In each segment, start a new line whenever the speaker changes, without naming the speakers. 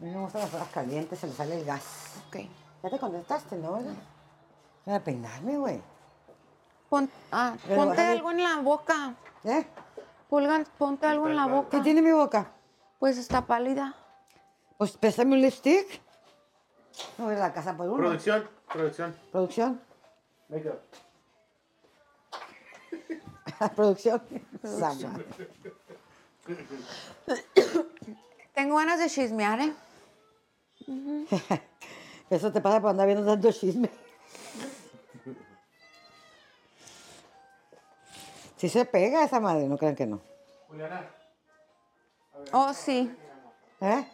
A mí me gustan las cosas calientes, se me sale el gas.
Ok.
Ya te contestaste, ¿no? ¿Verdad? Voy a peinarme, güey.
Pon- ah,
Pero
ponte
bájale.
algo en la boca.
¿Eh?
Pulgan, ponte algo en la boca.
¿Qué tiene mi boca?
Pues está pálida.
Pues pésame un lipstick. No voy a la casa por uno.
Producción, producción.
Producción.
Venga.
Producción. Sama.
Tengo ganas de chismear, ¿eh?
Eso te pasa por andar viendo tanto chisme. Si se pega esa madre, no crean que no.
Juliana.
Oh, sí.
¿Eh?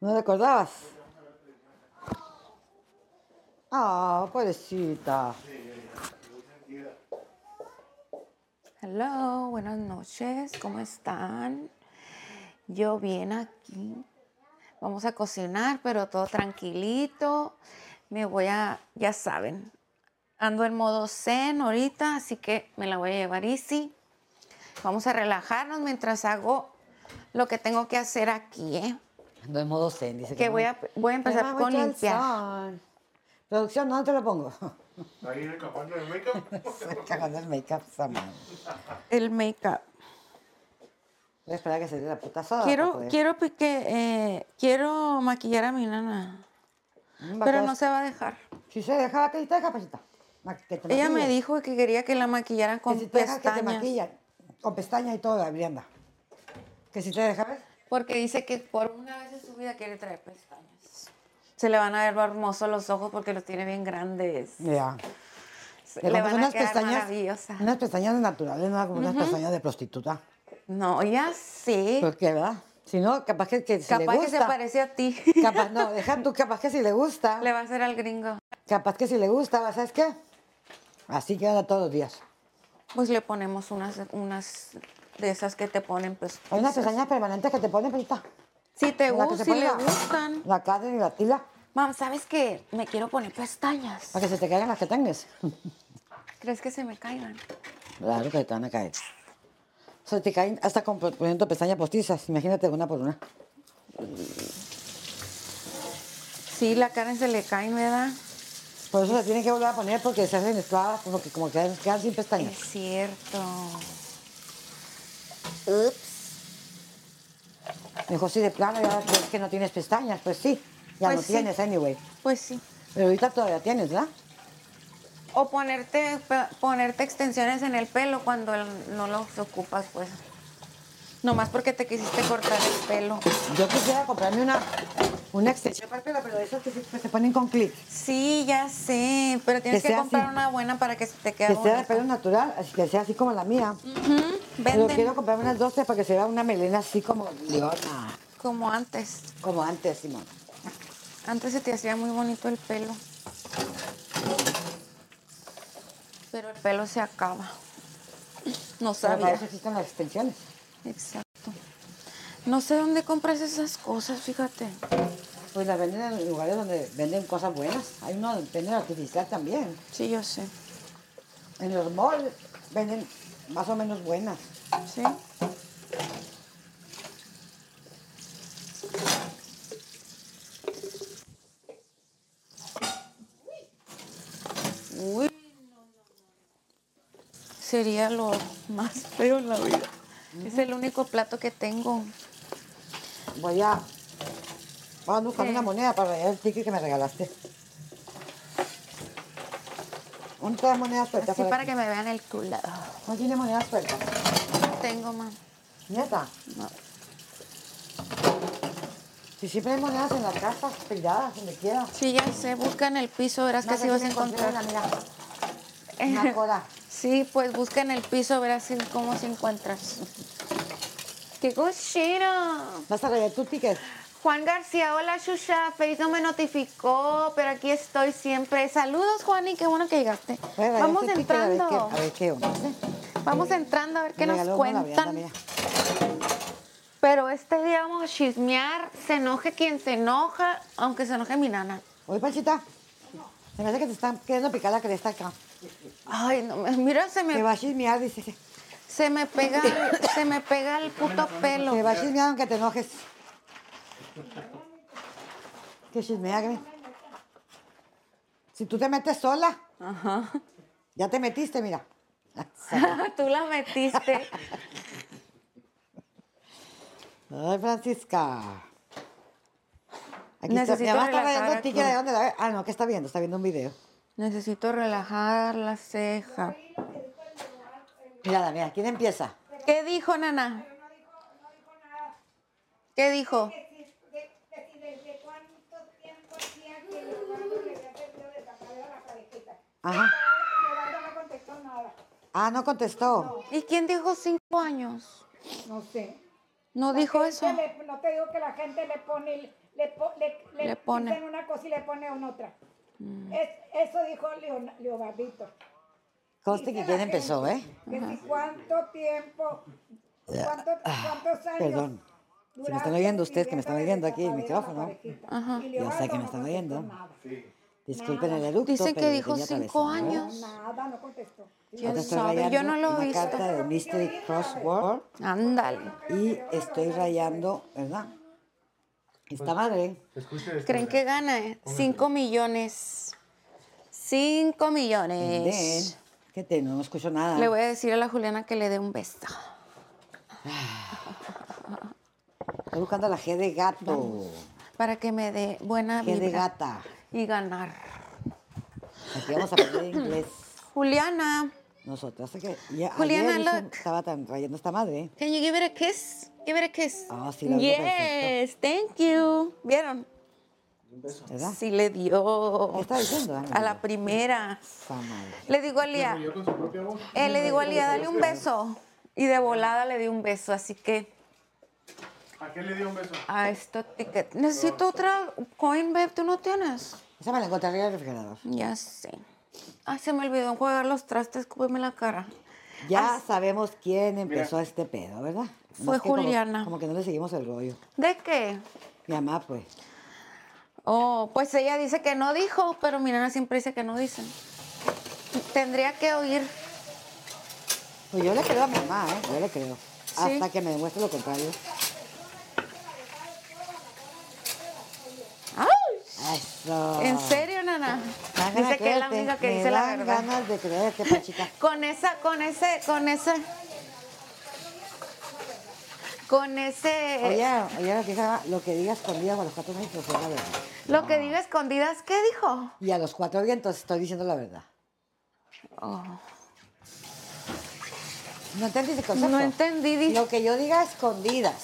¿No recordabas? Ah, pobrecita.
Hello, buenas noches. ¿Cómo están? Yo bien aquí. Vamos a cocinar, pero todo tranquilito. Me voy a, ya saben, ando en modo zen ahorita, así que me la voy a llevar easy. Vamos a relajarnos mientras hago lo que tengo que hacer aquí, ¿eh?
Ando en modo zen, dice.
Que voy a, voy a empezar con limpiar.
Producción, ¿dónde te lo pongo?
Ahí en el cajón del make-up.
Se me cagando el make-up, esa madre.
El make-up.
Voy a esperar a que se dé la puta soda. para
Quiero,
poder-
quiero, pique- eh, quiero maquillar a mi nana,
Mm, va
pero
todo-
no se va a dejar.
Si se deja, que te deja, pasita. Ma- que te
Ella me
maquillen.
dijo que quería que la maquillaran con
que si te deja, que te
pestañas.
maquillan. Con pestañas y todo, la Brianda. Que si te deja, ¿ves?
Porque dice que por una vez en su vida quiere traer pestañas. Se le van a ver hermosos los ojos porque los tiene bien grandes.
Ya.
Se-
Le
Le
compras
van a
unas
quedar
pestañas,
maravillosas.
unas pestañas naturales, no como unas pestañas de prostituta.
No, ya sé.
Porque, ¿verdad? Si no, capaz que, que si le
Capaz que
gusta.
se parece a ti.
capaz, no, deja tú, capaz que si le gusta.
le va a hacer al gringo.
Capaz que si le gusta, ¿sabes qué? Así queda todos los días.
Pues le ponemos unas, unas de esas que te ponen pues,
Hay unas
pestañas.
pestañas permanentes que te ponen, Pelita.
Si
La que
te gustan,
se
si
pone
le
la-
gustan.
La Catherine y la Tila,
Mam, ¿sabes qué? Me quiero poner pestañas.
para que se te caigan las que tengas.
¿Crees que se me caigan?
Claro que te van a caer. Se te caen hasta con, poniendo pestañas postizas. Imagínate una por una.
Sí, la Karen se le caen, ¿verdad?
Por eso se tienen que volver a poner porque se hacen esclavas, como que como quedan, quedan sin
Es
pestañas.
cierto. Ups.
Mejor si de plano ya ves que no tienes pestañas, pues sí, ya
Pues
no
sí.
tienes anyway.
Pues sí.
Pero ahorita todavía tienes, ¿verdad?
O ponerte, pe- ponerte extensiones en el pelo cuando el- no los ocupas, pues. Nomás porque te quisiste cortar el pelo.
Yo quisiera comprarme una, una extensión para el pelo, pero de esas que se, que se ponen con clic.
Sí, ya sé, pero tienes
Que
que,
sea
comprar
así.
una buena para que se te quede
Que sea de pelo
bonito.
natural, así que sea así como la mía.
Ujú,
Pero
Venden
quiero comprarme unas 12 para que se vea una melena así como leona,
como antes.
como antes, Simón.
Antes se te hacía muy bonito el pelo. Pero el pelo se acaba. No
Pero para
sabía.
eso existen las extensiones.
Exacto. No sé dónde compras esas cosas, fíjate.
Pues las venden en lugares donde venden cosas buenas. Hay uno donde venden artificial también.
Sí, yo sé.
En los malls venden más o menos buenas.
Sí. Uy. Sería lo más feo en la vida. Es el único plato que tengo.
Voy a. Voy a buscar
¿Qué?
una moneda para rayar el ticket que me regalaste. ¿Dónde están las monedas sueltas?
Así
por
para
aquí?
que me vean el culo.
No tiene monedas sueltas.
Tengo, mamá.
Neta,
No.
si siempre hay monedas en la casa, pegadas, donde quiera.
Sí, ya sé. Busca en el piso, verás que
No,
sí vas a
aquí encontré
encontrar. Eh.
Una, mira, una cola.
Sí, pues busca en el piso, verás si- cómo se encuentras. ¡Qué cochera!
¿Vas a rayar tu ticket?
Juan García, hola Shusha, Feliz no me notificó, pero aquí estoy siempre. Saludos, Juan, y qué bueno que llegaste.
Voy a rayar
Vamos
este ticket A ver
entrando,
qué, a ver qué onda. ¿sí?
vamos entrando a ver qué
Me
nos
regaló uno la Brianda,
cuentan.
mira.
Pero este día vamos a chismear, se enoje quien se enoja, aunque se enoje mi nana.
Oye, Panchita, se me hace que te están queriendo picar la cresta acá.
Ay, no, me- mira, se
Me
me,
va a chismear, dice.
Se me pega, se me pega el puto pelo.
Te va chismeando aunque te enojes. Que chismea, Gris. Si tú te metes sola. Ya te metiste, mira.
Tú la metiste.
Ay, Francisca. Aquí
Necesito
está. Mi mamá está
relajar
rayando el tigre
aquí.
de dónde la- Ah, no, ¿qué está viendo? Está viendo un video.
Necesito relajar la ceja.
Mira, Daniela, ¿quién empieza?
¿Qué dijo, nana? ¿Qué dijo?
Ajá. Ah, no contestó.
¿Y quién dijo cinco años?
No sé.
¿No dijo eso?
Que le- no te digo que la gente le pone, el- le, po- le, le,
Le pone. Mm.
dicen una cosa y le pone una otra. Es- eso dijo Leon- Leobardito.
Conste que
Dice
quién
la
empezó, ¿eh?
gente que si cuánto tiempo, cuánto- cuántos años.
Ah, perdón. Si me están
duraste
oyendo ustedes, que me están
pidiéndole
oyendo aquí el
desaparecer a la
micrófono.
parejita.
Ajá.
Y
Ya sé que me
Leobardo no
están
contestó
oyendo.
nada.
Sí.
Disculpen el
Nada.
eructo.
Dicen que
pero
dijo
tenía
cinco
atravesado.
años.
Nada, no contestó.
Ya
¿Quién
te estoy
sabe? Yo no
rayando
lo he
una
visto.
carta de Mystery Crossword
Ándale.
y estoy rayando, ¿verdad?
Pues
Está madre.
Escuche esto.
¿Creen que gana? eh? Cinco millones. Cinco millones.
Ven, Que te, no escucho nada.
Le voy a decir a la Juliana que le dé un beso.
Estoy buscando la G de gato.
Para que me dé buena
G de
vibra
gata.
y ganar.
Aquí vamos a aprender inglés.
Juliana,
Nosotras. que ya,
Juliana,
ayer hice-
look.
Estaba tan rayando esta madre.
can you give it a kiss? Give it a kiss.
Ah, sí, la veo
yes, thank you. ¿Vieron?
¿Verdad?
Sí le dio.
¿Qué está diciendo, Ana?
A la primera.
Está madre.
Le digo a Lía,
Yo con su propia voz.
eh, le digo a Lía, dale un beso. Y de volada le di un beso, así que
¿A qué le dio un beso?
a esto ticket. Necesito otra coin, babe, ¿tú no tienes?
Esa me la encontraré en el refrigerador.
Ya sé. Ay, se me olvidó enjuagar los trastes, cúbeme la cara.
Ya sabemos quién empezó este pedo, ¿verdad?
Ah, Fue
Nomás que como-
Juliana.
Como, que no le seguimos el rollo.
¿De qué?
Mi mamá, pues.
Oh, pues ella dice que no dijo, pero mi nana siempre dice que no dicen. Tendría que oír.
Pues yo le creo a mi mamá, ¿eh? Yo le creo.
Sí.
Hasta que me demuestre lo contrario.
¡Ay!
Eso.
¿En serio, nana?
Dan ganas
Dice
de
que es la
creerte.
única que
Me
dice la
dan
verdad.
ganas de creerte, pues, Pachita.
Con esa, con ese, con ese. Con ese.
Oye, oye, la fija, lo que digas con vida a los cuatro vientos es la verdad.
Lo que digo escondidas, ¿qué dijo?
Y a los cuatro vientos estoy diciendo la verdad.
Oh,
¿No entendiste el concepto?
no entendí. di-
Lo que yo diga a escondidas.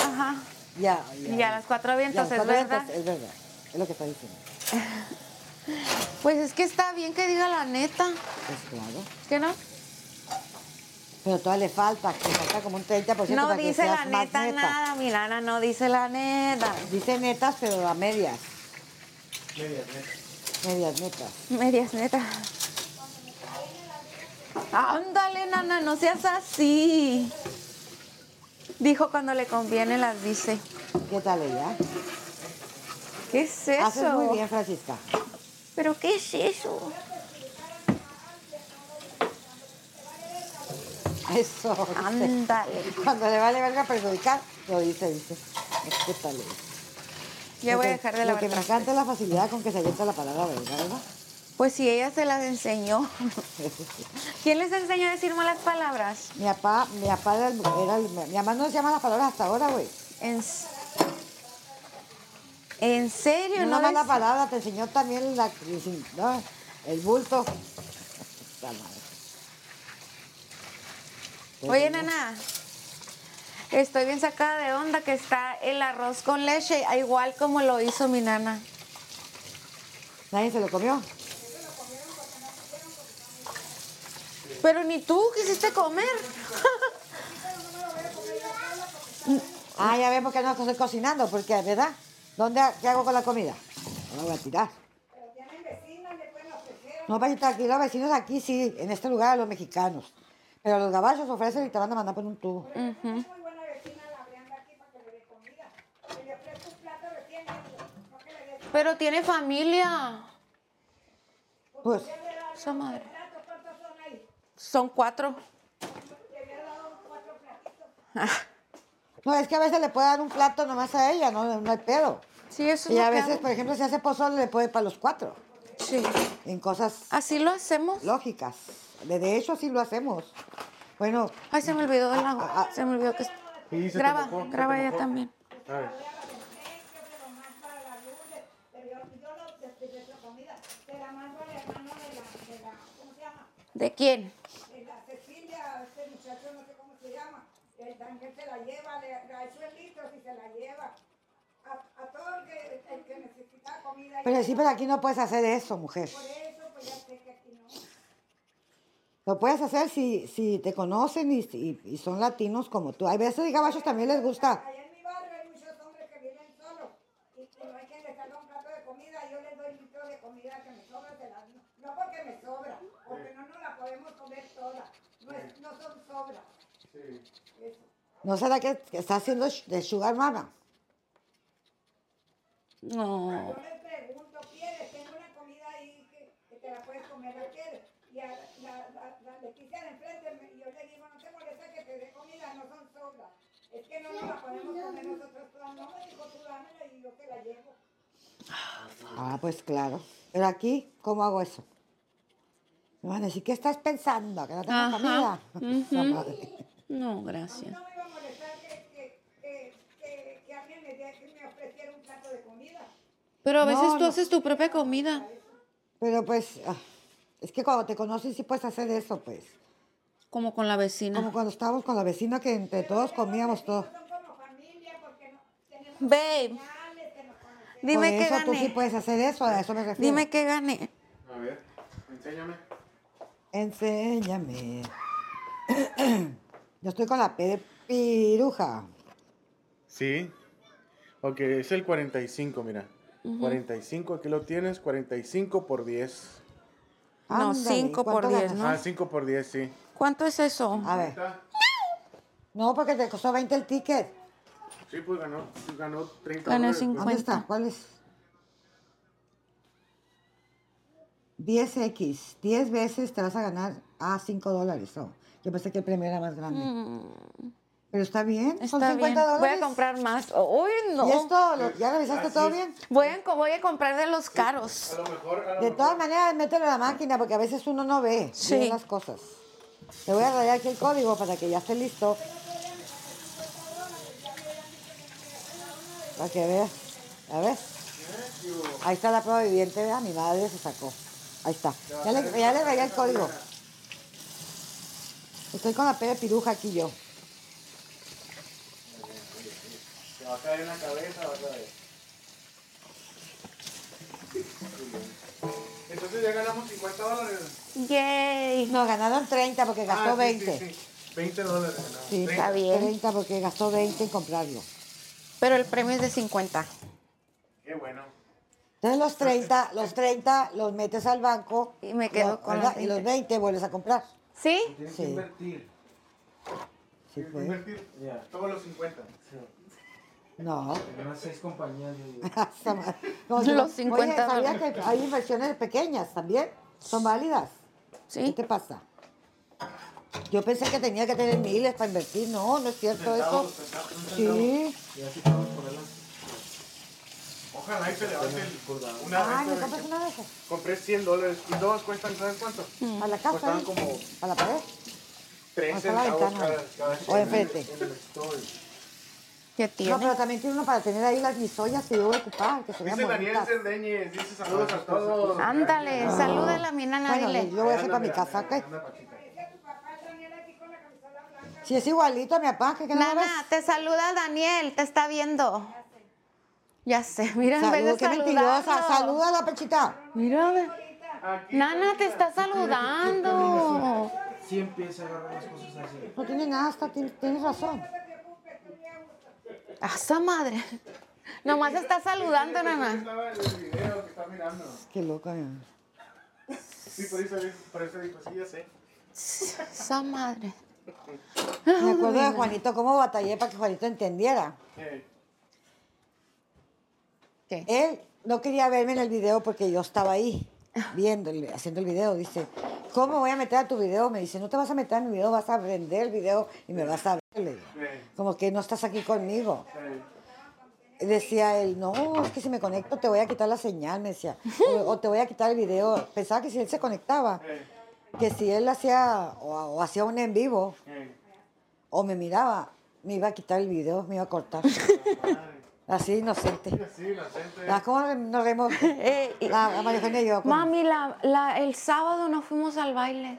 Ajá.
Ya, ya.
Y a los cuatro
Y a
vientos
los
es
cuatro vientos
verdad.
es verdad. Es lo que está diciendo.
Pues es que está bien que diga la neta.
Es Pues claro.
¿Qué no?
Pero todavía le falta, que falta como un 30%
No
para que
dice la
seas más
neta
neta.
nada, mi nana no dice la neta.
Dice netas, pero a medias.
Media, media.
Medias netas.
Medias neta. Ándale, nana, no seas así. Dijo cuando le conviene las dice.
¿Qué tal ella?
¿Qué es eso?
Haces Ah, pues muy bien, Francisca.
¿Pero qué es eso?
Eso. dice.
Ándale.
Cuando le vale verga perjudicar, lo dice, dice. ¿Qué tal ella?
Ya
Lo
voy a
que-
dejar de
Lo que me
lavar trastes.
encanta es la facilidad con que se avienta la palabra verga, ¿verdad?
Pues si ella se las enseñó. ¿Quién les enseñó a decir malas palabras?
Mi papá, mi papá era el, era el- mi mamá no se llama las palabras hasta ahora, güey.
En, s- ¿En serio,
Una
no.
mala
des-
palabra te enseñó también la, no, el bulto. La madre. Pues
Oye, nana. Estoy bien sacada de onda que está el arroz con leche, a igual como lo hizo mi nana.
Nadie se lo comió.
Pero ni tú quisiste comer.
Ah, ya vemos que no estoy cocinando, porque, ¿verdad? ¿Dónde, ¿Qué hago con la comida? No la voy a tirar. No, Pachita, aquí los vecinos aquí sí, en este lugar a los mexicanos. Pero los gabachos ofrecen y te van a mandar por un tubo.
Mm. Pero tiene familia.
Pues,
Esa madre. Son cuatro.
No, es que a veces le puede dar un plato nomás a ella, no, no hay pedo.
Sí, eso es
Y
lo
a
que
veces, pues,
hago.
por ejemplo, si hace pozole, le puede para los cuatro.
Sí.
En cosas
Así lo hacemos.
lógicas. De de hecho, así lo hacemos. Bueno,
Ay, se me olvidó el agua.
Ah, ah.
Se me olvidó que...
Sí, se te
graba,
mojó, se te
graba ya
mojó.
también.
A ver.
¿De quién?
la Cecilia, este muchacho no sé cómo se llama, el ángel se la lleva, le da suelitos y se la lleva. A, a todo el que, el que necesita comida. y
pero sí, pero aquí no puedes hacer eso, mujer.
Por eso, pues ya sé que aquí no.
Lo puedes hacer si, si te conocen y, y- y son latinos como tú. Hay veces, gabachos también les gusta.
Allá en mi barrio hay muchos hombres que viven solos. Y, y no hay quien les haga un plato de comida. Yo les doy un litro de comida que me sobra. se la- no porque me sobra, porque no nos la podemos comer toda. No, es- no son sobras.
Sí.
¿No será que, que está haciendo sh- de sugar mama?
No.
Yo les pregunto, ¿quieres? Tengo una comida ahí que, que te la puedes comer, ¿la quieres? Y a la, la, la, la Leticia de enfrente, me- yo le digo, no te molesta que te dé comida, no son sobras. Es que no nos la podemos comer nosotros todas. No me dijo tú, dámela y yo te la llevo.
Ah, pues claro. Pero aquí, ¿cómo hago eso? Me van a decir, ¿qué estás pensando? ¿Que no tengo
Ajá.
comida? Esa madre.
No,
A mí
gracias.
no me iba a molestar que, que, que, que, que alguien me, diera- que me ofreciera un plato de comida.
Pero a veces
No,
tú
no.
haces tu propia comida.
Pero pues, ah, es que cuando te conocen sí puedes hacer eso, pues.
Como con la vecina.
Como cuando estábamos con la vecina que entre todos comíamos todo.
Son como familia porque no, tenemos
Babe,
canales que nos conocemos.
dime
Por
qué
eso tú sí
gané.
puedes hacer eso, a eso me refiero.
Dime qué gané.
A ver, enséñame.
Enséñame. Yo estoy con la P de piruja.
Sí. Ok, es el 45, mira. 45, aquí lo tienes, 45 por 10.
No, cinco
¿cuánto
por diez,
ganas? Ah.
¿no?
Ah, 5 por 10, sí.
¿Cuánto es eso?
A ver.
Está.
No, porque te costó 20 el ticket.
Sí, pues ganó, ganó 30
Ganó
dólares, pues.
¿Dónde
Cuenta.
está? ¿Cuál es? 10X. 10 veces te vas a ganar a 5 dólares. oh. Yo pensé que el premio era más grande. Pero está bien. Son
Mm. Está
50
bien.
dólares.
Voy a comprar más. Uy, no.
¿Y esto? lo- ¿Ya revisaste
Así
todo
es.
bien?
Voy a, co- voy a comprar de los caros.
pues. A lo mejor, a lo
De
mejor-
todas maneras, mételo a la máquina porque a veces uno no ve
Sí.
bien las cosas. Te voy a rayar aquí el código para que ya esté listo. Para que veas. A ver. Ahí está la prueba viviente, ¿verdad? Mi madre se sacó. Ahí está. Ya le, ya le rayé el código. Estoy con la pera piruja aquí yo.
Te va a caer en la cabeza, vas a ver. Entonces ya ganamos 50 dólares.
Yay.
No, ganaron 30 porque gastó
Ah, sí, sí,
20. Sí,
sí. 20 dólares ganamos.
está bien.
30 porque gastó 20 en comprarlo.
Pero el premio es de 50.
Qué bueno.
Entonces los 30, los 30 los metes al banco
Y me quedo
lo-
con los
¿verdad? y los 20 vuelves a comprar.
¿Sí?
Tienes
Sí.
que invertir.
Sí,
Tienes que
pues.
invertir todos los 50.
No.
Tenemos seis compañías, yo digo.
Esa madre. No, yo-
Los 50
Oye, ¿sabía
dólares.
que hay inversiones pequeñas también? Son válidas. ¿Qué
Sí.
te pasa? Yo pensé que tenía que tener miles para invertir. No, no es cierto eso.
Centavos, centavos, un centavo.
Sí.
Y así podemos ponerlas.
Ojalá y se levante el- una
Ay, me
vez.
Ah,
que-
compras una de esas.
Compré 100 dólares y todas cuestan, ¿sabes cuánto?
Mm.
Para la casa.
Costaban
¿eh?
como
Para la pared.
3
Hasta la
centavos
ventana.
cada, cada
O enfrente.
en el store.
¿Qué
No, pero
tiene?
también tiene uno para tener ahí las misollas que yo voy a ocupar, que se vean
Dice Daniel
bonitas.
Cerdeñez, dice saludos a todos.
Ándale, saluda a la mina,
Bueno,
dile.
yo voy a hacer para mi casa, ¿ok? Si es igualito a mi papá, que que no lo ves.
Nana, te saluda Daniel, te está viendo. Ya sé, mira, en vez
Saludos,
de
qué mentirosa.
saludarlo.
Saluda a la pechita.
Mira, ve.
Aquí,
Nana te está saludando.
Sí empieza a agarrar las cosas así.
No tiene nada, está- tien- tienes razón.
A esa madre. Nomás está saludando, nana.
estaba en el video que está mirando.
Qué loca. mi amor.
Sí, por eso, dijo- por eso dijo, sí, ya sé.
Esa madre.
Me acuerdo de Juanito, cómo batallé para que Juanito entendiera.
Eh,
¿Qué?
Él no quería verme en el video porque yo estaba ahí, viendo, el- haciendo el video. Dice, ¿cómo voy a meter a tu video? Me dice, no te vas a meter a mi video, vas a aprender el video y me vas a ver. Le digo.
eh,
como que no estás aquí conmigo. Decía él, no, es que si me conecto te voy a quitar la señal, me decía, o, o te voy a quitar el video. Pensaba que si él se conectaba, que si él hacía o, o hacía un en vivo o me miraba, me iba a quitar el video, me iba a cortar. Así inocente.
Sí, la gente.
Ah, ¿Cómo nos reímos? Ah,
Eh, y-
La, la María Eugenia y yo. con-
Mami, la, la- el sábado nos fuimos al baile.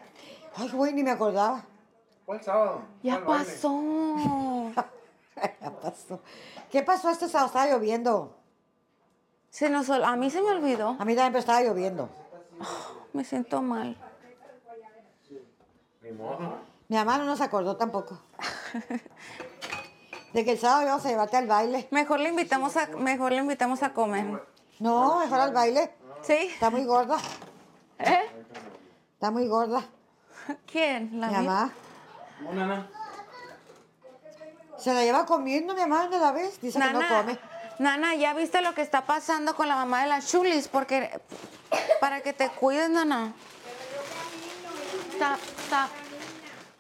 Ay, güey, ni me acordaba.
¿Cuál sábado?
Ya
¿Cuál baile?
pasó.
Ya pasó. ¿Qué pasó este sábado? Estaba lloviendo.
Se nos, ol- a mí se me olvidó.
A mí también pero estaba lloviendo.
Me siento mal.
Ni modo.
Mi mamá no nos acordó tampoco. De que el sábado íbamos a llevarte al baile.
Mejor le invitamos a, mejor le invitamos a comer.
No, mejor al baile.
¿Sí?
Está muy gorda.
¿Eh?
Está muy gorda.
¿Quién? ¿La
Mi
mía?
mamá.
Una Oh, nana.
Se la lleva comiendo mi mamá de la vez. Dice que no come.
Nana, ya viste lo que está pasando con la mamá de las chulis, porque para que te cuides, Nana. Está, está.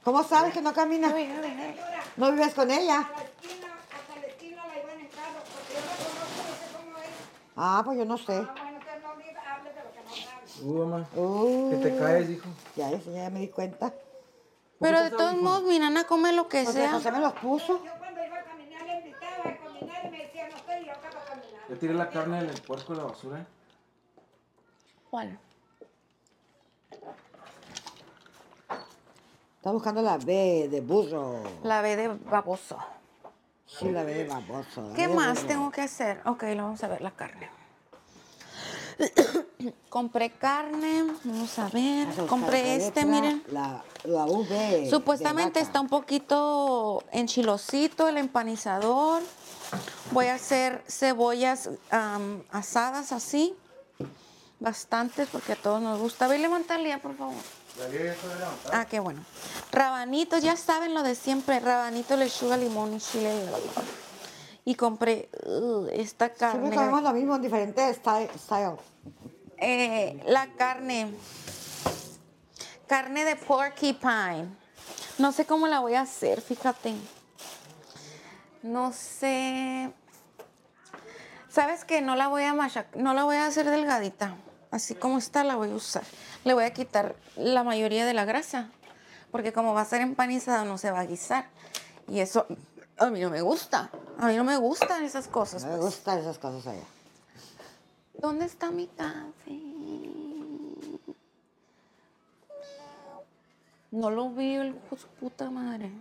¿Cómo sabes que no camina?
Ay, ay, ay.
No vives con ella.
A la esquina, hasta la esquina la iban en carro, porque yo la conozco, no sé cómo es.
Ah, pues yo no sé.
Ah, bueno, usted no diga, hable de lo que no sabe.
Uh, mamá.
Uh,
Que te caes, hijo.
Ya, ya, ya me di cuenta. Pues
Pero de todos modos, mi nana come lo que
Porque
sea.
José me los puso.
Yo cuando iba a caminar le invitaba a caminar y me decía, no estoy loca para caminar.
Ya tiré la carne del puerco a la basura.
¿Cuál?
Está buscando la B de burro.
La ve de baboso.
Sí, la B de baboso. la B
¿Qué
de
más
burro.
tengo que hacer? Ok, lo vamos a ver la carne. Compré carne, vamos a ver.
Vamos a buscar la
Compré este,
letra,
miren.
La, la V.
Supuestamente está un poquito enchilosito el empanizador. Voy a hacer cebollas am, asadas así. Bastantes porque a todos nos gusta. Ve, levantaría, por favor.
La liga ya está de levantar.
Ah, qué bueno. Rabanitos, ya saben lo de siempre. Rabanitos, lechuga, limón y chile. Y compré uh, esta carne.
Siempre comemos lo mismo en diferentes sty- styles.
Eh, la carne. Carne de porcupine. No sé cómo la voy a hacer, fíjate. No sé. ¿Sabes que No la voy a machac- no la voy a hacer delgadita. Así como está la voy a usar. Le voy a quitar la mayoría de la grasa. Porque como va a ser empanizada no se va a guisar. Y eso a mí no me gusta. A mí no me gustan esas cosas.
No me
pues.
gustan esas cosas allá.
¿Dónde está mi café? No lo veo, el hijo de su puta madre.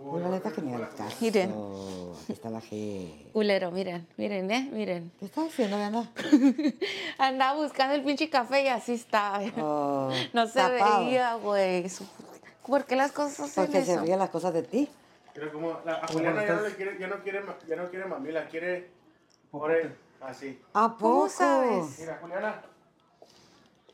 Una letra que ni al caso.
Miren.
Aquí está la G.
Culero, miren, miren, eh, miren.
¿Qué estás haciendo, Ana?
Andaba buscando el pinche café y así está.
Oh,
no se
tapado.
veía, güey. Su- ¿Por qué las cosas hacen
Porque se
eso?
ríen las cosas de ti.
Creo como. La, a Juliana ya no,
estás?
le quiere, ya, no quiere, ma- ya no quiere mamila, quiere. Por
Popote.
Así.
¿A poco?
sabes?
Mira, Juliana.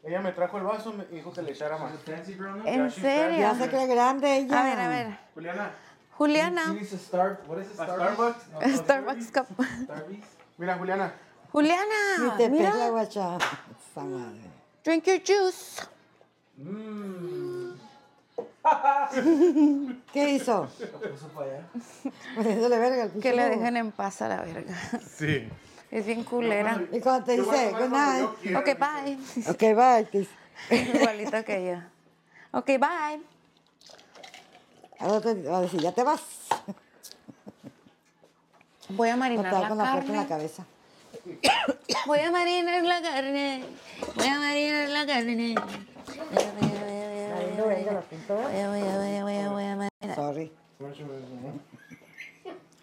Ella me trajo el vaso me dijo que le echara más.
Fancy, bro, no?
¿En
Ya, sí, está.
serio?
Ya se cree grande ella.
A ver, a ver.
Juliana,
Juliana.
Please start. What is a
¿a
Starbucks?
Starbucks?
Starbucks Cup.
Starbucks.
Mira, Juliana.
Ni
Juliana,
te pela,
mira,
guacha. Esa madre.
drink your juice.
Mmm.
¿Qué hizo?
Lo puso para allá.
Poniéndole verga al
Que le
piso.
dejen en paz a la verga.
Sí.
Es bien culera.
Y cuando te dice, good night.
Ok, bye.
Ok, bye. Chris.
Igualito que yo. Ok, bye.
Ahora te va a decir, ya te vas.
Voy a marinar
Total,
la
con la puerta en la
carne.
cabeza.
Voy a marinar la carne. Voy a marinar la carne. Voy a, voy a, voy a, voy a,
Ahí no venga la pinta, ¿verdad?
voy a, voy a, voy a, voy a, voy a marinar.
Sorry.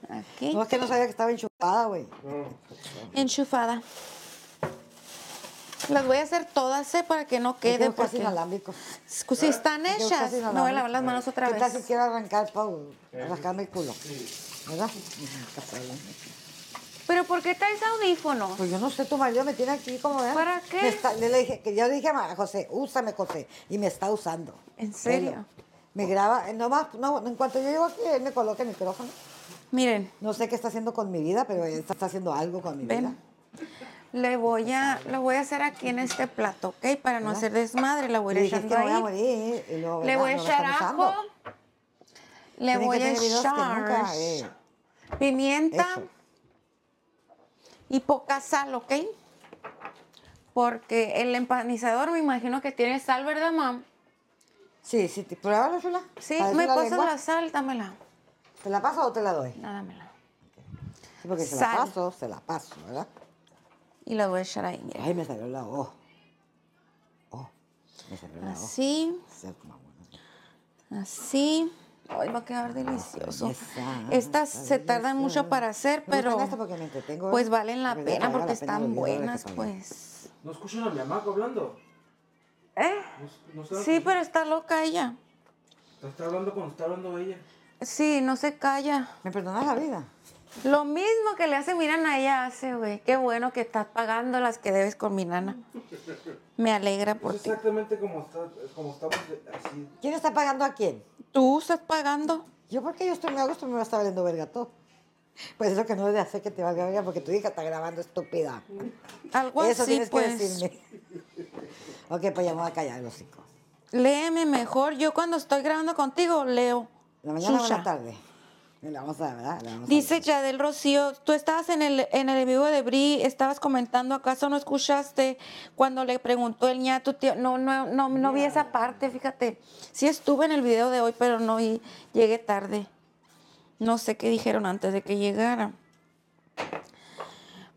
Aquí.
No, es que no sabía que estaba enchupada, güey.
Enchufada. Las voy a hacer todas, ¿eh? Para que no quede.
Quedó casi
Porque
inalámbrico.
si están
Me quedo
hechas,
casi
me voy a
inalámbrico.
lavar las manos otra
Yo casi
vez.
quiero arrancar para rascarme el culo. ¿Verdad?
Pero ¿por qué traes audífonos?
Pues yo no sé, tu marido me tiene aquí como vean.
¿Para qué?
Me está- yo le dije, que yo le dije a Ma- a José, úsame José, y me está usando.
¿En serio?
Él Me graba, eh, nomás, no, en cuanto yo llego aquí, él me coloca el micrófono.
Miren,
No sé qué está haciendo con mi vida, pero él está haciendo algo con mi vida.
Ven. Le voy a, lo voy a hacer aquí en este plato, ¿ok? Para no hacer desmadre, la voy a
Le
ir
dije, es
echando
que me voy a
ahí.
morir. Y luego,
Le
¿verdad?
voy a
No lo
echar
están
ajo.
usando.
Le
Tienen que
voy a
tener videos que nunca,
echar
eh,
pimienta
hecho.
y poca sal, ¿ok? Porque el empanizador me imagino que tiene sal, ¿verdad, mam?
Sí, sí, te- pruébalo, chula.
Sí,
Para eso
me
la
pasas
lengua.
la sal, dámela.
¿Te la paso o te la doy?
No, dámela.
Sí, porque se
Sal.
la paso, se la paso, ¿verdad?
Y la voy a echar ahí, mira.
Ay, me salió la O. Oh, me salió
Ah,
la O.
Así,
Se como bueno.
así. Hoy va a quedar delicioso.
esa,
Estas se tardan mucho
deliciosa.
para hacer,
Me gustan
pero
estas porque me entretengo, ¿eh?
pues valen la
porque ya
pena
valga
porque
la pena los
están
diez dólares
buenas,
que pagué.
pues.
¿No escuchan a mi mamá hablando?
¿Eh?
No, no está-
Sí, pero está loca ella.
Está hablando cuando está hablando ella.
Sí, no se calla.
¿Me perdonas la vida?
Lo mismo que le hace mi nana, ella hace, güey. Qué bueno que estás pagando las que debes con mi nana. Me alegra por
Es
ti.
exactamente como, está, como estamos de- así.
¿Quién está pagando a quién?
¿Tú estás pagando?
Yo porque yo estoy me gusto me va a estar valiendo verga todo. Pues eso que no debe hacer que te valga verga porque tu hija está grabando estúpida.
Algo
eso
así,
tienes que
pues.
decirme. ok, pues ya me voy a callar los hocico.
Léeme mejor. Yo cuando estoy grabando contigo, leo.
En la mañana o en
Xuxa.
la tarde. La vamos a, ¿verdad? La vamos a
Dice
ver.
Yadel Rocío, tú estabas en el, en el en vivo de Bri, estabas comentando, ¿acaso no escuchaste cuando le preguntó el ñato? Tío? No, no, no, no vi esa parte, fíjate. Sí estuve en el video de hoy, pero no y llegué tarde. No sé qué dijeron antes de que llegara.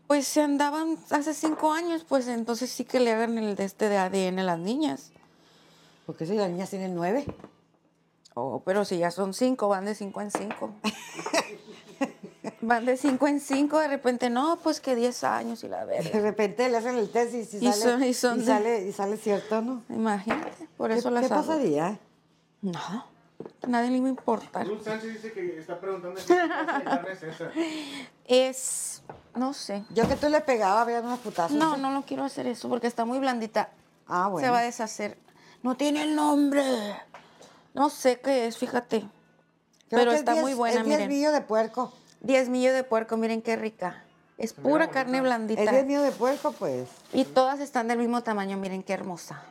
Pues se andaban hace cinco años, pues entonces sí que le hagan el de este de ADN a las niñas.
Porque Pues si las niñas tienen nueve.
Oh, pero si ya son cinco, van de cinco en cinco. van de cinco en cinco, de repente, no, pues que 10 años y la
De
verga.
repente le hacen el test y si
Y
sale,
son- y son de-
sale, y sale cierto, ¿no?
Imagínate, por eso
¿Qué,
las
qué
hago.
pasaría?
No, a nadie le va a importar.
Luz Sánchez dice que está preguntando qué clase de carne es esa.
Es, no sé.
Yo que tú le pegaba, habría unos putazos.
No, no lo quiero hacer eso porque está muy blandita.
Ah, bueno.
Se va a deshacer. No tiene el nombre. No sé qué es, fíjate.
Creo
pero
que es
está
diez-
muy buena,
es diez
miren.
millo de puerco.
Diez millos de puerco, miren qué rica. Es
mira
pura
bonita.
carne blandita.
Es 10 millo de puerco, pues.
Y todas están del mismo tamaño, miren qué hermosa.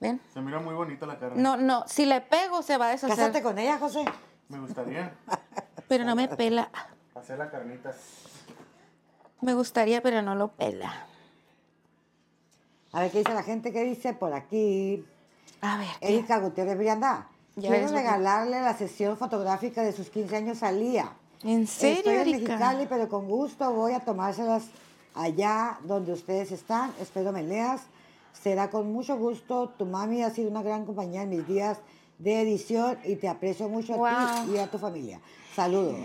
¿Ven?
Se mira muy bonita la carne.
No, no, si le pego se va a deshacer.
Cásate con ella, José.
Me gustaría
Pero no me pela.
hacer la carnita.
Me gustaría, pero no lo pela.
A ver qué dice la gente, qué dice por aquí.
A ver, ¿qué?
Erika Gutiérrez Brianda.
Ya
Quiero
ves, Guti.
regalarle la sesión fotográfica de sus 15 años a Lía.
¿En serio,
Estoy en Mexicali,
Erika?
pero con gusto voy a tomárselas allá donde ustedes están. Espero me leas. Será con mucho gusto. Tu mami ha sido una gran compañía en mis días de edición y te aprecio mucho a ti
Wow.
y a tu familia. Saludos.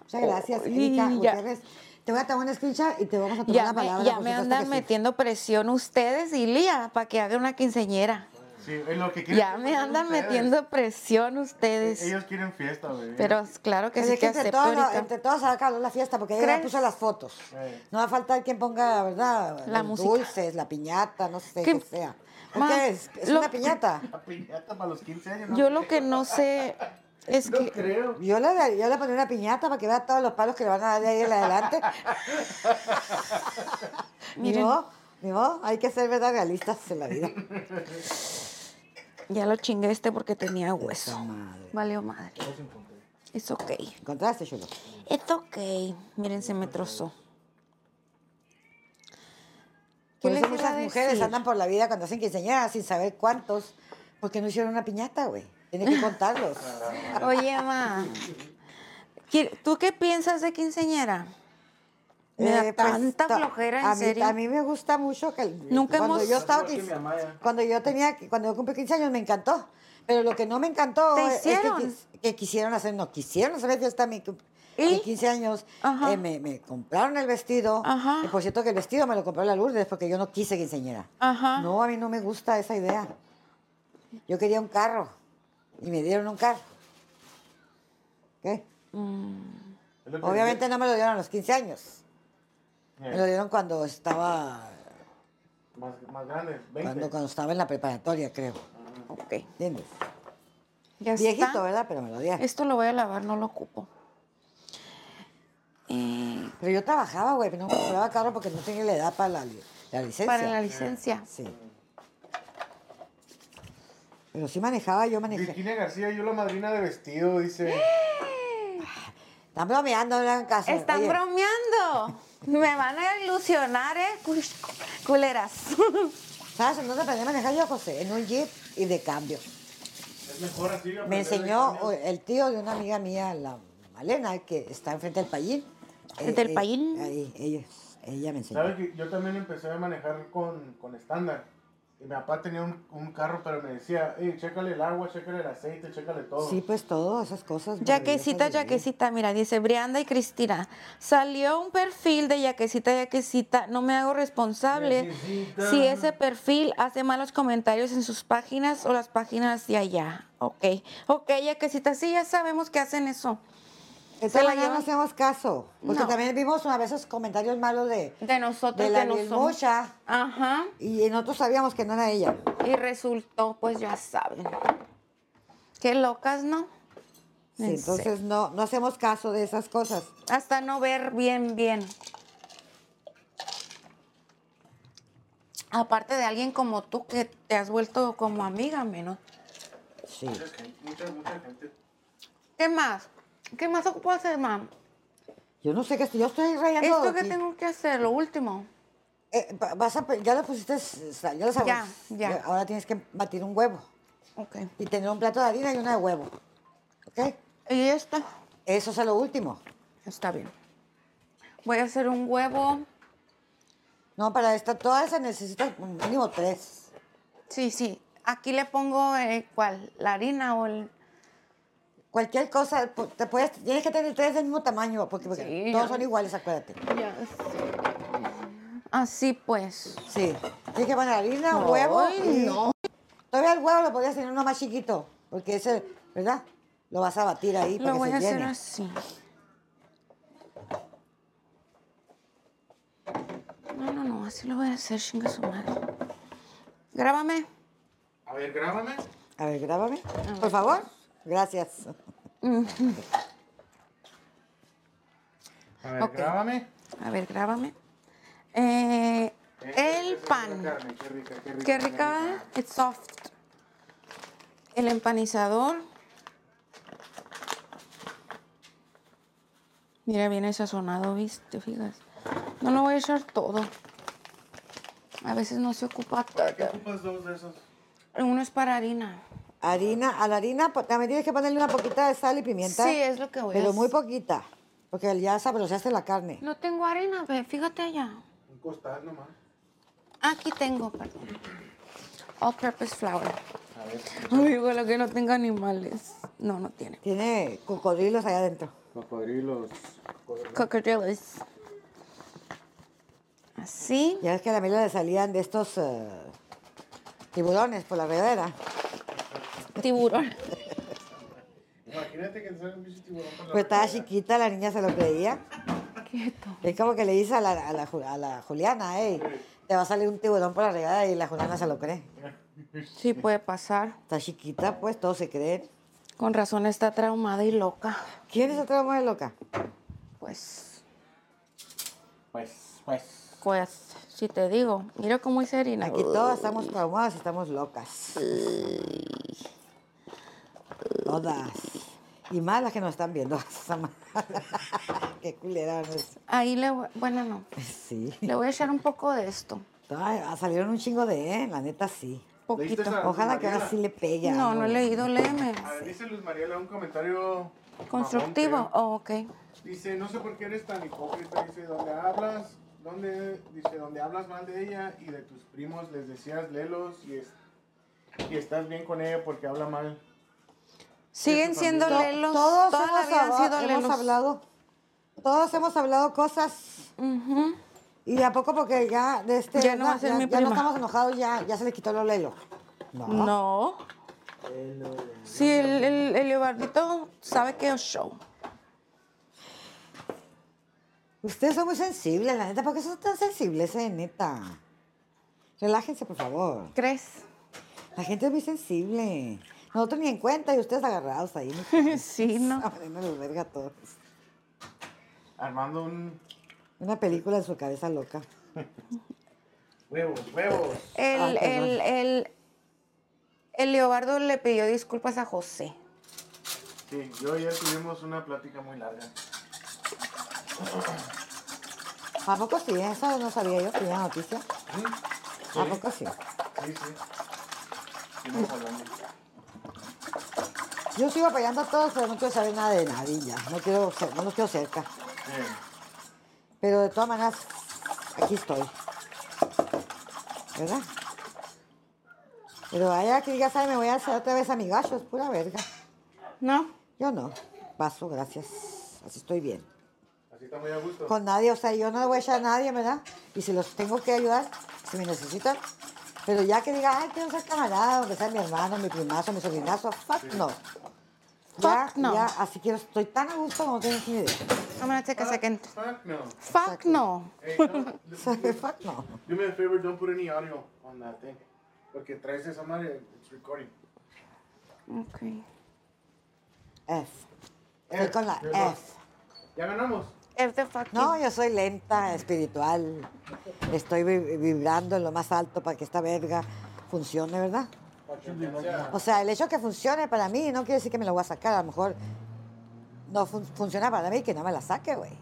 Muchas gracias,
Oy,
Erika
Oh, ya.
Gutiérrez. Te voy a tomar un screenshot y te vamos a tomar
Ya
la
me,
palabra.
ya
por
me
supuesto que
andan
sí.
metiendo presión ustedes y Lía para que haga una quinceñera.
Sí, es lo que quieren
Ya
que
me
hagan
andan
ustedes.
metiendo presión ustedes.
Ellos quieren fiesta, güey.
Pero claro que
Pero
sí
es que
que
entre
acepto,
todos,
Erika.
entre todos se va a acabar la fiesta porque ella ya
¿Crees?
puso las fotos.
Eh.
No va a faltar quien ponga, ¿verdad?
La
los
música.
dulces, la piñata, no sé
¿Qué?
qué, sea.
Ma,
¿Qué es? ¿Es
lo-
una piñata?
La piñata para los 15 años.
Yo lo que no sé es
No
que...
creo.
Yo le, dar- yo le pondría una piñata para que vea todos los palos que le van a dar de ahí en adelante. Ni
Miren.
modo, ni modo, hay que ser verdad realistas en la vida.
Ya lo chingué este porque tenía hueso.
Esa madre.
Valió madre.
No se encontré.
Es ok.
¿Encontraste, chulo?
Es ok. Miren, se me trozó. ¿Qué
Por
les
eso
iba a
muchas mujeres
decir?
andan por la vida cuando hacen quinceañera sin saber cuántos, porque no hicieron una piñata, güey. Tienen que contarlos.
Oye, ma. ¿qué- ¿Tú qué piensas de quinceñera? Me da
Eh, pues,
tanta
ta-
flojera, en
a mí,
serio.
A mí me gusta mucho que... el- eh,
Nunca
cuando
hemos-
Yo estaba,
Igual que mi
quince-
mamá, ya.
cuando yo tenía... Cuando yo cumplí 15 años me encantó. Pero lo que no me encantó
¿Te
es que,
hicieron?
quis- que quisieron hacer... No, quisieron hacer fiesta a mi, cum-
¿Y?
mi 15 años.
Ajá.
Eh, me, me compraron el vestido.
Ajá.
Y por cierto que el vestido me lo compró la Lourdes porque yo no quise quinceañera.
Ajá.
No, a mí no me gusta esa idea. Yo quería un carro. Y me dieron un carro. ¿Qué?
Es lo que-
Obviamente no me lo dieron a los 15 años. Me lo
Eh,
dieron cuando estaba,
Más, más grande, 20.
cuando, cuando estaba en la preparatoria, creo.
Ok.
¿Entiendes?
Ya
Viejito, eh.
está.
¿verdad? Pero me lo dieron.
Esto lo voy a lavar, no lo ocupo. Eh,
Pero yo trabajaba, güey, pero no compraba carro porque no tenía la edad para la, li- la licencia.
para la licencia.
Sí. Pero sí manejaba, yo manejé.
Virginia García, yo la madrina de vestido, dice.
¿Eh?
Están bromeando, no le hagan caso.
Están
Oye,
bromeando. Me van a ilusionar, ¿eh? Cul- Culeras.
¿Sabes? Entonces aprendí a manejar yo, José, en un jeep y de cambio.
Es mejor así.
Me
aprender
enseñó
de
o- el tío de una amiga mía, la Malena, que está enfrente del payín.
¿Frente al payín?
Ahí, ella, ella me enseñó.
¿Sabes que yo también empecé a manejar con, con estándar? Y mi papá tenía un, un carro, pero me decía, hey, chécale el agua, chécale el aceite, chécale todo.
Sí, pues todas esas cosas.
Oh. Yaquecita,
maravillosas de
Yaquecita, mira, dice Brianda y Cristina. Salió un perfil de Yaquecita, Yaquecita. No me hago responsable
Yaquecita.
si ese perfil hace malos comentarios en sus páginas o las páginas de allá. Ok, ok, Yaquecita, sí, ya sabemos que hacen
la
eso.
vida. Esa
la
mañana no
llevan-
hacemos caso. Porque
No.
también vimos una vez esos comentarios malos de,
De nosotros,
de la
que no somos.
Vilmocha.
Ajá,
Y nosotros sabíamos que no era ella.
y resultó, pues ya saben. Qué locas, ¿no?
Sí,
En
entonces no, no hacemos caso de esas cosas.
Hasta no ver bien, bien. Aparte de alguien como tú que te has vuelto como amiga, menos.
Sí.
Mucha, mucha gente.
¿Qué más? ¿Qué más ocupo hacer, mam?
Yo no sé qué estoy. Yo estoy rayando.
Esto que
aquí.
tengo que hacer, lo último.
Eh, va- vas a, ya lo pusiste, s- sa- ya lo sabes.
Ya, ya.
Ahora tienes que batir un huevo
Ok.
y tener un plato de harina y uno de huevo. ¿Ok?
Y esta
Eso es lo último.
está bien. Voy a hacer un huevo.
No, para esta, toda esa necesitas mínimo tres.
Sí, sí. Aquí le pongo, eh, ¿cuál? ¿La harina o el...?
Cualquier cosa, pu- te puedes, tienes que tener tres del mismo tamaño, porque, porque
Sí,
todos
ya.
son iguales, acuérdate.
Así pues.
Sí. Tienes que poner harina, huevo.
Ay,
y-
no.
Todavía el huevo lo podrías tener uno más chiquito, porque ese, ¿verdad? Lo vas a batir ahí para
Lo
que
voy
se
a hacer
llene.
así. No, no, no, así lo voy a hacer, chinga su madre. Grábame.
A ver, grábame.
A ver, grábame. Por favor. Gracias.
A ver,
Ok.
grábame.
A ver, grábame. Eh,
Eh,
el
esa es
pan.
la carne, Qué rica, qué rica.
Qué rica, ¿verdad? It's soft. El empanizador. Mira, viene sazonado, ¿viste? ¿Te fijas? No lo voy a echar todo. A veces no se ocupa
¿Para qué
todo.
ocupas dos de esos?
Uno es para harina.
Harina, a la harina po- también tienes que ponerle una poquita de sal y pimienta.
Sí, es lo que voy a
Pero muy
hacer.
poquita, porque ya sabroseaste la carne.
No tengo harina, ve, fíjate allá.
Un costal nomás.
Aquí tengo, perdón. All purpose flour.
A ver.
Ay, lo que no tenga animales. No, no tiene.
Tiene cocodrilos allá adentro.
Cocodrilos.
Cocodrilos. Así.
Ya ves que a la Mila le salían de estos eh, tiburones por la regadera.
Tiburón.
Imagínate que te sale un bicho tiburón por la
Pues estaba
regadera.
chiquita, la niña se lo creía.
Quieto.
Es como que le dice a la, a la Ju- a la Juliana, hey, te va a salir un tiburón por la regadera y la Juliana se lo cree.
Sí, puede pasar.
Está chiquita, pues todos se creen.
Con razón está traumada y loca.
¿Quién es otra mujer loca?
Pues,
Pues, pues.
pues, si te digo, mira cómo hice harina.
Aquí todas estamos traumadas y estamos locas. Todas. Y más las que nos están viendo. Qué culera. ¿no es?
Ahí le voy, bueno, no.
Sí.
Le voy a echar un poco de esto.
Ay, salieron un chingo de, ¿eh? la neta sí.
Poquito.
esa?
Ojalá que ahora
Mariela.
sí le pegue. a
No,
algo.
no he leído, léeme.
A ver, dice Luz Mariela un comentario. mamón,
Constructivo.
creo.
Oh, ok.
Dice, no sé por qué eres tan hipócrita. Dice, donde hablas, donde, dice, donde hablas mal de ella y de tus primos, les decías, léelos y, es- y estás bien con ella porque habla mal.
Siguen
Eso
siendo
To-
también.
lelos.
todos
Toda la
hemos,
vida han
hab-
sido
hemos
lelos.
hablado. Todos hemos hablado cosas.
Ujú.
Y de a poco porque ya de este,
Ya no va a ser
ya,
mi
ya no
prima.
estamos enojados, ya, ya se le quitó lo lelo.
No. Sí, el, el, el Leobardito sabe que es show.
Ustedes son muy sensibles, la neta. ¿Por qué son tan sensibles, eh, neta? Relájense, por favor.
¿Crees?
La gente es muy sensible. Nosotros ni en cuenta y ustedes agarrados ahí.
sí, ¿no?
Abriendo los verga a todos.
Armando un
Una película en su cabeza loca.
huevos, huevos.
El,
Ah, perdón.
el, el, El Leobardo le pidió disculpas a José.
Sí, yo y él tuvimos una plática muy larga.
¿A poco sí? Eso no sabía yo que era noticia.
Sí,
¿A poco sí?
sí, sí. Estuvimos hablando.
Yo sigo apoyando a todos, pero no quiero saber nada de nadie ya. No quiero, ser- no los quiero cerca.
Eh,
Pero de todas maneras, aquí estoy. ¿Verdad? Pero vaya que ya sabe, me voy a hacer otra vez a mi gallo, es pura verga.
No.
Yo no. Paso, gracias. Así estoy bien.
así está muy a gusto.
Con nadie, o sea, yo no le voy a echar a nadie, ¿verdad? Y si los tengo que ayudar, si me necesitan. Pero ya que diga, ay, quiero ser camarada, aunque sea mi hermano, mi primazo, mi sobrinazo, fuck no. Ya,
Fuck no.
ya, así quiero, estoy tan a gusto como no tienes ni idea.
I'm gonna
Ah.
take a second.
Ah, Fuck no.
Fuck no.
Hey, no.
O sea, que fuck no.
Do me a favor, don't put any audio on that thing. Porque traes esa madre, it's recording.
Okay.
F. Estoy con la
You're not-
F.
Ya ganamos.
F the fucking.
No, yo soy lenta, espiritual. Estoy vi- vibrando en lo más alto para que esta verga funcione, ¿verdad? O sea, el hecho que funcione para mí no quiere decir que me lo voy a sacar. A lo mejor no fun- funciona para mí que no me la saque, güey.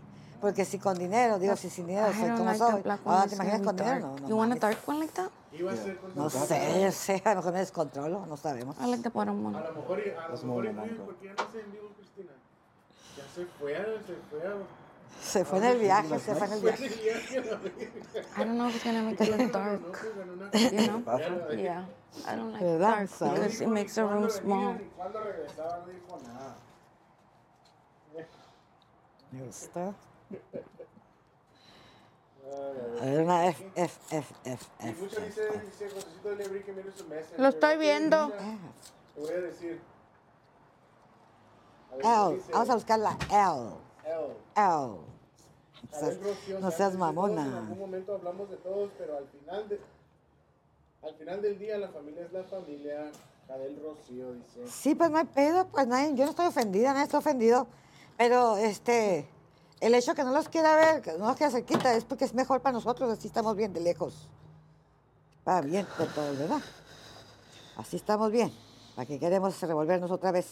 Porque si con dinero, digo, si sin dinero
I
soy
don't
como
like
soy.
that black one.
Ahora Ah, te
It's
imaginas
very
con dinero, no.
dark.
no
you want a
mames.
dark one like that?
Iba a ser con
No sé, yo sé, a lo mejor me descontrolo, no sabemos.
I like the bottom
A
one.
lo mejor, a lo
Es
mejor,
muy
y tú,
blanco.
¿por qué ya no hace en vivo, Cristina? Ya se fue, se fue. a-
Se fue en el viaje, se fue en el
Fue
viaje.
de viaje a la verga.
I don't know if it's gonna make it dark. You
No, pues, ganó una-
know?
Paso.
Yeah. I don't like
¿Verdad?
dark
¿Sabes?
No
because
dijo
it
ni
makes the
cuándo
room
venía,
small.
ni cuándo regresaba, no dijo nada.
Me gusta. A ver, una F, F, F, F,
Y
F.
mucho dice, dice, Josecito de Lebrí que mire su mesa.
Lo estoy viendo.
Te voy a decir. A ver, ¿qué
L,
dice?
vamos a buscar la L.
L.
L.
A ver, Rocío,
Oh. no
¿sabes?
seas
Dice,
mamona.
"Todos En algún momento hablamos de todos, pero al final de, al final del día la familia es la familia. Cadel Rocío dice.
Sí, pues no hay pedo, pues nadie, yo no estoy ofendida, nadie está ofendido. Pero este, el hecho que no los quiera ver, que no los quiera cerquita, es porque es mejor para nosotros, así estamos bien de lejos. Para bien con todo, ¿verdad? Así estamos bien, para que queremos revolvernos otra vez.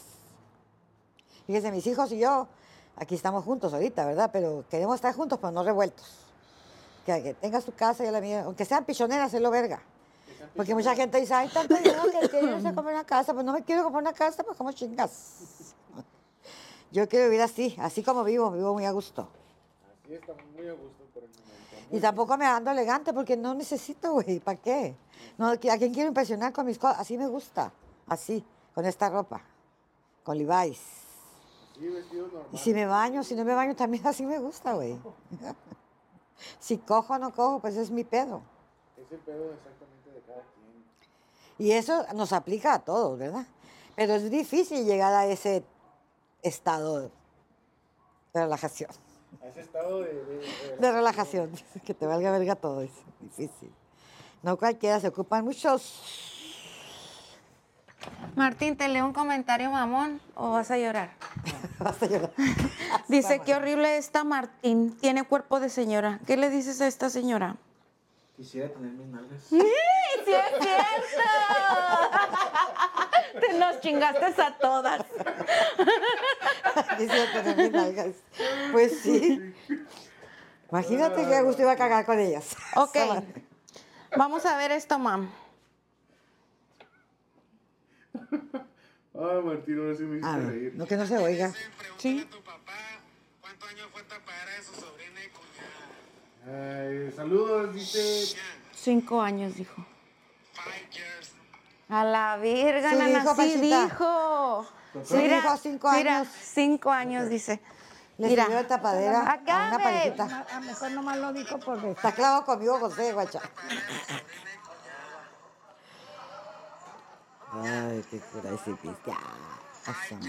Fíjense, mis hijos y yo, aquí estamos juntos ahorita, ¿verdad? Pero queremos estar juntos, pero no revueltos. Que, que tenga su casa y la mía, aunque sean pichoneras, es lo verga. Porque mucha gente dice, ay, tanto dinero que quiero se comprar una casa, pues no me quiero comprar una casa, pues como chingas. Yo quiero vivir así, así como vivo, vivo muy a gusto.
Así estamos muy a gusto por el momento.
Y tampoco me ando elegante porque no necesito, güey, ¿para qué? No, ¿A quién quiero impresionar con mis cosas? Así me gusta, así, con esta ropa, con Levi's.
Sí, vestidos
Y
normales.
si me baño, si no me baño, también así me gusta, güey. Si cojo o no cojo, pues es mi pedo.
Es el pedo exactamente de cada quien.
Y eso nos aplica a todos, ¿verdad? Pero es difícil llegar a ese estado de relajación.
A ese estado de. De, de-
De relajación, que te valga verga todo, es difícil. No cualquiera, se ocupan muchos.
Martín, te leo un comentario mamón o vas a llorar.
Vas a llorar.
Dice, qué horrible está Martín. Tiene cuerpo de señora. ¿Qué le dices a esta señora?
Quisiera tener mis nalgas.
¡Sí, es cierto! Te nos chingaste a todas.
Dice que tener mis nalgas. Pues sí. Imagínate que a gusto iba a cagar con ellas.
Ok. Vamos a ver esto, mam.
Ah, Martín, ahora sí me hiciste
A ver,
reír.
no que no se oiga.
Sí.
Ay, saludos, dice.
Cinco años, dijo. A la virga,
Sí
nana,
dijo,
sí
Pachita.
dijo.
Sí dijo cinco
mira,
años.
cinco años, dice.
Le
mira,
sirvió de tapadera a
acá,
una
babe.
parejita.
A lo mejor nomás lo dijo por ver.
Está clavado conmigo, José, guacha. Ay, qué cura ese piste. Ah, eso no.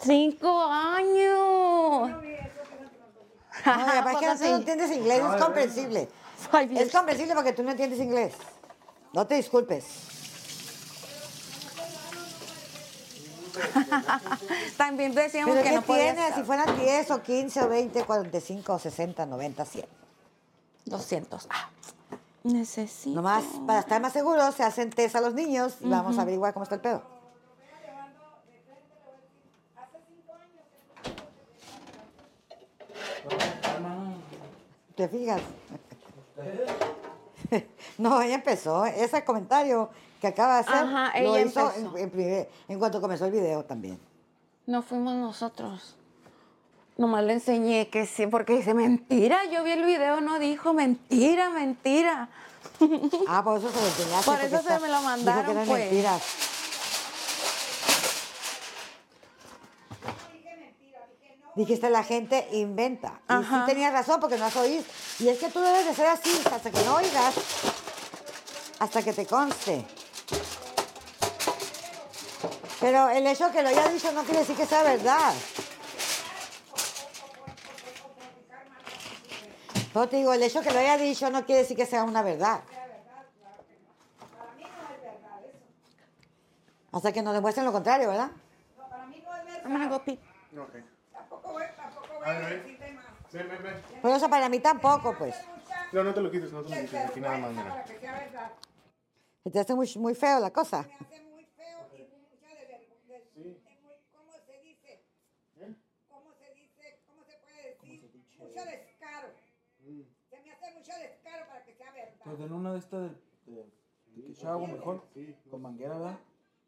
Cinco años.
No, y aparte que no,
Poco
tú no
sí.
entiendes inglés, es comprensible.
Ay,
Es comprensible porque tú no entiendes inglés. No te disculpes.
También decíamos
Pero
que
¿qué
no podía
tienes? Si
estar.
fueran 10 o 15 o 20, 45 o 60, 90, 100.
200. Ah, Necesito.
Nomás, para estar más seguros, se hacen test a los niños y vamos a averiguar cómo está el pedo. ¿Te fijas? No, ella empezó. Ese comentario que acaba de hacer
Ajá,
lo
ella
hizo en,
empezó.
en primer- en cuanto comenzó el video también.
No fuimos nosotros. Nomás le enseñé que sí, porque dice mentira. Yo vi el video, no dijo mentira, mentira.
Ah, por eso se lo enseñaste.
Por
porque
eso se
está-
me lo
dijo que
mandaron,
eran
pues.
mentiras. Dijiste, la gente inventa. Y sí
Ajá.
tenías razón porque no has oído. Y es que tú debes de ser así hasta que no oigas, hasta que te conste. Pero el hecho de que lo haya dicho no quiere decir que sea verdad. Pero te digo, el hecho de que lo haya dicho no quiere decir que sea una verdad. Hasta que nos demuestren lo contrario, ¿verdad?
I'm gonna go pee.
Ok.
Tampoco voy, tampoco voy
A
a
ver.
decirte más.
Ven, ven, ven.
Por eso para mí tampoco, pues.
Mucha
No, no te lo quites, no te lo quites. Aquí nada más,
vergüenza para
mira.
que sea verdad.
Se te hace muy, muy feo la cosa.
Me hace muy feo y mucha de vergüenza. ¿Cómo se dice?
¿Eh?
¿Cómo se dice? ¿Cómo se puede decir? Mucho descaro.
Mm.
Se me hace mucho descaro para que sea
Pues
verdad.
den una de estas de, de, de que yo hago mejor. Con manguera, ¿verdad?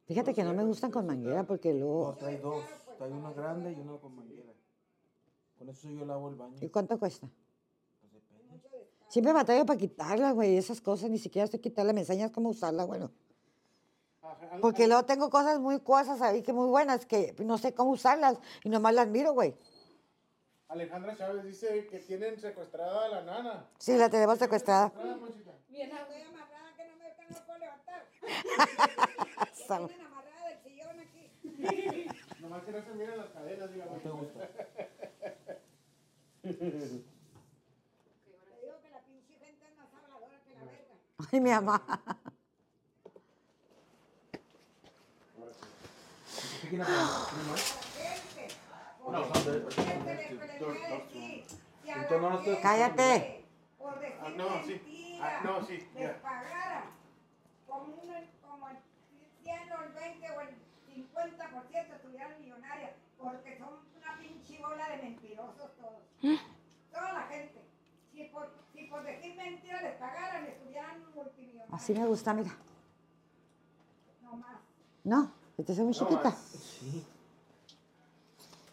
Fíjate que no me gustan con manguera porque
No,
luego...
trae dos. Trae una grande y una con manguera. Con eso yo lavo el baño.
¿Y cuánto cuesta? Siempre batallo para quitarla, güey. Esas cosas ni siquiera estoy quitarla. Me enseñas cómo usarla, bueno. Porque luego tengo cosas muy cosas ahí que muy buenas que no sé cómo usarlas y nomás las miro, güey.
Alejandra Chávez dice que tienen secuestrada a la nana.
Sí, la tenemos secuestrada.
Ah, Monchita.
Bien, estoy amarrada que no me están no puedo levantar.
Esa-
Tienen amarrada el sillón aquí.
Nomás que no se miren las cadenas, diga
¿No te gusta?
Te digo que la pinche gente es más habladora que la verga.
Ay, mi mamá.
¿Qué quieren hacer?
Gente,
No,
gente les les voy a decir. Si a
Entonces no
la
nos quedes-
gente,
Cállate.
Por decir
Ah, no, sí.
mentira,
Ah, no, sí,
les
ya.
pagaran como, un, como el 100 o el 20 o el 50% estuvieran millonarias, porque son una pinche bola de mentirosos todos.
¿Eh?
Toda la gente. Si por, si por decir mentira les pagaran, estuvieran multimillonarios.
Así me gusta, mira.
No más.
No, esta es muy chiquita.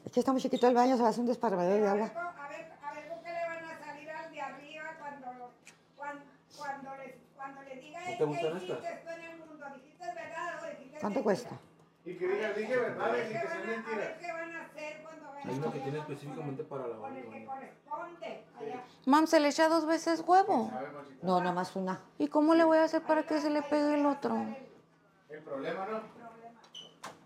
Es que está muy chiquito el baño, se va a hacer un desparvadero de
Pero A
agua.
ver, co- a ver, a ver, ¿por qué le van a salir al de arriba cuando, lo- cuando, cuando, les, cuando les diga
¿No te
"Ey, ¿qué
gustan
hiciste
estas?
tú en el mundo? ¿Dijiste verdad o dijiste
¿Cuánto
mentira?"
cuesta?
Y que diga, dije
A
verdades
ver,
y
qué
que
van
sean
a, a ver
mentiras.
qué van a hacer cuando vean
Hay uno que
allá
tiene
con-
específicamente para lavar
Con
el
el que
baño.
corresponde allá.
Mam, se le echa dos veces huevo.
A ver, Monchita.
No, nomás una.
¿Y cómo le voy a hacer para que se le pegue el otro?
El problema, ¿no?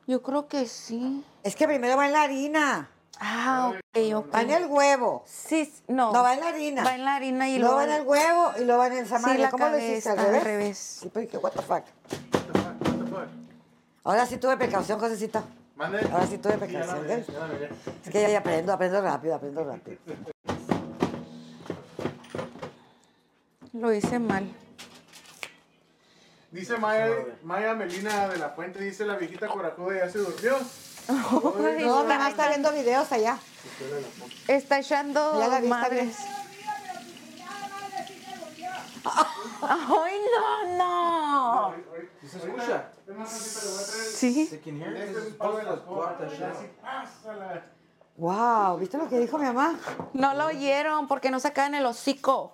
Yo creo que sí.
Es que primero va en la harina,
Ah, ok, ok.
va en el huevo.
Sí, s- no.
No, va en la harina.
Va en la harina y
luego
luego...
va en el huevo y luego va en el
Sí,
samadhi.
la
¿Cómo lo hiciste? ¿Al
cabeza, al
revés?
revés.
Sí, pero dije, what the fuck.
What the fuck?
Ahora sí tuve precaución, Josecito.
Mande.
Ah,
Ahora sí tuve
ya la
precaución.
miré,
¿eh?
ya la miré.
Es que ya, ya aprendo, aprendo rápido, aprendo rápido.
Lo hice mal.
Dice Maya, Maya Melina de la Fuente, dice la viejita corajuda ya se durmió.
Ay,
No, nada más está viendo videos allá.
Está echando
Ya la vi, está bien.
madres.
Nada más decir que lo vio.
Ay, no, no.
¿Sí se escucha?
Es más fácil, pero voy a traer
Sí.
They can hear
el-
it.
Este
This
es
is
un palo de las
podcast,
cosas.
podcast,
Así, pásala.
Wow, ¿viste lo que dijo mi mamá?
No lo oyeron porque no sacaban el hocico.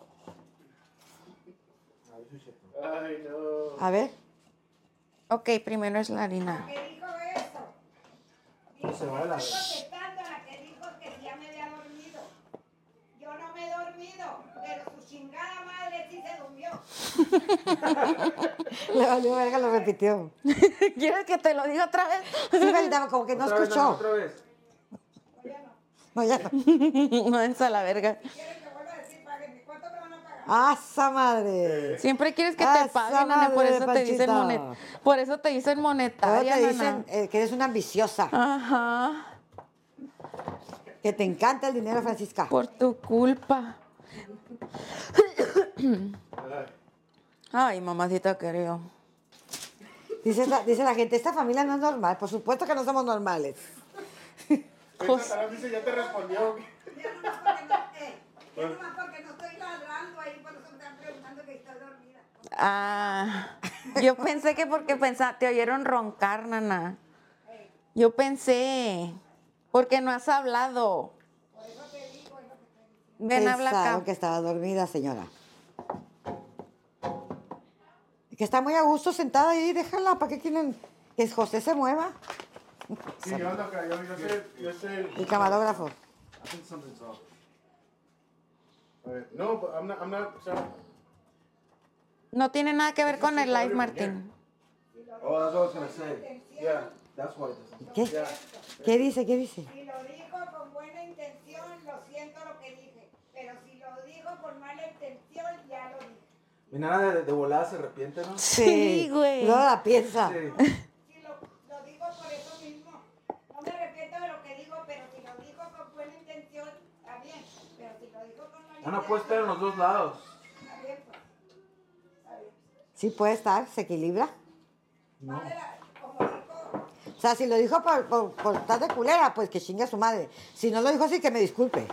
Ay, no.
A ver,
Ok, primero es la harina.
Que dijo eso.
No se va a la
Estoy contestando a la que dijo que ya me había dormido. Yo no me he dormido, pero su chingada madre sí se durmió.
le valió verga, lo repitió.
¿Quieres que te lo diga otra vez?
Sí, verdad, como que no
Otra vez, dale,
escuchó.
Otra vez.
No, ya no.
No, a la verga.
Quieren que vuelva a decir, páguenme. ¿Cuánto me van a pagar?
¡Ah, esa madre!
Siempre quieres que
Ah,
te
esa
paguen, nene, por
madre,
eso te dicen
Panchita.
monet, por eso te dicen
Ahora
monetaria,
te
nana.
dicen eh, que eres una ambiciosa,
Ajá.
que te encanta el dinero, Francisca.
Por tu culpa.
Ay.
Ay, mamacita querido.
Dice, esta- dice la gente, esta familia no es normal. Por supuesto que no somos normales.
Pues-
Satanás dice, ya te respondió.
Ya nomás porque no, eh, ya nomás porque no estoy ladrando ahí, por eso me están preguntando que está dormida.
Ah, yo pensé que porque pensaste, te oyeron roncar, nana. Yo pensé, porque no has hablado. Ven, habla
Pensaron
acá.
que estaba dormida, señora. Que está muy a gusto sentada ahí, déjala. ¿Para qué quieren que José se mueva?
Sí, yo ando acá, yo, yo sé, yo sé el-
El camarógrafo.
I think something's off.
Alright. No, but I'm not, I'm not, sorry.
No tiene nada que ver con el live, Martín.
Oh, that's what I was gonna say.
Yeah.
That's why it doesn't.
¿Qué? ¿Qué dice? ¿Qué dice?
Si lo dijo con buena intención, lo siento lo que dije. Pero si lo dijo con mala intención, ya lo dije.
Mi nada de, de volada se arrepiente, ¿no?
Sí, güey.
No la piensa.
Sí.
Si lo, lo digo por eso mismo. No me arrepiento de lo que digo, pero si lo digo con buena intención, está bien. Pero si lo digo con mala intención.
Ana puede estar en los dos lados.
Está bien, pues. Está bien.
Sí puede estar, se equilibra.
Vale la- como dijo,
O sea, si lo dijo por, por, por estar de culera, pues que chingue a su madre. Si no lo dijo así, que me disculpe.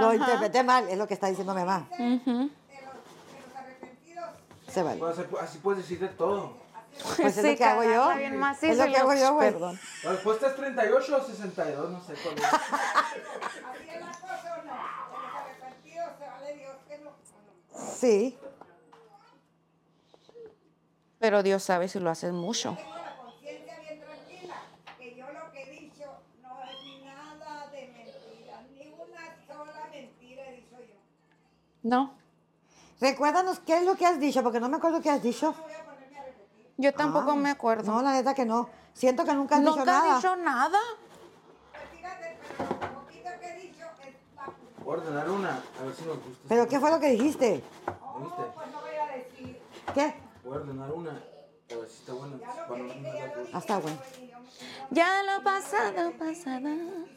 Lo interpreté mal, es lo que está diciendo mi mamá.
Ujú.
de los, de los arrepentidos,
Se vale.
Pues, así- así puedes decir de todo.
Pues es lo que hago yo.
cagarla bien macizo
Es lo
y
que
luego,
hago yo, pues. güey.
Perdón.
La respuesta es 38 o 62, no sé cuál es.
así es la cosa o no. De los arrepentidos, se vale Dios que no. o no.
Sí.
Pero Dios sabe si lo haces mucho.
Tengo la conciencia bien tranquila, que yo lo que he dicho no es nada de mentira, ni una sola mentira he dicho yo.
No,
Recuérdanos qué es lo que has dicho, porque no me acuerdo qué has dicho.
yo tampoco me acuerdo.
Ah, No, la neta que no. Siento que nunca has
¿Nunca
dicho nada.
has dicho nada?
Pues fíjate, pero lo poquito que he dicho es la
Voy a ordenar una, a ver si nos gusta.
¿Pero qué fue lo que dijiste?
¿Viste?
pues no voy a decir.
¿Qué?
Voy a ordenar una, a ver si está buena.
Ya lo
para
que
no
dije, ya lo
ordenar dos.
dije.
Hasta Ah, bueno.
y yo- y yo-
Ya lo pasado, pasado.
Y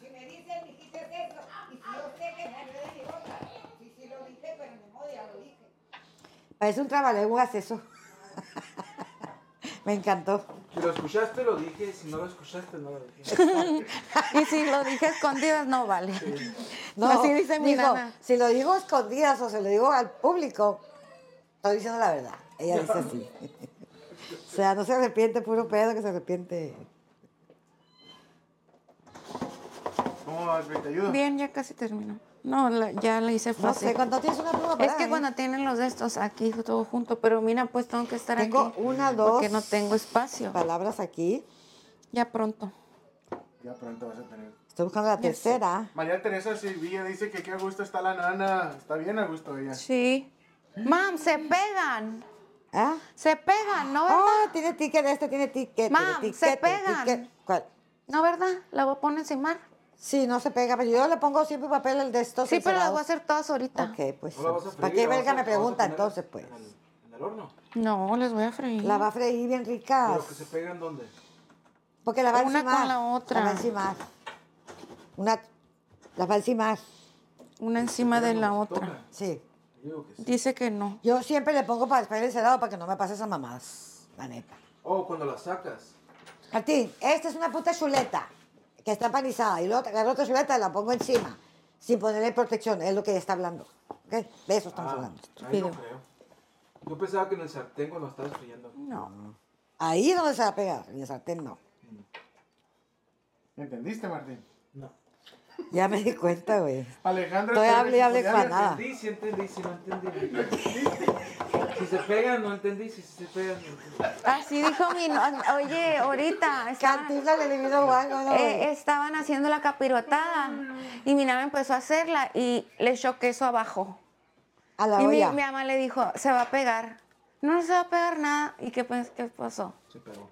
si me dicen, dijiste eso, y si yo sé que salió de mi boca, y si lo dije, pero ni modo, ya lo dije.
Parece un trabalenguas eso. me encantó.
Si lo escuchaste, lo dije. Si no lo escuchaste, no lo dije.
Y si lo dije a escondidas, no vale.
No,
Así dice mi
dijo,
nana.
Si lo digo a escondidas o se lo digo al público, estoy diciendo la verdad. Ella dice así. o sea, no se arrepiente, puro pedo que se arrepiente.
¿Cómo vas, güey? ¿Te ayudo?
Bien, ya casi terminó. No, la- ya le hice
No sé, ¿eh?
fácil.
cuando tienes una prueba
Es
para
que
mí,
cuando tienen los de estos aquí todo junto, pero mira, pues tengo que estar
Tengo
aquí.
una,
Porque
dos.
no tengo espacio.
palabras aquí,
Ya pronto.
Ya pronto vas a tener.
estoy buscando la tercera.
María Teresa Silvilla dice que qué a gusto está la nana. Está bien a gusto ella.
Sí. Mam, se pegan.
¿Ah?
Se pegan, ¿no verdad?
Oh, tiene ticket, este tiene ticket.
Mam,
ticket,
se pegan.
ticket. ¿Cuál?
¿No verdad? La voy a poner encima.
Sí, no se pega, pero yo le pongo siempre papel al de estos.
Sí, pero las voy
encerrados.
a hacer todas ahorita.
Ok, pues.
No la vas a
¿Para
freír,
qué
la vas
verga
a-
me
la vas a
pregunta
poner
entonces, pues?
En el, en el horno.
No, les voy a freír.
La va a freír bien ricas.
¿Pero que se pegan dónde?
Porque la va a
Una
encimar.
con la otra.
La va a encimar. Una. La va a encimar.
Una encima de la otra.
Toca.
Sí.
Yo digo que sí.
Dice que no.
Yo siempre le pongo para papel encerado para que no me pase esas mamadas. La neta.
Oh, cuando la sacas.
Martín, esta es una puta chuleta que está panizada. Y luego te agarro otra chuleta y la pongo encima. Sin ponerle protección. Es lo que ella está hablando. ¿Ok? De eso estamos
Ah,
hablando.
ahí no
estúpido.
creo. Yo pensaba que en el sartén cuando estabas friendo.
No.
Ahí es donde se va a pegar. En el sartén no.
¿Entendiste, Martín?
No.
Ya me di cuenta, güey.
Alejandra.
Estoy
Teresa
hable y hable
Julián,
con nada.
Entendí, sí entendí, sí no entendí. Si se pegan, no entendí. Si se pegan, no entendí.
Así dijo mi... no- Oye, ahorita... estaban-
Cantinflas le eliminó algo, ¿no?
eh, estaban haciendo la capirotada y mi nana empezó a hacerla y le echó queso abajo.
a la
y mi,
olla.
mi mamá le dijo, se va a pegar. No, no se va a pegar nada. ¿Y qué, pens- qué pasó?
Se pegó.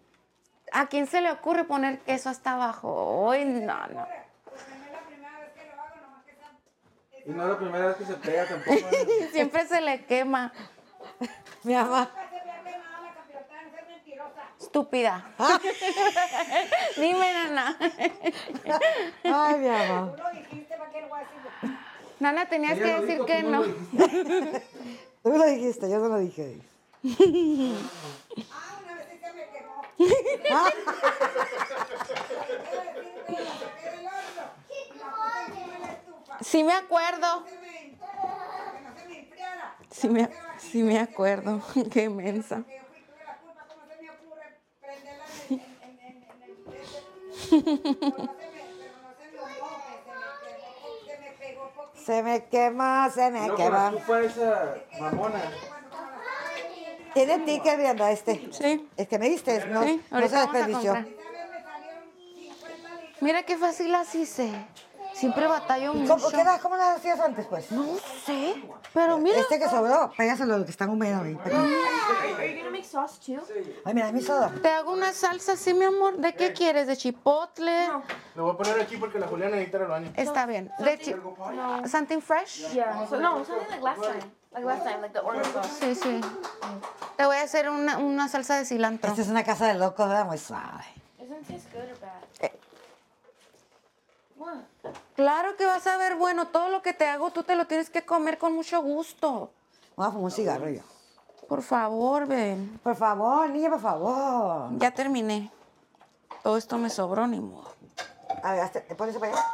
¿A quién se le ocurre poner queso hasta abajo? Ay, no, no.
Porque no es la primera vez que lo hago, nomás que está.
Y no es la primera vez que se pega tampoco. ¿eh?
Siempre se le quema.
Mi mamá.
Nunca se me ha quemado la capirotada, no ser mentirosa.
Estúpida. Dime, nana.
Ay, mi
Tú
mamá.
lo dijiste para que el guasillo.
Nana, tenías
Ella
que
lo
decir
dijo,
que
tú
no.
lo dijiste.
Tú lo dijiste, yo no lo dije.
Ah, una vez sí se me quemó.
Ah,
Pero la saqué del horno. La puse encima de la estufa.
Sí me acuerdo.
Se me- Que no se me enfriara.
Sí me, sí me acuerdo. Qué mensa.
Que yo fui tuve la culpa. ¿Cómo se me ocurre prenderla en, en, en, en, en el... Pero no se me... Pero no se me ahogó, que se me quemó, Se me pegó poquito.
Se me quema, se me
No, con la
quema.
culpa de esa mamona.
Tiene ticket, vianda este.
Sí.
Es que me diste, no,
Sí,
no se
ahorita vamos a
desperdició.
comprar. Mira qué fácil las hice. Siempre batallo
¿Cómo,
mucho.
qué da- cómo las hacías antes, pues?
No sé, pero mira.
Este que sobró, pégaselo a los que están húmedos ahorita.
Are you gonna make sauce too?
Ay, mira, mi soda.
Te hago una salsa así, mi amor. ¿De
Eh.
qué quieres? ¿De chipotle?
Lo voy a poner aquí porque la Juliana necesita ir al baño.
Está bien. ¿De chi something fresh?
Yeah. So, no, something like last time. Like last time, like the orange sauce.
Sí, sí. Te voy a hacer una, una salsa de cilantro.
Esta Este es una casa de locos, ¿verdad? Muy suave.
Doesn't taste good or bad. What?
Claro que vas a ver, bueno, todo lo que te hago tú te lo tienes que comer con mucho gusto.
Vamos a fumar un cigarro yo.
Por favor, ven.
Por favor, niña, por favor.
Ya terminé. Todo esto me sobró, ni modo.
A ver, hazte- ¿te pones para allá?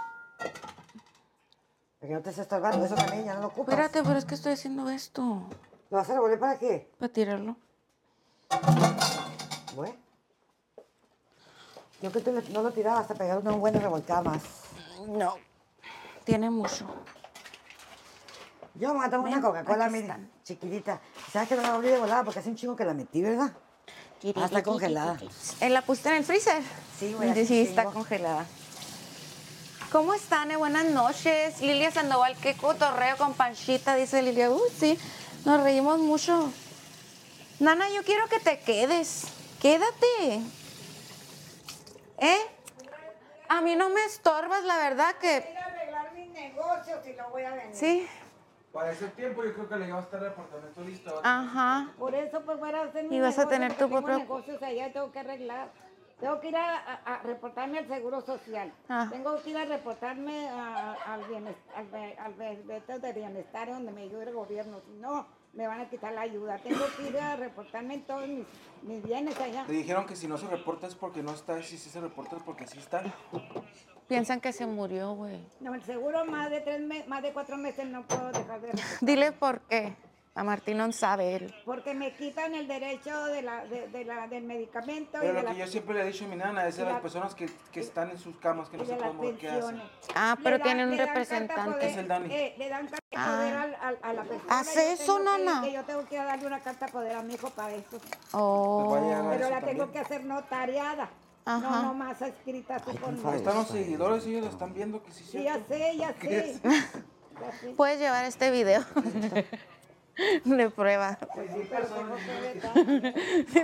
Porque no te estés estorbando, eso también ya no lo ocupas.
Espérate, pero es que estoy haciendo esto.
¿Lo vas a revolver para qué?
Para tirarlo.
Bueno. Yo que tú le- no lo tiraba hasta pegar una buena revolcada más.
No. Tiene mucho.
Yo me voy a tomar
Ven,
una Coca-Cola,
aquí
mira,
están.
chiquitita. ¿Sabes que no la abrí de volada? Porque hace un chingo que la metí, ¿verdad? Ah, está congelada.
Eh, ¿La pusiste en el freezer?
Sí, güey,
Sí,
así
sí, está
tengo.
congelada. ¿Cómo están? eh? Buenas noches. Lilia Sandoval, qué cotorreo con Panchita, dice Lilia. Uy, sí, nos reímos mucho. Nana, yo quiero que te quedes. Quédate. ¿Eh? A mí no me estorbas, la verdad que...
Voy a arreglar mis negocios y lo voy a vender.
Sí.
Para ese tiempo yo creo que le iba a estar el apartamento listo.
Ah.
Ajá.
Por eso pues voy a hacer mis
Y vas a
negocios,
tener
pues,
porque
tu
tengo
propio-
negocios allá y tengo que arreglar. Tengo que ir a, a- a reportarme al Seguro Social.
Ah.
Tengo que ir a reportarme a- al bienestar, al, be- al be- beta de bienestar donde me ayude el gobierno. Si no, me van a quitar la ayuda. Tengo que ir a reportarme en todos mis, mis bienes allá.
Te dijeron que si no se reporta es porque no está, y si sí se reporta es porque sí está.
Piensan que se murió, güey.
No, el seguro más de tres meses, más de cuatro meses no puedo dejar de reportar.
Dile por qué. A Martín no sabe él.
Porque me quitan el derecho de la, de, de la, del medicamento y
Pero
de,
lo
la-
que yo siempre le he dicho a mi nana es a
y la-
las personas que, que están en sus camas, que
y
no
de
se
las
pueden mover, ¿qué hacen?
pensiones.
Ah,
Le
pero
dan-
tiene un
le dan carta
representante.
poder,
Es el Dani.
eh, le dan carta
Ah.
poder al- al- a la persona.
Haz
Yo tengo
eso,
que-
nana.
que yo tengo que darle una carta poder a mi hijo para esto.
Oh.
Pues vaya,
Pero
Ah, eso
la tengo
también.
que hacer notariada.
Ajá.
No, no más escrita así por
Ahí
mí.
están los seguidores, ellos lo están viendo que sí es
Sí,
cierto.
ya sé, ya sé. Ya sé.
Puedes llevar este video de prueba.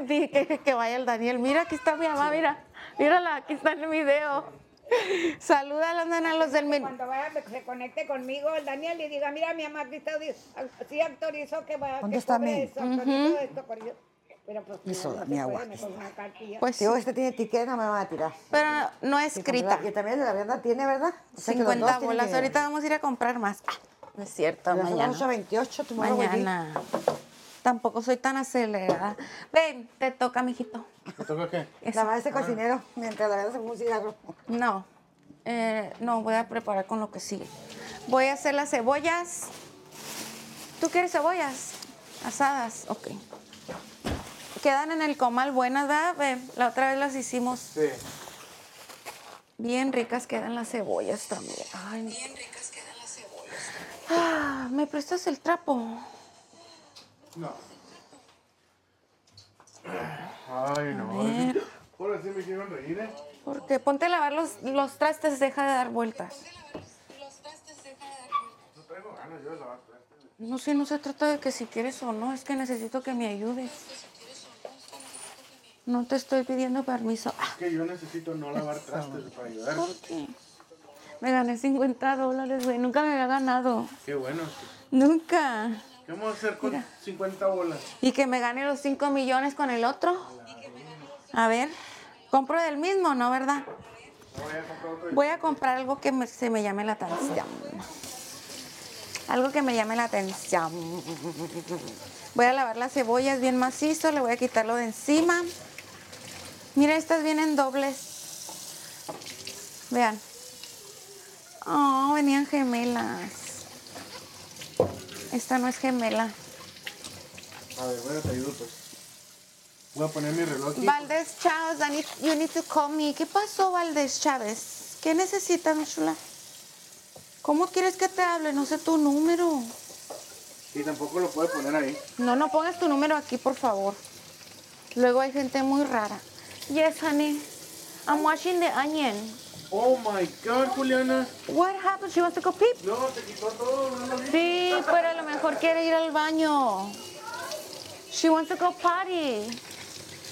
Dije que, que vaya el Daniel. Mira, aquí está mi mamá, mira. Mírala, aquí está en el video. Saluda a los nanas, los del min.
Cuando vaya, me- se conecte conmigo el Daniel y diga, mira, mi mamá aquí está, di- au- sí autorizó que vaya,
¿Dónde
que
está
cobre
mi?
eso, autorizó esto, autorizó. Pero pues,
Mi
no,
soda,
no se
mi agua,
puede,
aquí
mejor una cartilla.
Pues sí,
Digo, este tiene ticket, no me van a tirar.
pero no, no escrita.
Y también la vianda tiene, ¿verdad? O sea que los dos
50
tienen
bolas.
que-
Ahorita vamos a ir a comprar más. Ah, no es cierto,
Pero son las
mañana.
8.28, tu mamá
Mañana. Tampoco soy tan acelerada. Ven, te toca, mijito.
¿Te toca qué?
Eso.
La va ese cocinero mientras la verdad se fuma un cigarro.
No, eh, no, voy a preparar con lo que sigue. Voy a hacer las cebollas. ¿Tú quieres cebollas? Asadas, ok. Quedan en el comal buenas, ¿verdad? Ve, La otra vez las hicimos
Sí.
bien ricas, quedan las cebollas también. Ay, bien ricas quedan las cebollas. Ah, ¿Me prestas el trapo?
No. Ay, no.
Bien.
Por así me hicieron reír, ¿eh?
Porque ponte a lavar los, los trastes, deja de dar vueltas.
No traigo ganas yo de lavar trastes.
No sé, no se trata de que si quieres o no, es que necesito que me ayudes. No te estoy pidiendo permiso. Ah,
Que yo necesito no lavar trastes para ayudar.
¿Por qué? Me gané 50 dólares, güey. Nunca me había ganado.
Qué bueno.
Nunca.
¿Qué vamos a hacer con 50 bolas?
Y que me gane los 5 millones con el otro. A ver, compro del mismo, ¿no, verdad?
No voy a comprar otro.
Voy a comprar algo que me- se me llame la atención. Algo que me llame la atención. Voy a lavar las cebollas bien macizo, le voy a quitar lo de encima. Mira, estas vienen dobles. Vean. Oh, venían gemelas. Esta no es gemela.
A ver, bueno, te ayudo pues. Voy a poner mi reloj aquí.
Valdés Chávez, I need- you need to call me. ¿Qué pasó, Valdés Chávez? ¿Qué necesitas, mi chula? ¿Cómo quieres que te hable? No sé tu número.
Y tampoco lo puedes poner ahí.
No, no pongas tu número aquí, por favor. Luego hay gente muy rara. Yes, honey. I'm washing the onion.
Oh my god, Juliana.
What happened? She wants to go pee.
No, se quitó todo, no lo vi.
Sí, pero a lo mejor quiere ir al baño. She wants to go party.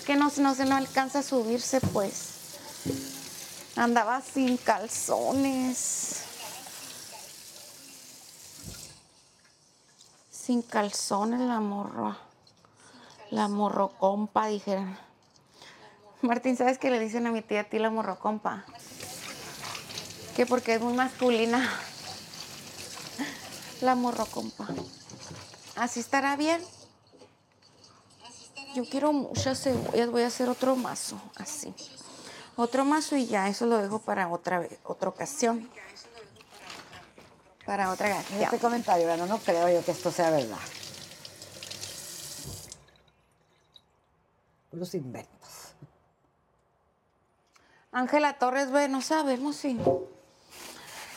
Que no, no se no alcanza a subirse, pues. Andaba sin calzones. Sin calzones la morra. La morrocompa, dijeron. Martín, ¿sabes qué le dicen a mi tía a ti la morrocompa? Que porque es muy masculina. La morrocompa. Así estará bien. Yo quiero muchas cebollas, voy a hacer otro mazo, así. Otro mazo y ya, eso lo dejo para otra vez, otra ocasión. Para otra
Mira
ocasión.
Este comentario, bueno, no creo yo que esto sea verdad. Los inventos.
Ángela Torres, ve, no sabemos si.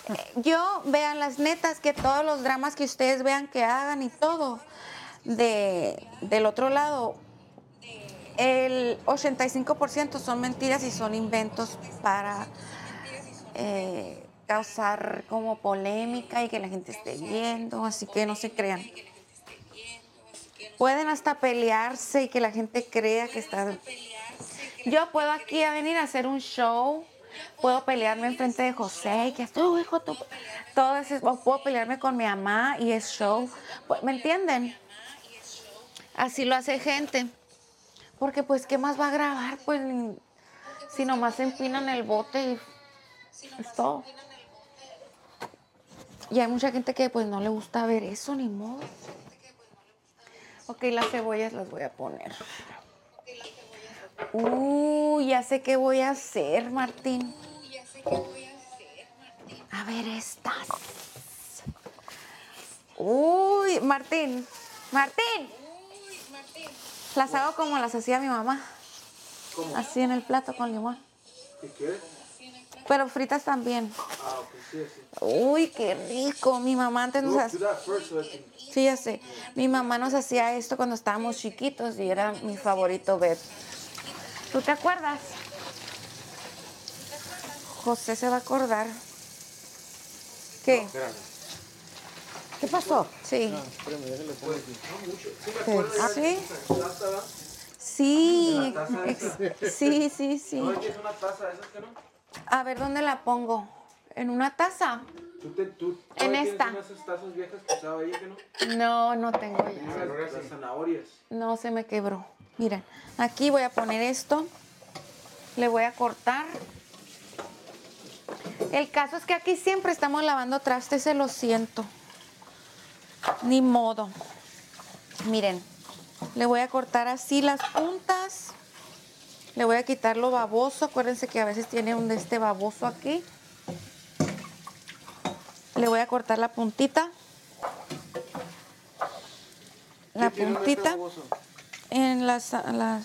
Eh, Yo, vean las netas, que todos los dramas que ustedes vean que hagan y todo, de, del otro lado, el 85% son mentiras y son inventos para eh, causar como polémica y que la gente esté viendo, así que no se crean. Pueden hasta pelearse y que la gente crea que está yo puedo aquí a venir a hacer un show, puedo pelearme enfrente de José y que tú, hijo, tú, todo ese, o puedo pelearme con mi mamá y es show. Pues, ¿Me entienden? Así lo hace gente. Porque pues, ¿qué más va a grabar? Pues, ni- si nomás se empinan el bote y es todo. Y hay mucha gente que pues no le gusta ver eso, ni modo. Ok, las cebollas las voy a poner. Uy, ya sé qué voy a hacer, Martín. a ver estas. Uy, Martín. Martín. Las hago como las hacía mi mamá. Así en el plato con limón. Pero fritas también. Uy, qué rico. Mi mamá antes nos hacía. Sí, ya sé. Mi mamá nos hacía esto cuando estábamos chiquitos y era mi favorito ver. ¿Tú te acuerdas? José se va a acordar. ¿Qué?
¿Qué pasó?
Sí.
¿Ah,
¿Qué?
¿Sí? Sí. ex- Sí, sí, sí.
No, es que es una taza, ¿esas que no?
A ver, ¿dónde la pongo? ¿En una taza?
Tú te, tú,
En
todavía tienes
esta.
unas tazas viejas que usaba ahí, que no?
No, no tengo ya.
Esas- las zanahorias.
No, se me quebró. Miren, aquí voy a poner esto. Le voy a cortar. El caso es que aquí siempre estamos lavando trastes, se lo siento. Ni modo. Miren, le voy a cortar así las puntas. Le voy a quitar lo baboso. Acuérdense que a veces tiene un de este baboso aquí. Le voy a cortar la puntita. La
¿Qué tiene este
puntita
baboso?
en las, las-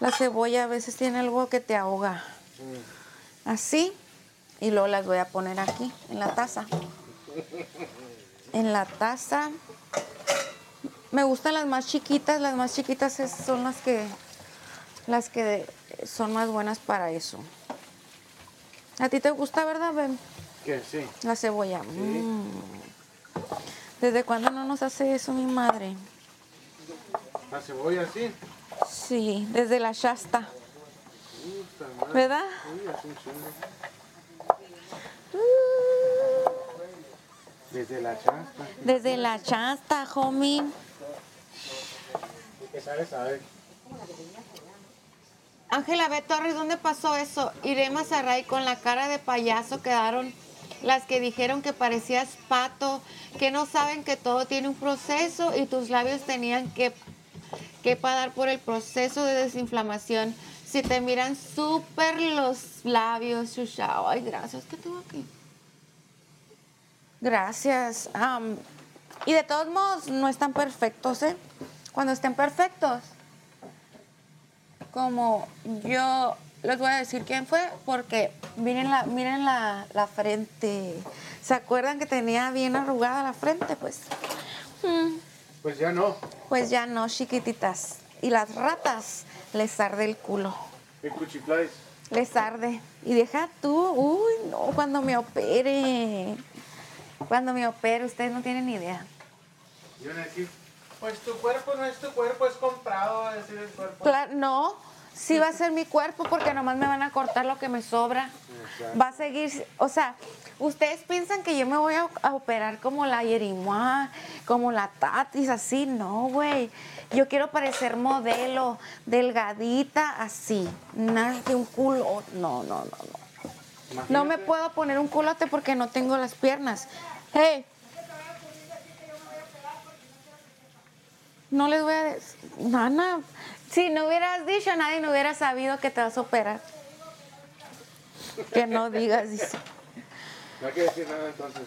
la cebolla a veces tiene algo que te ahoga. Así. Y luego las voy a poner aquí, en la taza. En la taza. Me gustan las más chiquitas. Las más chiquitas es- son las que, las que son más buenas para eso. ¿A ti te gusta, verdad, Ben?
¿Qué? Sí.
La cebolla. Mm. ¿Desde cuándo no nos hace eso mi madre?
La cebolla así.
Sí, desde la Shasta.
Puta madre.
¿Verdad?
Sí, hace un chingo. Desde la chasta.
Desde la Shasta, homie.
Y que sabe, sabe.
Ángela B. Torres, ¿dónde pasó eso? Irema Sarray con la cara de payaso quedaron las que dijeron que parecías pato, que no saben que todo tiene un proceso y tus labios tenían que, que pagar por el proceso de desinflamación. Si te miran súper los labios, Shushao. Ay, gracias, que tengo aquí? Gracias. Am, y de todos modos, no están perfectos, ¿eh? Cuando estén perfectos, como yo les voy a decir quién fue, porque miren la, miren la, la frente. ¿Se acuerdan que tenía bien arrugada la frente? Pues, mm,
Pues ya no.
pues ya no, chiquititas. Y las ratas les arde el culo.
El cuchiflais.
Les arde. Y deja tú, uy, no, cuando me opere. Cuando me opere, ustedes no tienen ni idea.
Y van a decir, pues tu cuerpo no es tu cuerpo, es comprado, va a decir el cuerpo.
Claro, no, sí va a ser mi cuerpo porque nomás me van a cortar lo que me sobra. Va a seguir, o sea, ustedes piensan que yo me voy a, a operar como la Yerimua, como la Tatis, así, no, güey. Yo quiero parecer modelo, delgadita, así, nada que un culo, no, no, no, no. No me puedo poner un culote porque no tengo las piernas. Hey. No les voy a decir. Nana, si no hubieras dicho, nadie no hubiera sabido que te vas a operar. Que no digas, dice.
No hay que decir nada entonces.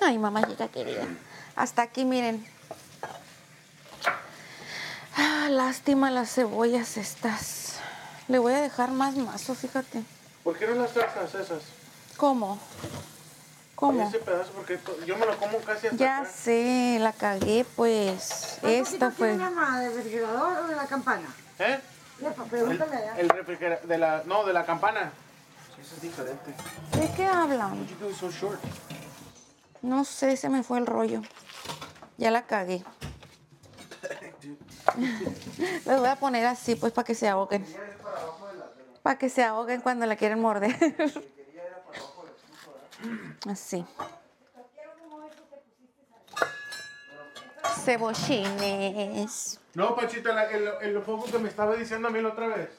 Ay, mamá chica querida. Hasta aquí, miren. Ah, lástima las cebollas estas. Le voy a dejar más mazo, fíjate.
¿Por qué no las salsas esas?
¿Cómo?
Oye,
¿Cómo?
Ese pedazo, porque to- yo me lo como casi hasta
Ya
acá.
sé, la cagué, pues. Esta fue.
llama del refrigerador o de la campana?
¿Eh?
Le
El,
pregúntale ¿eh? allá.
el refrigerador, de la, no, de la campana.
Eso es diferente.
¿De qué hablan?
You do so short.
No sé, se me fue el rollo. Ya la cagué. Les voy a poner así, pues, para que se ahoguen. Para que se ahoguen cuando la quieren morder. Así. Cebochines.
No, Pachita, la- el, el fuego que me estaba diciendo a mí la otra vez.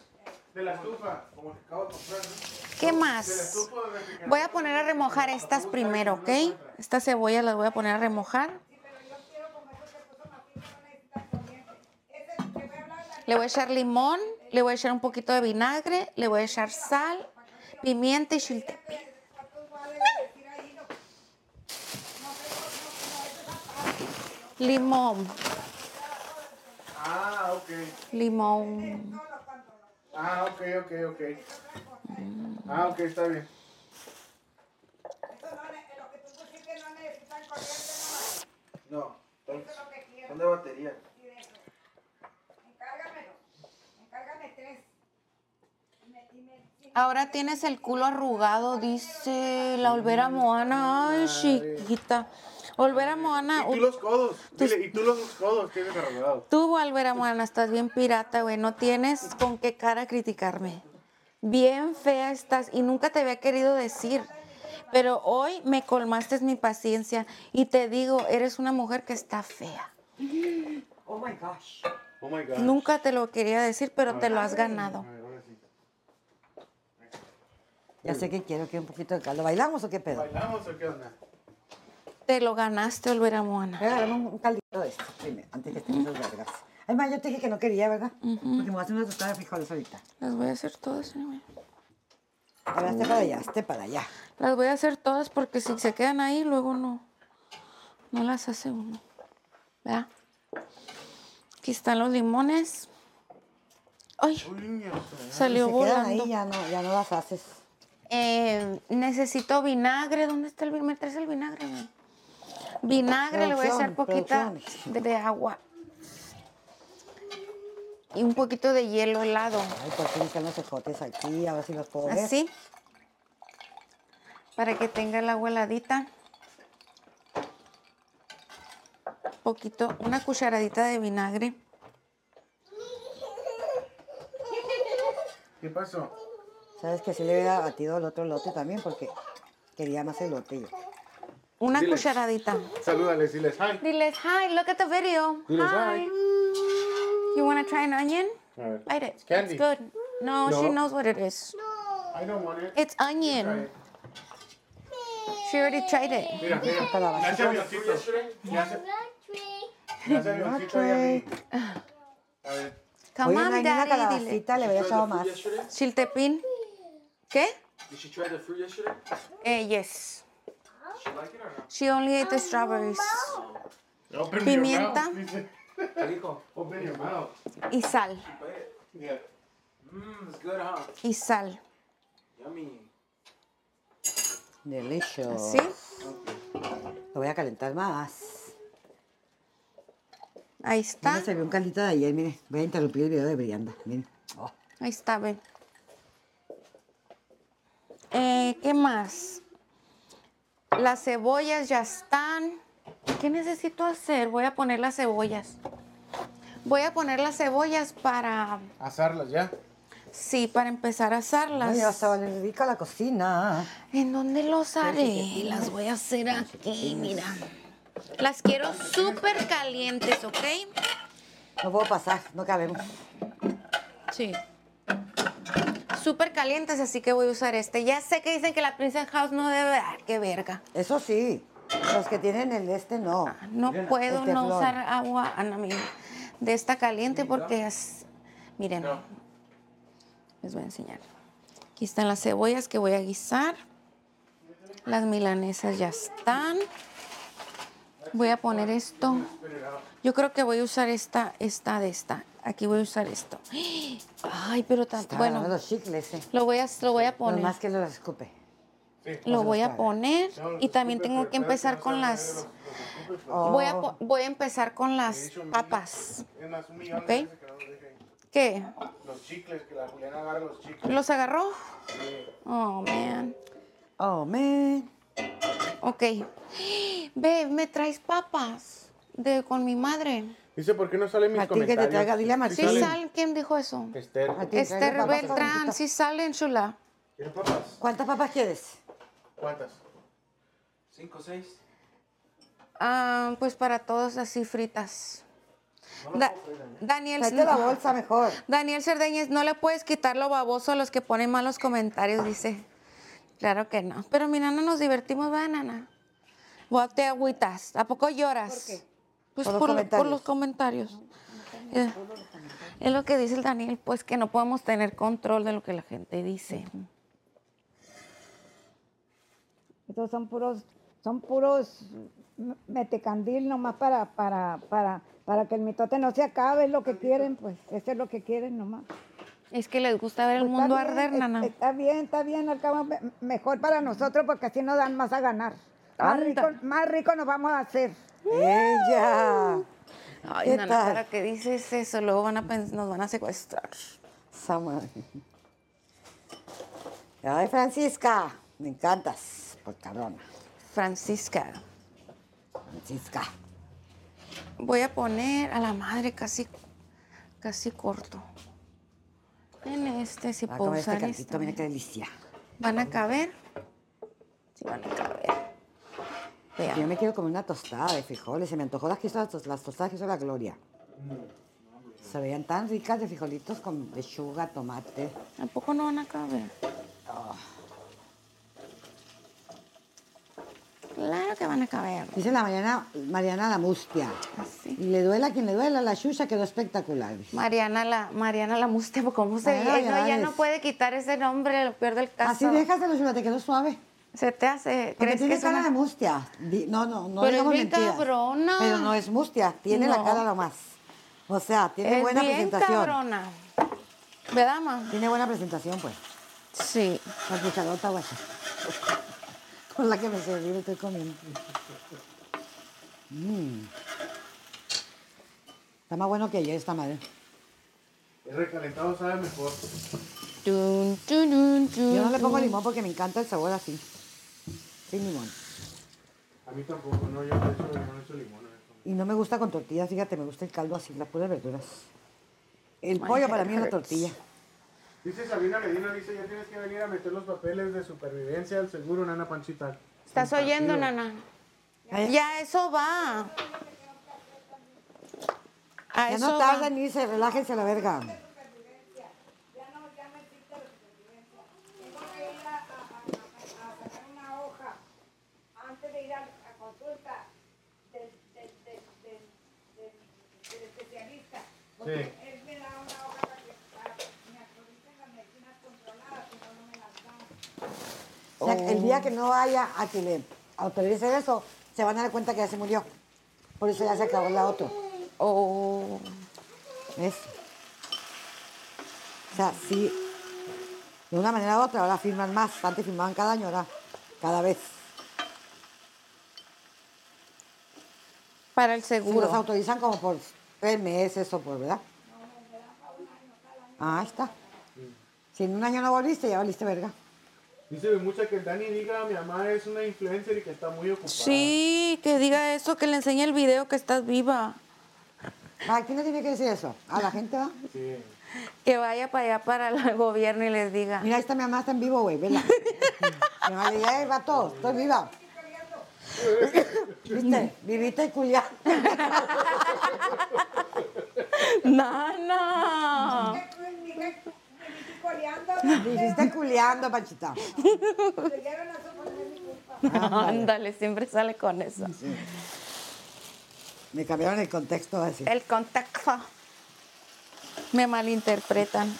De la estufa. Como que acabo de comprar, ¿no?
¿Qué
De la
más?
estufa del refrigerador.
Voy a poner a remojar estas primero, ¿ok? Estas cebollas las voy a poner a remojar. Le voy a echar limón, le voy a echar un poquito de vinagre, le voy a echar sal, pimienta y chiltepín. Limón,
Ah, ok.
limón.
Ah, ok, ok, ok. Ah, ok, está bien.
No. Son de batería.
Encárgamelo. Encárgame tres. Y me, y me,
Ahora tienes el culo arrugado, dice la Olvera Moana. Ay, chiquita. Olvera
Ah,
Moana.
Y tú los codos. Dile, y tú los codos tienes arreglados.
Tú, Valvera Moana, estás bien pirata, güey. No tienes con qué cara criticarme. Bien fea estás y nunca te había querido decir. Pero hoy me colmaste mi paciencia y te digo, eres una mujer que está fea.
Oh my gosh.
Oh my god.
Nunca te lo quería decir, pero te lo has ganado.
Ya sé que quiero que un poquito de caldo. ¿Bailamos o qué pedo?
¿Bailamos o qué onda?
Te lo ganaste, Olvera Moana.
Voy a agarrar un, un caldito de esto primero, antes que estén esos vergas. Además, yo te dije que no quería, ¿verdad? Porque me voy a hacer una tostada de frijoles ahorita.
Las voy a hacer todas, anyway.
A ver, hazte para allá, hazte para allá.
Las voy a hacer todas porque si se quedan ahí, luego no. No las hace uno. Vea. Aquí están los limones. Ay,
Si
salió
se quedan ahí,
volando.
ya no, ya no las haces.
Eh, necesito vinagre. ¿Dónde está el vinagre? ¿Me traes el vinagre? güey? Vinagre, le voy a echar
Producción,
poquita
producción.
de, de agua. Y un poquito de hielo helado.
Ay, por fin están los ejotes aquí, a ver si los puedo ver.
Así. Para que tenga el agua heladita. Poquito, una cucharadita de vinagre.
¿Qué pasó?
Sabes que sí le hubiera batido el otro lote también, porque quería más elote yo.
Una
Dile.
cucharadita.
Salúdales, diles hi.
Diles, hi, look at the video.
Diles,
hi. You want to try an onion?
A ver.
Bite it.
It's candy.
It's good. No, she
No.
knows what it is. Eh,
I don't want it.
It's onion.
Try it.
She already tried it.
Mira, mira.
Te la vas a
Ya hace avioncito. Ya hace, ya hace avioncito ahí arriba. A ver.
Come
Oye, no
on,
hay ni una
daddy. Dile.
calabacita, le había echado más.
yesterday?
Chiltepín. ¿Qué?
Did she try the fruit yesterday?
Eh, yes.
Did she like it or not?
She only ate the strawberries.
Open your
Pimienta.
mouth, dice.
¿Qué dijo?
Open your mouth.
Y sal.
Yeah.
Mmm, it's good, huh?
Y sal.
Yummy.
Delicious.
¿Sí?
Lo voy a calentar más.
Ahí
Yo
está.
me serví un caldito de ayer, mire. Voy a interrumpir el video de Brianda. Miren. Oh,
Ahí está, ven. Eh, ¿Qué más? Las cebollas ya están. ¿Qué necesito hacer? Voy a poner las cebollas. Voy a poner las cebollas para,
Asarlas ya.
sí, para empezar a asarlas.
Ay, vas a valer rica la cocina.
¿En dónde los haré? Las voy a hacer aquí, mira. Las quiero súper calientes, ¿ok?
No puedo pasar, no cabemos.
Sí. Súper calientes, así que voy a usar este. Ya sé que dicen que la Princess House no debe dar, qué verga.
Eso sí, los que tienen el este no.
No
Miren,
puedo
este
no
flor.
usar agua Ana, mira, de esta caliente porque es... Miren, les voy a enseñar. Aquí están las cebollas que voy a guisar. Las milanesas ya están. Voy a poner esto. Yo creo que voy a usar esta, esta de esta. Aquí voy a usar esto. Ay, pero tan
Está agarrando
bueno.
los chicles, eh.
Lo voy a, lo voy a poner.
Nomás que lo escupe.
Lo voy a
traga.
poner
No, los
y también
escupes,
tengo
pero
que
espérate,
empezar
no
con
se van a
las
ver los- los escupes, pues.
Oh,
Voy a, po- voy a empezar con
De
las
hecho, mira,
papas.
Es más, un millón de
Ok.
veces que no los deje.
¿Qué?
Los chicles, que la Juliana agarra los chicles.
¿Los agarró?
Sí.
Oh, man.
oh, man.
Ok. Ve, ¿me traes papas? De, con mi madre.
Dice, ¿por qué no salen mis
A ti que te
comentarios?
traiga, dile a
¿Sí
Martín.
salen?
salen? ¿Quién dijo eso?
Esther.
A ti,
Esther
tráele papas
Beltrán.
ahorita.
¿Sí salen, chula?
¿Quieres papas?
¿Cuántas papas quieres?
¿Cuántas?
Cinco, seis.
Ah, pues para todos así fritas. Da- Daniel,
Tráete la bolsa mejor.
Daniel Cerdeñez, no le puedes quitar lo baboso a los que ponen malos comentarios, dice. Claro que no. Pero mi nana nos divertimos, ¿verdad, nana? Vos te agüitas. ¿A poco lloras? ¿Por qué? Pues
Por
por,
los
lo- por
comentarios.
los comentarios. Eh, es lo que dice el Daniel, pues que no podemos tener control de lo que la gente dice.
Estos son puros, son puros m- metecandil nomás para, para, para, para que el mitote no se acabe, es lo que quieren, pues, eso es lo que quieren nomás.
Es que les gusta ver el
Pues,
mundo
está bien,
eh,
arder,
es-
nana.
Está bien, está bien, al cabo me- mejor para nosotros porque así nos dan más a ganar. Más rico,
Anda.
más rico nos vamos a hacer.
Ella.
Ay,
¿Qué
nana,
tal?
para que dices eso, luego van a pens- nos van a secuestrar.
Samuel. Ay, Francisca. Me encantas. Por cabrona.
Francisca.
Francisca.
Voy a poner a la madre casi, casi corto. En este, si
Va a
puedo
comer este
usar
caldito,
este.
mira qué delicia.
¿Van a caber? Sí, van a caber.
Yo
Vean.
me quiero comer una tostada de frijoles. Se me antojó las, que hizo, las tostadas que hizo la Gloria. Se veían tan ricas de frijolitos con lechuga, tomate.
Tampoco no van a caber. Oh. Claro que van a caber.
Dice la Mariana, Mariana la mustia.
Así.
Y le duela a quien le duela, la chucha quedó espectacular.
Mariana la, Mariana la Muste, ¿cómo se
Ay,
llama? No, ya
Vallares.
no puede quitar ese nombre, lo peor del caso.
Así déjaselo, chula, te quedó suave.
Se te hace.
Porque
¿Crees que
tiene
es
cara
una-
de mustia. Di- No, no, no
Pero es
digamos
bien
mentiras.
cabrona.
Pero no es mustia, tiene la
No.
cara nomás. O sea, tiene
Es
buena
bien
presentación.
cabrona. ¿Verdad, ma?
Tiene buena presentación, pues.
Sí.
La cucharota, guacha. Con la que me serví, me estoy comiendo. Mm. Está más bueno que ayer esta madre.
El recalentado sabe mejor.
Tun, tun, tun, tun,
Yo no le pongo
tun.
limón porque me encanta el sabor así. Sin limón.
A mí tampoco, no, yo no he hecho, no he hecho limón. no he hecho-
Y no me gusta con tortillas, fíjate, me gusta el caldo así, las puras verduras. El
My
pollo para
head
mí es la
hurts.
tortilla.
Dice Sabina Medina, dice, ya tienes que venir a meter los papeles de supervivencia al seguro, nana Panchita.
¿Estás oyendo, nana?
Ay,
Ya eso va.
Ya
A eso
no
va.
tardan ni se relájense a la verga.
Tengo que ir a, a- a- a- a sacar una hoja
Sí.
Él me da una hoja para que para que me actualicen las medicinas controladas, si no, no me las dan.
O sea, el
Oh.
día que no haya a que le autoricen eso, se van a dar cuenta que ya se murió. Por eso ya se acabó la otra.
O
¿Ves? O sea, sí, de una manera u otra, ahora firman más. Antes firmaban cada año, ahora cada vez.
para el
Si los
seguro.
autorizan como por tres meses o por, ¿verdad? Ah, ahí está. Si en un año no volviste, ya volviste verga.
Dice mucha que el Dani diga, mi mamá es una influencer y que está muy ocupada.
Sí, que diga eso, que le enseñe el video que estás viva.
¿A Ah, quién le tiene que decir eso? ¿A la gente va?
Sí.
Que vaya para allá, para el gobierno y les diga.
Mira, ahí está mi mamá, está en vivo, güey, vela. mi mamá, ya ahí va todo, estoy viva. ¿Viste? Vivita y culiá.
¡Nana!
Ni que- ni me estoy coleando,
Viviste culiando, Panchita.
me llegaron a suponer mi culpa.
Ándale, siempre sale con eso.
Me cambiaron el contexto así.
El contacto. Me malinterpretan.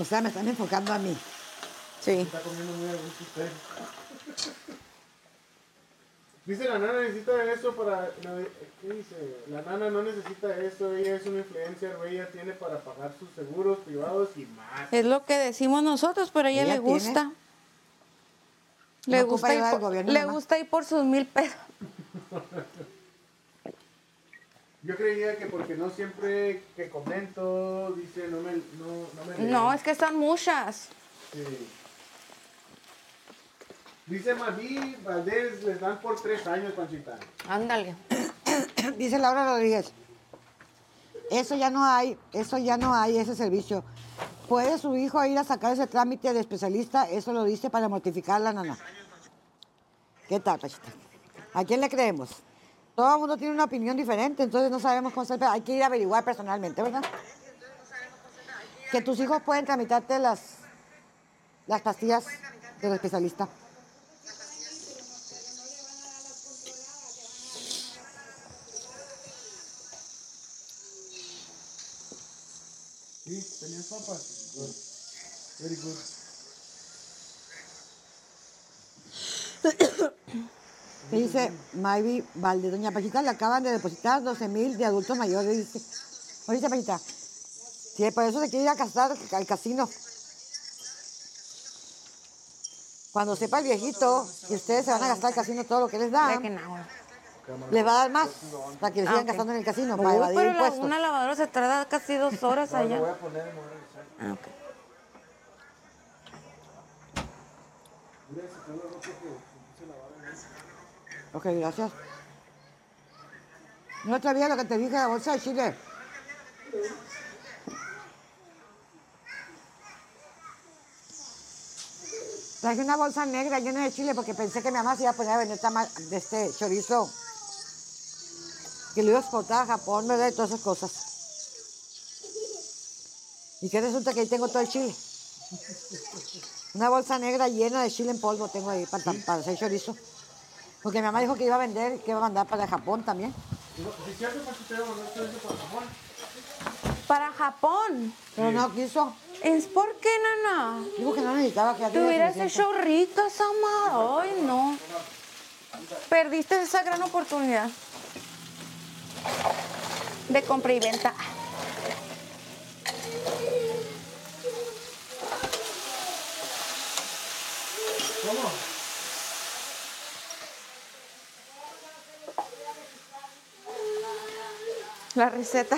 O sea, me están enfocando a mí.
Sí.
Está comiendo muy a gusto usted. Dice la nana necesita eso para... no, ¿Qué dice? La nana no necesita eso, ella es una influencer, güey, ella tiene para pagar sus seguros privados y más.
Es lo que decimos nosotros, pero a ella,
Ella
le
tiene.
gusta.
No
Le,
ocupa
gusta, ir
ayuda del
por,
gobierno,
le
mamá.
gusta ir por sus mil pesos.
Yo creía que porque no siempre que comento, dice, no me... No, no, me leen.
No, es que son muchas.
Sí. Dice Mavi Valdés, les dan por tres años, Panchita.
Ándale.
Dice Laura Rodríguez. Eso ya no hay, eso ya no hay, ese servicio. ¿Puede su hijo ir a sacar ese trámite de especialista? Eso lo dice para mortificar a la nana. ¿Qué tal, Pachita? ¿A quién le creemos? Todo el mundo tiene una opinión diferente, entonces no sabemos cómo ser, pero hay que ir a averiguar personalmente, ¿verdad? Que tus hijos pueden tramitarte las, las pastillas del especialista.
Sí, tenías papas. Good. Very good.
Me dice Maybe Valde, doña Pachita, le acaban de depositar 12 mil de adultos mayores. Dice. Oye, Pachita, si por eso se quiere ir a casar al casino. Cuando sepa el viejito que ustedes se van a gastar al casino todo lo que les
De
da,
que no.
les va a dar más para que les
Ah,
sigan
ok.
gastando en el casino, para
Uy,
evadir
pero la-
impuestos.
una lavadora se tarda casi dos horas allá.
Voy a poner y me voy a regresar.
Ah, ok.
Ok, gracias. No te había lo que te dije de la bolsa de Chile. Traje una bolsa negra llena de chile porque pensé que mi mamá se iba a poner a vender tamal de este chorizo. Que lo iba a exportar a Japón, ¿verdad? Y todas esas cosas. Y que resulta que ahí tengo todo el chile. Una bolsa negra llena de chile en polvo tengo ahí para, para hacer chorizo. Porque mi mamá dijo que iba a vender, que iba a mandar para Japón también.
No, si es cierto, Panchita, iba a mandar todo eso para Japón.
Para Japón.
Pero no quiso.
¿Es por qué, nana?
Dijo que no necesitaba que ya
Te
tenía
hubieras
suficiente.
hecho rica, Sama. Ay, no. Perdiste esa gran oportunidad de compra y venta. La receta.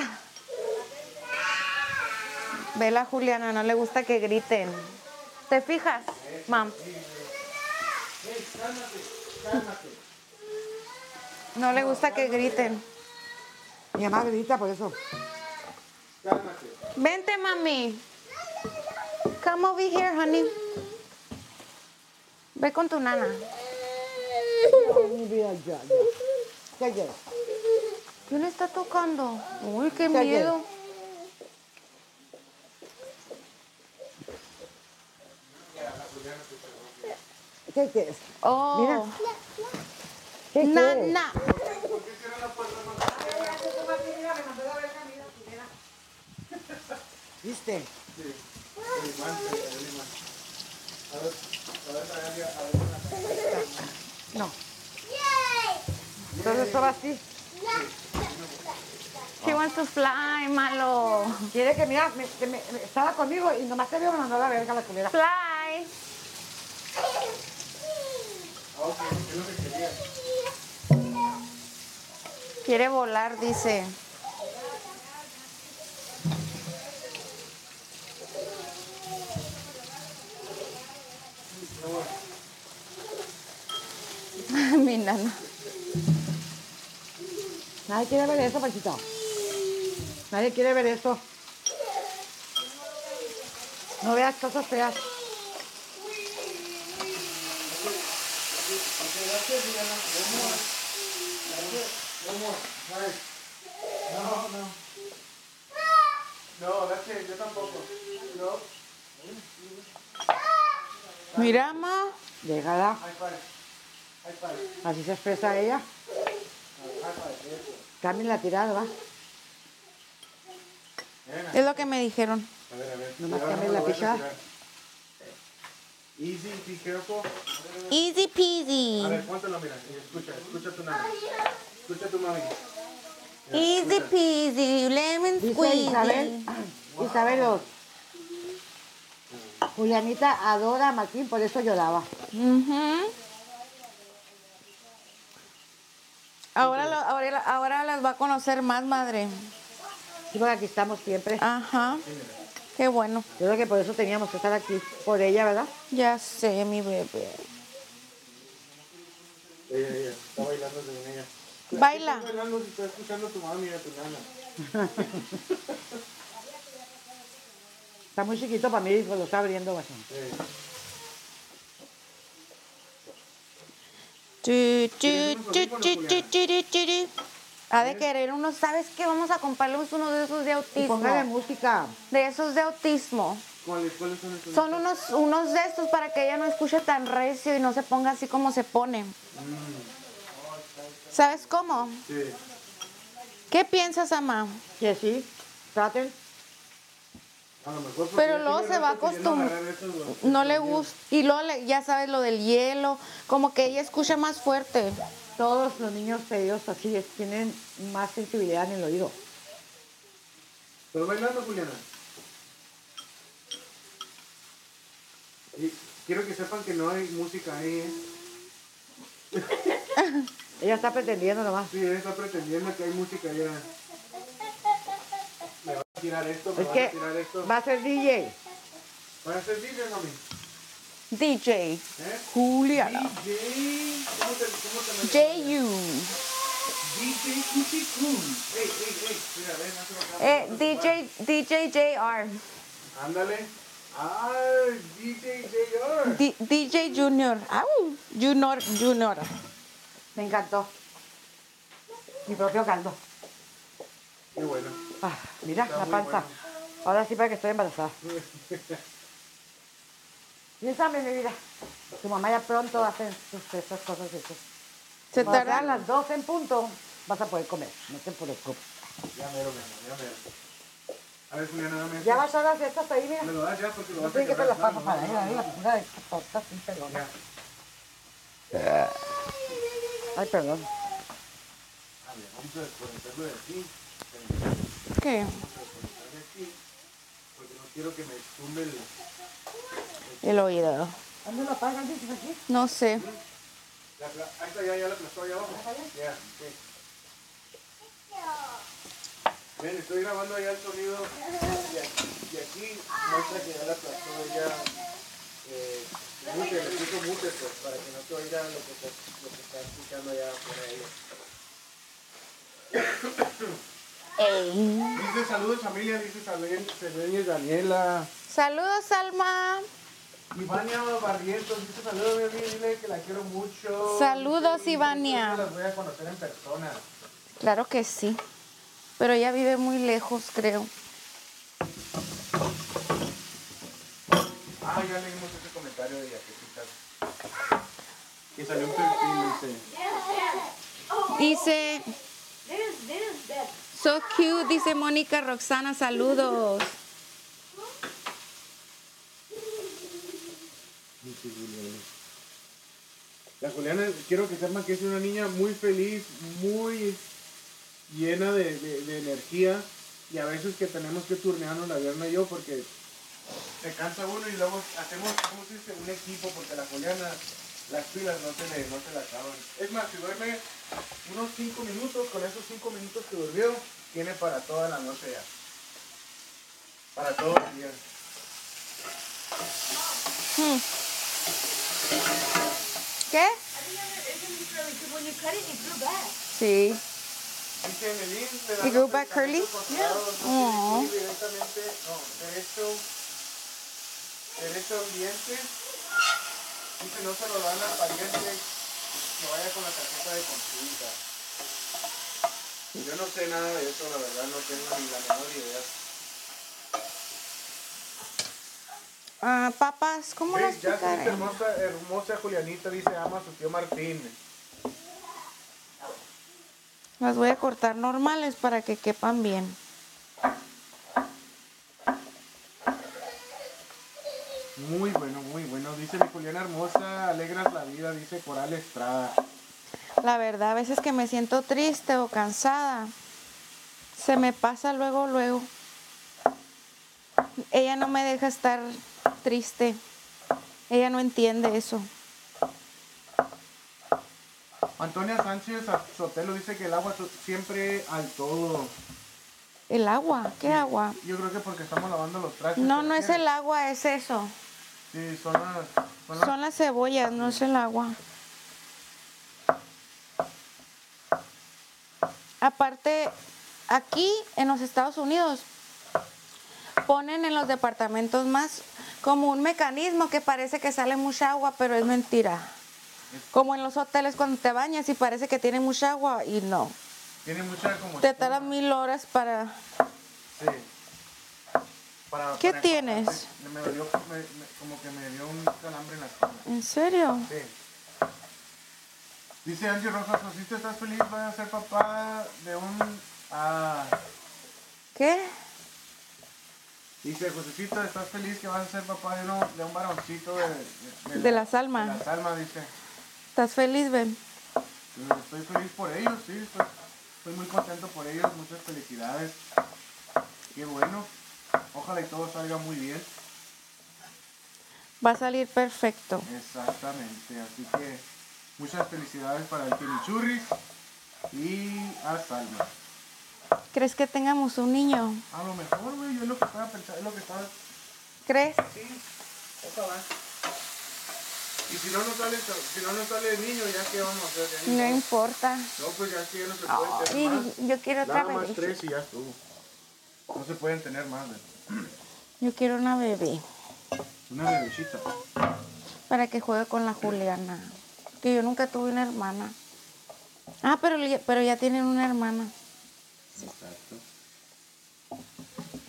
Vela, Juliana, no le gusta que griten. ¿Te fijas, mam? No le gusta que griten.
Mi mamá grita por eso.
Vente, mami. Come over here, honey. Ve con tu nana.
Ay, mi vida, ya, ya. ¿Qué quieres?
¿Quién está tocando? Uy, qué
Cállate.
miedo.
¿Qué quieres?
Oh,
¿Qué quieres?
nana.
Ay, ya, tu mamá tiene la remandada verga, mira, mira.
¿Viste?
Sí. El imán, el- el imán. A ver, a ver, a ver, a ver, a ver.
No. Entonces estaba así.
She wants to fly, malo.
Quiere que mira, me- que me- me- estaba conmigo y nomás te vio me mandó a la verga la culera.
Fly.
Ah, ok, es lo que quería.
Quiere volar, dice. Mi nana.
Nadie quiere ver eso, Panchito. Nadie quiere ver eso. No veas cosas feas.
No, that's it, yo tampoco. No,
Mira, ma.
Llegada,
high five. High five.
así se expresa ella. Carmen la tirada, va.
Es lo que me dijeron.
A ver, a ver.
Nomás
Cuidado,
cambia
no
la
lo vayas a
pichada.
tirar. Easy, be careful.
Easy
A
peasy.
ver, póntelo, mira. y Escucha, escucha tu nana. Escucha tu mami.
Easy peasy. Lemon
Dice
squeezy.
Isabel, Isabel Os. Julianita adora a Martín, por eso lloraba.
Ujú. Ahora, lo- ahora, ahora las va a conocer más, madre.
Sí, porque aquí estamos siempre.
Ajá. Qué bueno.
Yo creo que por eso teníamos que estar aquí, por ella, ¿verdad?
Ya sé, mi bebé.
Ella, ella, está bailando según ella.
Baila.
Está bailando si está escuchando tu mami y a tu nana.
Está muy chiquito para mí, hijo, lo está abriendo bastante.
Eh,
Tu, tu, tu, tu, tu, tu, tu, tu, tu. Ha de querer uno, ¿sabes qué? Vamos a comprarles uno de esos de
Y
autismo.
póngale música.
De esos de autismo.
¿Cuáles, cuáles son estos?
Son unos, unos de estos para que ella no escuche tan recio y no se ponga así como se pone. ¿Sabes cómo?
Sí.
¿Qué piensas, Amá?
Que sí, traten.
A lo mejor porque
Pero
yo
luego
tengo
se va
rato queriendo
acostum-
agarrar estos, güey.
No le gusta. Y luego, le- ya sabes, lo del hielo. Como que ella escucha más fuerte.
Todos los niños pedidos así es, tienen más sensibilidad en el oído.
¿Estás bailando, Juliana? Y quiero que sepan que no hay música ahí, ¿eh?
Ella está pretendiendo nomás.
Sí, él está pretendiendo que hay música ya. Me va a tirar esto, me
Es
va a
que
tirar esto.
va a ser DJ.
¿Para ser DJ, mami?
DJ.
¿Eh?
Juliana.
DJ. ¿Cómo te, cómo te metes?
J.U.
DJ Cutie Coon. Ey, ey, ey. Mira, ven, hazlo acá.
Eh, DJ, DJ JR.
Ándale. ¡Ay, DJ JR!
D- DJ Junior. Au, Junior, Junior.
Me encantó. Mi propio caldo.
Qué bueno.
Ah, mira,
Está
la
muy
panza. Ahora sí para que estoy embarazada. Piénsame, mi vida. Tu mamá ya pronto hace sus- estas cosas. estas.
Se
Cuando sean
tardan.
las 12 en punto, vas a poder comer. No te preocupes.
Ya mero, mi amor, ya mero. A ver, Juliana, dame
Ya
esto.
vas a las estas ahí, mira.
Me lo das ya porque lo
No
vas a
tiene que te
quebrar.
las
No,
paso
no,
para
no,
ahí,
no,
ahí,
no.
la pintura de torta sin pelón.
Ya.
Ay, perdón.
A ver, vamos a desconectarlo de aquí.
¿Qué?
desconectarlo de aquí. Porque no quiero que me tumbe el...
El oído.
¿Dónde lo apagan? Dices aquí.
No sé.
La, pla- ahí está, ya, ya la aplastó allá abajo. Ya, ok. Ven, estoy grabando allá el sonido. Y aquí, y aquí muestra que ya la aplastó ella. Eh, mute, le puso mute, pues, para que no se oiga lo que, está- lo que está escuchando allá por ahí. Dice saludos familia, dice Sabeñez Daniela.
Saludos, Alma.
Ivania Barrientos, dice saludos, baby, dile que la quiero mucho.
Saludos,
Dice,
Ivania.
"Yo Las voy a conocer en persona.
Claro que sí. Pero ella vive muy lejos, creo.
Ah, ya leímos ese comentario de Yaquetita. Que salió un perfil, dice.
Dice. So cute, dice Mónica Roxana. Saludos.
La Juliana, quiero que sepan que es una niña muy feliz, muy llena de, de- de energía. Y a veces que tenemos que turnearnos la Diana y yo porque se cansa uno y luego hacemos ¿cómo se dice? un equipo porque la Juliana, las pilas no se le, no se le acaban. Es más, si duerme unos 5 minutos, con esos 5 minutos que durmió, tiene para toda la noche ya. Para todo el día.
¿Qué? Sí.
Dice Evelyn, le
¿Y
dan
grew
los
back curly?
tratamientos cortados,
Aw.
no sé si directamente, no, de esto, de este ambiente, dice no se lo dan al pariente que vaya con la tarjeta de consulta. Yo no sé nada de eso, la verdad, no tengo ni la menor idea.
Ah, papas, ¿cómo las
Sí, ya
picaré?
dice hermosa, hermosa Julianita, dice ama a su tío Martín.
Las voy a cortar normales para que quepan bien.
Muy bueno, muy bueno. Dice mi Juliana hermosa, alegras la vida, dice Coral Estrada.
La verdad, a veces que me siento triste o cansada, se me pasa luego, luego. Ella no me deja estar triste. Ella no entiende eso.
Antonia Sánchez Sotelo dice que el agua to- siempre al todo.
El agua, ¿qué agua?
Yo creo que porque estamos lavando los trastes.
No,
¿te
no es el
refieres?
agua, es eso.
Sí, son las. Son las-
Son las cebollas, no es el agua. Aparte, aquí en los Estados Unidos ponen en los departamentos más como un mecanismo que parece que sale mucha agua, pero es mentira. Como en los hoteles cuando te bañas y parece que tiene mucha agua y no.
Tiene mucha como.
Te tardas mil horas para...
Sí. Para-
¿Qué
para
tienes?
enjuagarse. Me dolió, me- me- como que me dio un calambre en la espalda.
¿En serio?
Sí. Dice Angie Rojas, si tú estás feliz, vas a ser papá de un. Ah.
¿Qué?
Dice, Josecito, ¿estás feliz que vas a ser papá de, uno- de un varoncito de,
De las almas.
De las almas, dice.
¿Estás feliz, Ben?
Estoy feliz por ellos, sí. Estoy, estoy muy contento por ellos. Muchas felicidades. Qué bueno. Ojalá y todo salga muy bien.
Va a salir perfecto.
Exactamente. Así que muchas felicidades para el Chimichurri y a Salma.
¿Crees que tengamos un niño?
A lo mejor, güey, yo es lo que estaba pensando, es lo que estaba...
¿Crees?
Sí, ojalá. Y si no nos sale, si no nos sale el niño, ya que vamos a hacer. Ya ni
No
modo.
importa.
No, pues ya que ya no se puede
Ay,
tener más.
yo quiero otra
Nada más
bebé.
tres y ya estuvo. No se pueden tener más, güey.
Yo quiero una bebé
Una bebecita.
para que juegue con la Juliana. Que yo nunca tuve una hermana. Ah, pero, li- pero ya tienen una hermana.
Exacto.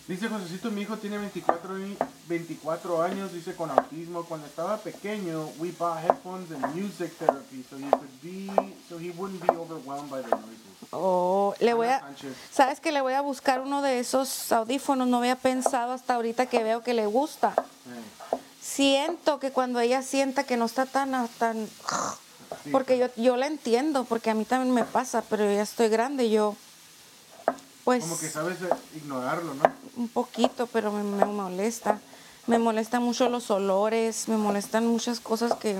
Dice Josecito, mi hijo tiene 24, y- 24 años, dice con autismo. Cuando estaba pequeño, we bought headphones and music therapy so he could be, so he wouldn't be overwhelmed by the noises.
Oh, le voy
Ana
a.
Sánchez.
¿Sabes que le voy a buscar uno de esos audífonos? No había pensado hasta ahorita que veo que le gusta.
Eh,
Siento que cuando ella sienta que no está tan. a- tan
sí,
porque yo, yo la entiendo, porque a mí también me pasa, pero yo ya estoy grande. Yo. Pues.
Como que sabes eh, ignorarlo, ¿no?
un poquito, pero me, me molesta. Me molestan mucho los olores, me molestan muchas cosas que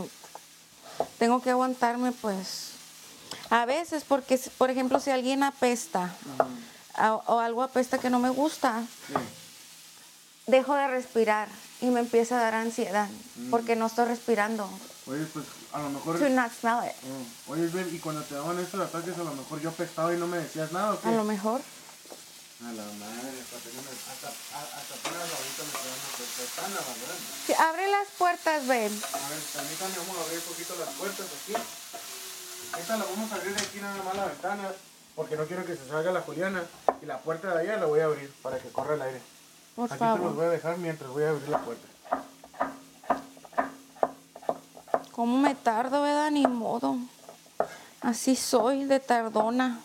tengo que aguantarme, pues. A veces, porque, si- por ejemplo, si alguien apesta a- o algo apesta que no me gusta,
Sí.
dejo de respirar y me empieza a dar ansiedad porque no estoy respirando.
Oye, pues a lo mejor...
To not smell it.
Eh, oye, Ben, y cuando te daban estos ataques, a lo mejor yo apestaba y no me decías nada, ¿o qué?
A lo mejor.
A la madre, hasta apenas hasta, a- hasta apenas ahorita me estoy dando cuenta. Están abandonando.
Sí, abre las puertas, Ben.
A ver, permítame, vamos a abrir un poquito las puertas aquí. Esta la vamos a abrir de aquí nada más la ventana, porque no quiero que se salga la Juliana. Y la puerta de allá la voy a abrir para que corra el aire.
Por
aquí te los
favor.
voy a dejar mientras voy a abrir la puerta.
¿Cómo me tardo, verdad? Ni modo. Así soy, de tardona.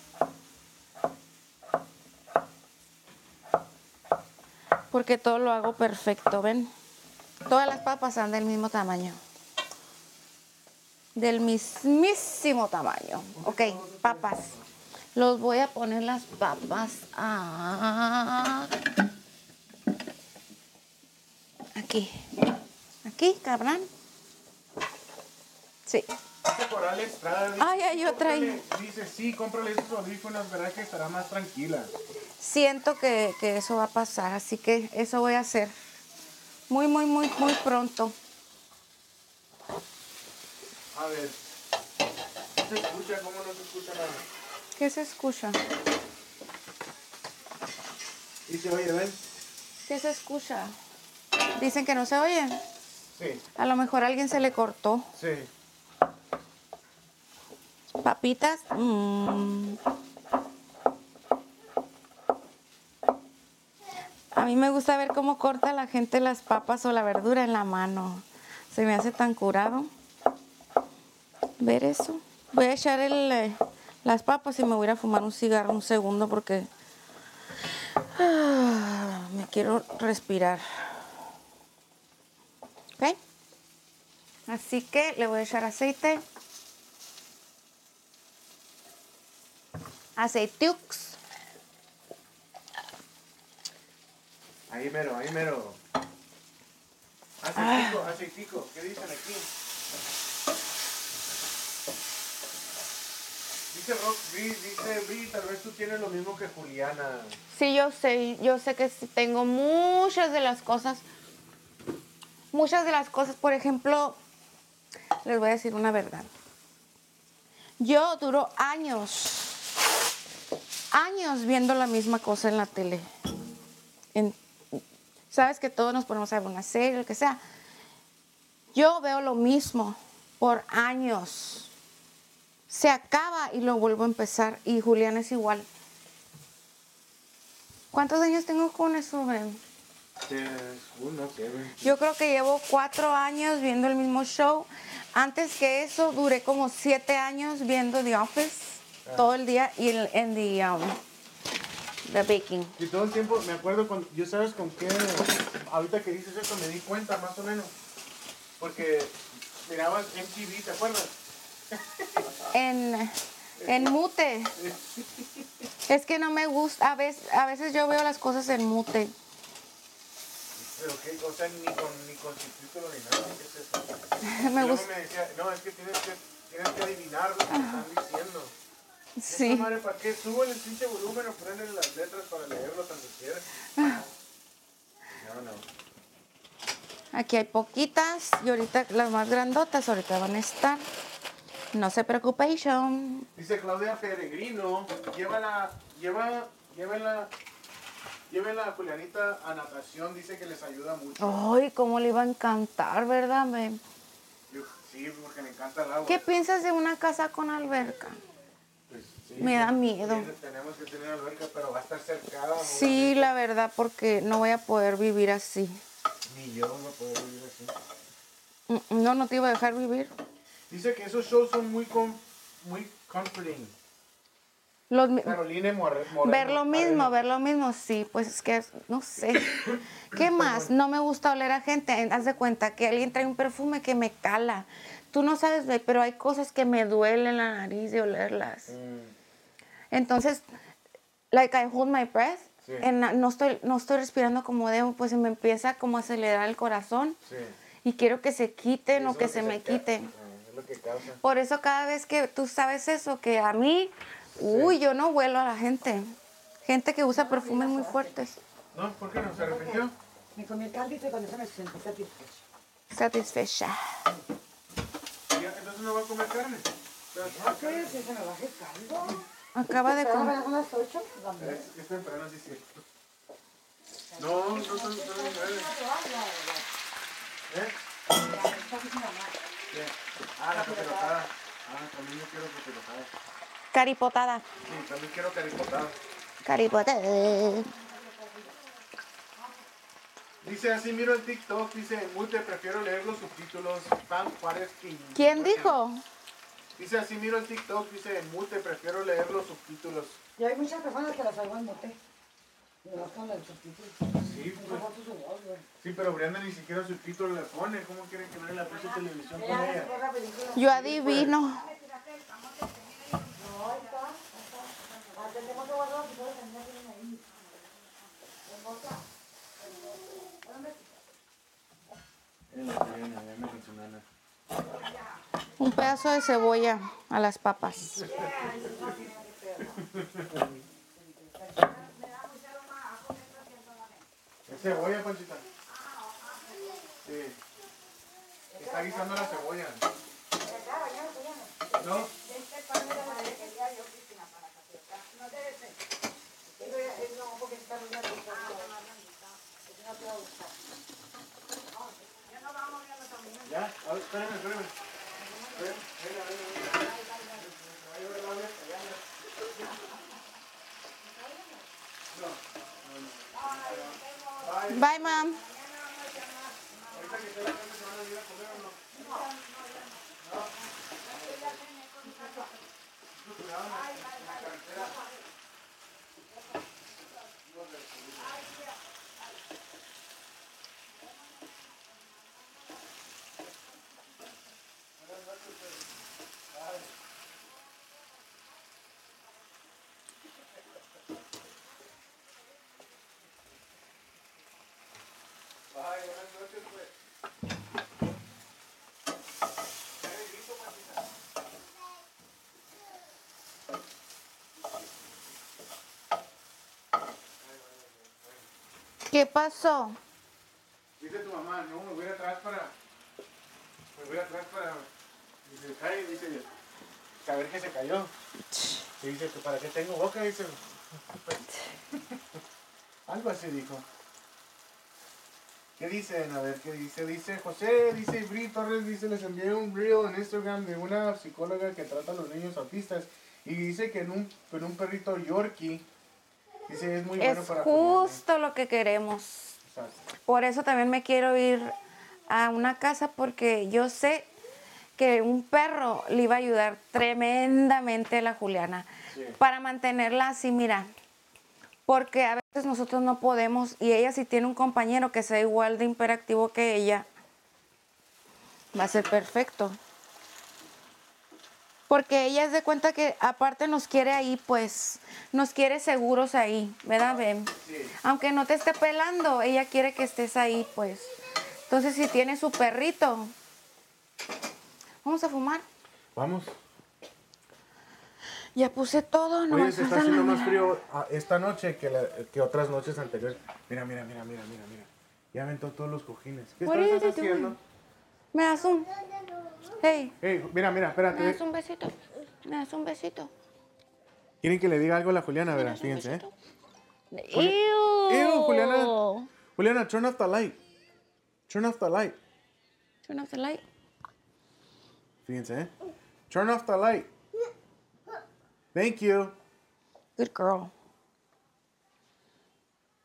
Porque todo lo hago perfecto, ¿ven? Todas las papas son del mismo tamaño. del mismísimo tamaño. Ok, papas. Los voy a poner las papas a... Aquí. Aquí, cabrón. Sí.
Este coral Estrada dice,
Ay, ay, yo traí.
"Cómprale", Dice, sí, cómprale esos audífonos, verás que estará más tranquila.
Siento que, que eso va a pasar, así que eso voy a hacer muy, muy, muy, muy pronto.
A ver. ¿No se escucha? ¿Cómo no se escucha nada?
¿Qué se escucha?
¿Y se oye, ven?
¿Qué se escucha? Dicen que no se oye.
Sí,
A lo mejor a alguien se le cortó.
sí.
Papitas. mm. A mí me gusta ver cómo corta la gente las papas o la verdura en la mano. Se me hace tan curado ver eso. Voy a echar el, eh, las papas y me voy a ir a fumar un cigarro un segundo porque ah, me quiero respirar. ¿Ok? Así que le voy a echar aceite. Aceitux.
Ahí mero, ahí mero. Aceitico, aceitico. ¿Qué dicen aquí? Dice Rock Bree, dice Bree, tal vez tú tienes lo mismo que Juliana.
Sí, yo sé, yo sé que sí tengo muchas de las cosas. Muchas de las cosas, por ejemplo, les voy a decir una verdad. Yo duro años, años viendo la misma cosa en la tele. En- Sabes que todos nos ponemos a ver una serie, lo que sea. Yo veo lo mismo por años. Se acaba y lo vuelvo a empezar. Y Julián es igual. ¿Cuántos años tengo con eso, Ben?
Tienes uno, Kevin.
Yo creo que llevo cuatro años viendo el mismo show. Antes que eso, duré como siete años viendo The Office todo el día y en, en The, um, the Baking.
Y todo el tiempo, me acuerdo, con, yo sabes con qué, ahorita que dices eso me di cuenta más o menos. Porque mirabas MTV, ¿te acuerdas?
En, en mute. Es que no me gusta. A veces, a veces yo veo las cosas en mute.
Pero que, o sea, ni con, ni con subtítulo ni nada, ¿qué es eso?
Me
Y luego
gusta.
me decía, no, es que tienes que, tienes que adivinar lo que te están diciendo. Esta
Sí.
madre, ¿para qué? Subo el pinche volumen o prenden las letras para leerlo tanto quieras.
Ah.
No, no.
Aquí hay poquitas y ahorita las más grandotas ahorita van a estar. No se preocupen.
Dice Claudia Peregrino, llévala, lleva, llévela, llévela a Julianita a natación, dice que les ayuda mucho.
Ay, cómo le iba a encantar, ¿verdad, babe?
Yo, sí, porque me encanta el agua.
¿Qué piensas de una casa con alberca?
Pues, sí,
me da miedo.
sí, tenemos que tener alberca, pero va a estar cercada. ¿no?
Sí, la verdad, porque no voy a poder vivir así.
Ni yo no puedo vivir así.
Mm, No, no te iba a dejar vivir.
Dice que esos shows son muy, com- muy comforting.
Los mi-
Caroline More- Moreno.
ver lo mismo,
Moreno.
ver lo mismo, sí, pues es que no sé. ¿Qué
Pues
más? No me gusta oler a gente. Haz de cuenta que alguien trae un perfume que me cala. Tú no sabes, babe, pero hay cosas que me duelen la nariz de olerlas.
Mm.
Entonces, like I hold my breath,
Sí.
and no, estoy, no estoy respirando como debo, pues se me empieza como a acelerar el corazón
Sí.
y quiero que se quiten
Eso
o que
es
se
lo
me
ca-
quiten.
Ah, Es lo que causa.
Por eso cada vez que tú sabes eso, que a mí, uy, yo no vuelo a la gente. Gente que usa perfumes muy fuertes.
No, ¿por qué no se arrepintió?
Me comí el caldito y con eso me sentí satisfecha.
Satisfecha.
Ya, Entonces no va a comer carne. Pero, ah,
¿Qué es? ¿Se me baja el caldo?
Acaba de
¿Pero
comer.
apenas son las 8?
Es, es temprano, sí es cierto. No, no son son las nueve. ¿Eh? ¿Qué? Ah, la copelotada. Ah, también yo quiero copelotada.
Caripotada.
Sí, también quiero caricotada.
Caripotada.
Dice, así miro el TikTok, dice, mute, prefiero leer los subtítulos. Pam Juárez King.
¿Quién dijo?
Dice, así miro el TikTok, dice, mute, prefiero leer los subtítulos.
¿eh? Y hay muchas personas que las salvan mute. Y
Sí, pues. Sí, pero Brenda ni siquiera su título le pone. ¿Cómo quieren que nadie la pase televisión con ella?
Yo adivino.
En la Brenda, ya me con su nana.
Un pedazo de cebolla a las papas.
Es cebolla, Panchita. Sí. Está guisando la cebolla. ¿No? Ya, a ver, espérame, espérame.
Bye, mom. ¿Qué pasó?
Dice tu mamá, no, me voy a ir atrás para. Me voy a ir atrás para. Dice, ay, dice, saber que se cayó. Y dice, "Pues, ¿para qué tengo boca? Dice. Algo así dijo. ¿Qué dicen? A ver, ¿qué dice? Dice José, dice Ibri Torres, dice, les envié un reel en Instagram de una psicóloga que trata a los niños autistas y dice que en un, en un perrito Yorkie, dice, es muy
Es
bueno para...
justo lo que queremos.
Exacto.
Por eso también me quiero ir a una casa porque yo sé que un perro le iba a ayudar tremendamente a la Juliana para mantenerla así, mira. Porque a veces nosotros no podemos y ella si tiene un compañero que sea igual de imperactivo que ella, va a ser perfecto. Porque ella es de cuenta que aparte nos quiere ahí, pues, nos quiere seguros ahí, ¿verdad, Bem? Aunque no te esté pelando, ella quiere que estés ahí, pues. Entonces, si tiene su perrito, vamos a fumar.
Vamos.
Ya puse todo, no
Oye,
más
se está haciendo más frío ah, esta noche que, la- que otras noches anteriores. Mira, mira, mira, mira, mira, mira. Ya aventó todos los cojines. ¿Qué
What
estás
are you doing?
haciendo?
Me das un. Hey,
Ey, mira, mira,
me das
espérate.
un besito. Me das un besito.
Quieren que le diga algo a la Juliana,
¿Me das
verás,
un
fíjense, ¿eh?
besito?
Ew,
Ew.
Juliana. Juliana, turn off the light. Turn off the light.
Turn off the light.
Fíjense, ¿eh? Turn off the light. Thank you.
Good girl.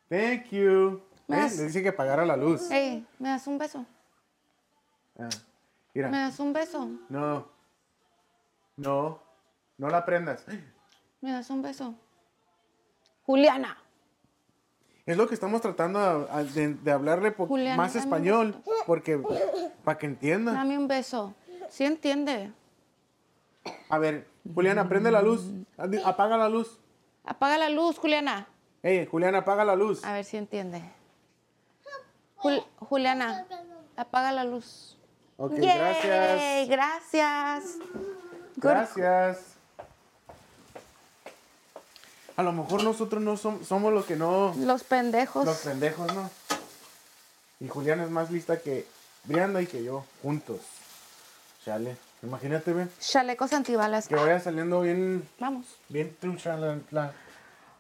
Thank you.
Me
¿Eh?
das-
Le dice que apagara la luz.
Hey, me das un beso.
Ah,
Me
mira.
das un beso.
No. No. No la prendas.
Me das un beso. Juliana.
Es lo que estamos tratando a- a- de, de hablarle po-
Julián,
más
dame un
español, porque para que entienda.
Dame un beso. Sí entiende.
A ver, Juliana, prende la luz. Adi- Apaga la luz.
Apaga la luz, Juliana.
Ey, Juliana, apaga la luz.
A ver si entiende. Jul- Juliana, apaga la luz.
Ok,
Yay,
gracias.
Gracias. Good-
Gracias. A lo mejor nosotros no som- somos los que no.
Los pendejos.
Los pendejos, ¿no? Y Juliana es más lista que Brianda y que yo, juntos. Chale. Imagínate, ve.
Chalecos antibalas.
Que vaya saliendo bien.
Vamos.
Bien trucha la. la-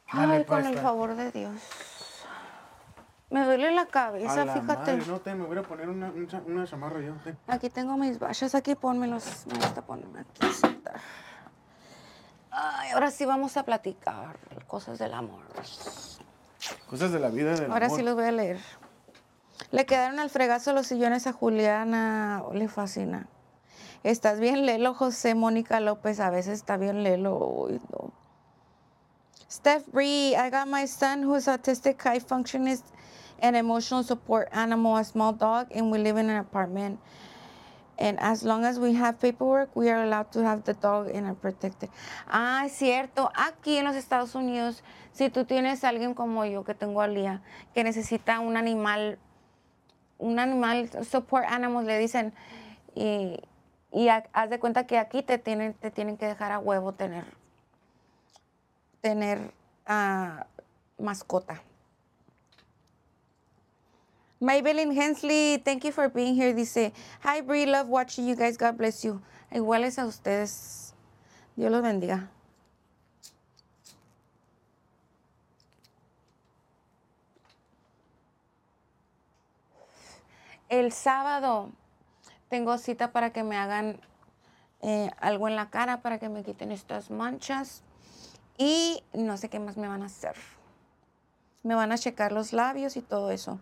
Ay,
Dale,
con
pues,
el
pa-
favor de Dios. Me duele la
A
cabeza,
la
fíjate.
madre, no, te, me voy a poner una, un cha- una chamarra yo. ten.
Aquí tengo mis vallas, aquí pónmelos. Me gusta ponerme aquí. sentar. Ay, ahora sí vamos a platicar cosas del amor.
Cosas de la vida del
Ahora
amor.
sí los voy a leer. Le quedaron al fregazo los sillones a Juliana. Le fascina. Estás bien lelo, José Mónica López. A veces está bien lelo. Uy, no. Steph Bree, I got my son who's autistic, high functionist, and emotional support animal, a small dog, and we live in an apartment. And as long as we have paperwork, we are allowed to have the dog in a protected.
Ah, es cierto. Aquí en los Estados Unidos, si tú tienes a alguien como yo que tengo a Lía, que necesita un animal, un animal, support animals, le dicen, y, y ha- haz de cuenta que aquí te tienen, te tienen que dejar a huevo tener, tener ah, mascota.
Maybelline Hensley, thank you for being here. Dice, hi Bree, love watching you guys. God bless you. Iguales a ustedes. Dios los bendiga.
El sábado tengo cita para que me hagan eh, algo en la cara, para que me quiten estas manchas. Y no sé qué más me van a hacer.
Me van a checar los labios y todo eso.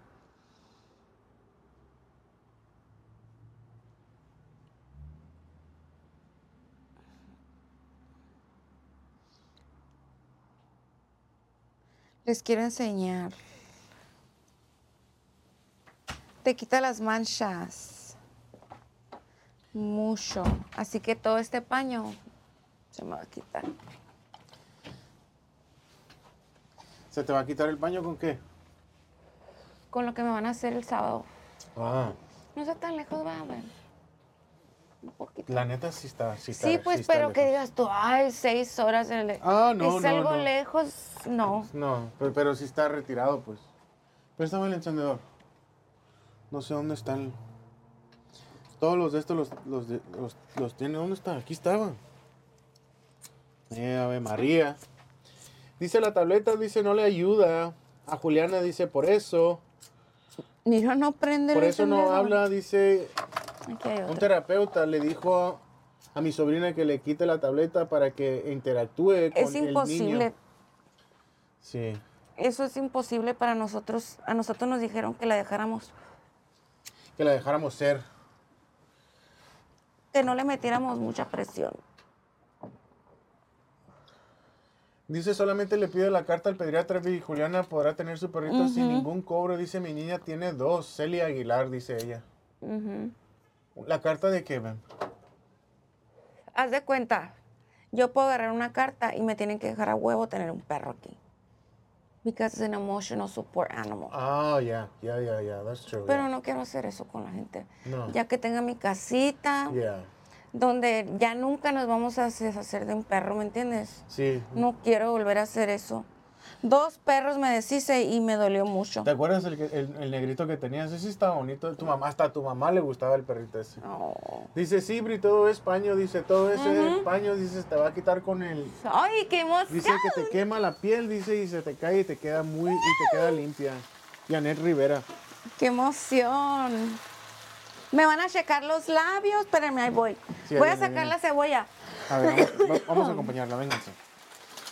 Les quiero enseñar. Te quita las manchas. Mucho.
Así que todo este paño se me va a quitar.
¿Se te va a quitar el baño con qué?
Con lo que me van a hacer el sábado.
Ah,
No está tan lejos, va, bueno. Un poquito.
la neta sí está. Sí, está-
Sí, pues,
está
pero que
lejos.
digas tú, ay, seis horas. en el-
Ah, no,
Es
no,
algo
no.
lejos, no.
No, pe- pero, sí está retirado, pues. Préstame el encendedor. No sé dónde está el... Todos los de estos los, los, de- los, los tiene. ¿Dónde está? Aquí estaba. Eh, Ave María. Dice la tableta, dice no le ayuda. A Juliana dice por eso.
Mira, no prende el
Por eso no
encendedor.
habla, dice
Aquí hay
Un
otro.
terapeuta le dijo a mi sobrina que le quite la tableta para que interactúe con
Es
el
imposible.
niño. Sí.
Eso es imposible para nosotros. A nosotros nos dijeron que la dejáramos,
Que la dejáramos ser.
que no le metiéramos mucha presión.
Dice, solamente le pido la carta al pediatra y Juliana podrá tener su perrito sin ningún cobro. Dice, mi niña tiene dos. Celia Aguilar, dice ella.
Ujú.
La carta de Kevin.
Haz de cuenta, yo puedo agarrar una carta y me tienen que dejar a huevo tener un perro aquí. Because it's an emotional support animal.
Ah, ya, ya, ya, ya. That's true.
Pero no quiero hacer eso con la gente.
No.
Ya que tenga mi casita,
yeah. Yeah.
donde ya nunca nos vamos a deshacer de un perro, ¿me entiendes?
Sí.
No quiero volver a hacer eso. Dos perros me deshice y me dolió mucho.
¿Te acuerdas el, que- el, el negrito que tenías? Ese sí estaba bonito. Tu mamá, hasta a tu mamá le gustaba el perrito ese.
Oh.
Dice, sí, Bri, todo es paño, dice, todo ese paño, dice, te va a quitar con el...
Ay, qué emoción.
Dice que te quema la piel, dice, y se te cae y te queda muy, y te queda limpia. Janet Rivera.
¡Qué emoción! Me van a checar los labios. Espérenme, ahí voy.
Sí, ahí
voy a
viene, ahí
sacar
viene.
la cebolla.
A ver, vamos, va- vamos a acompañarla, vénganse.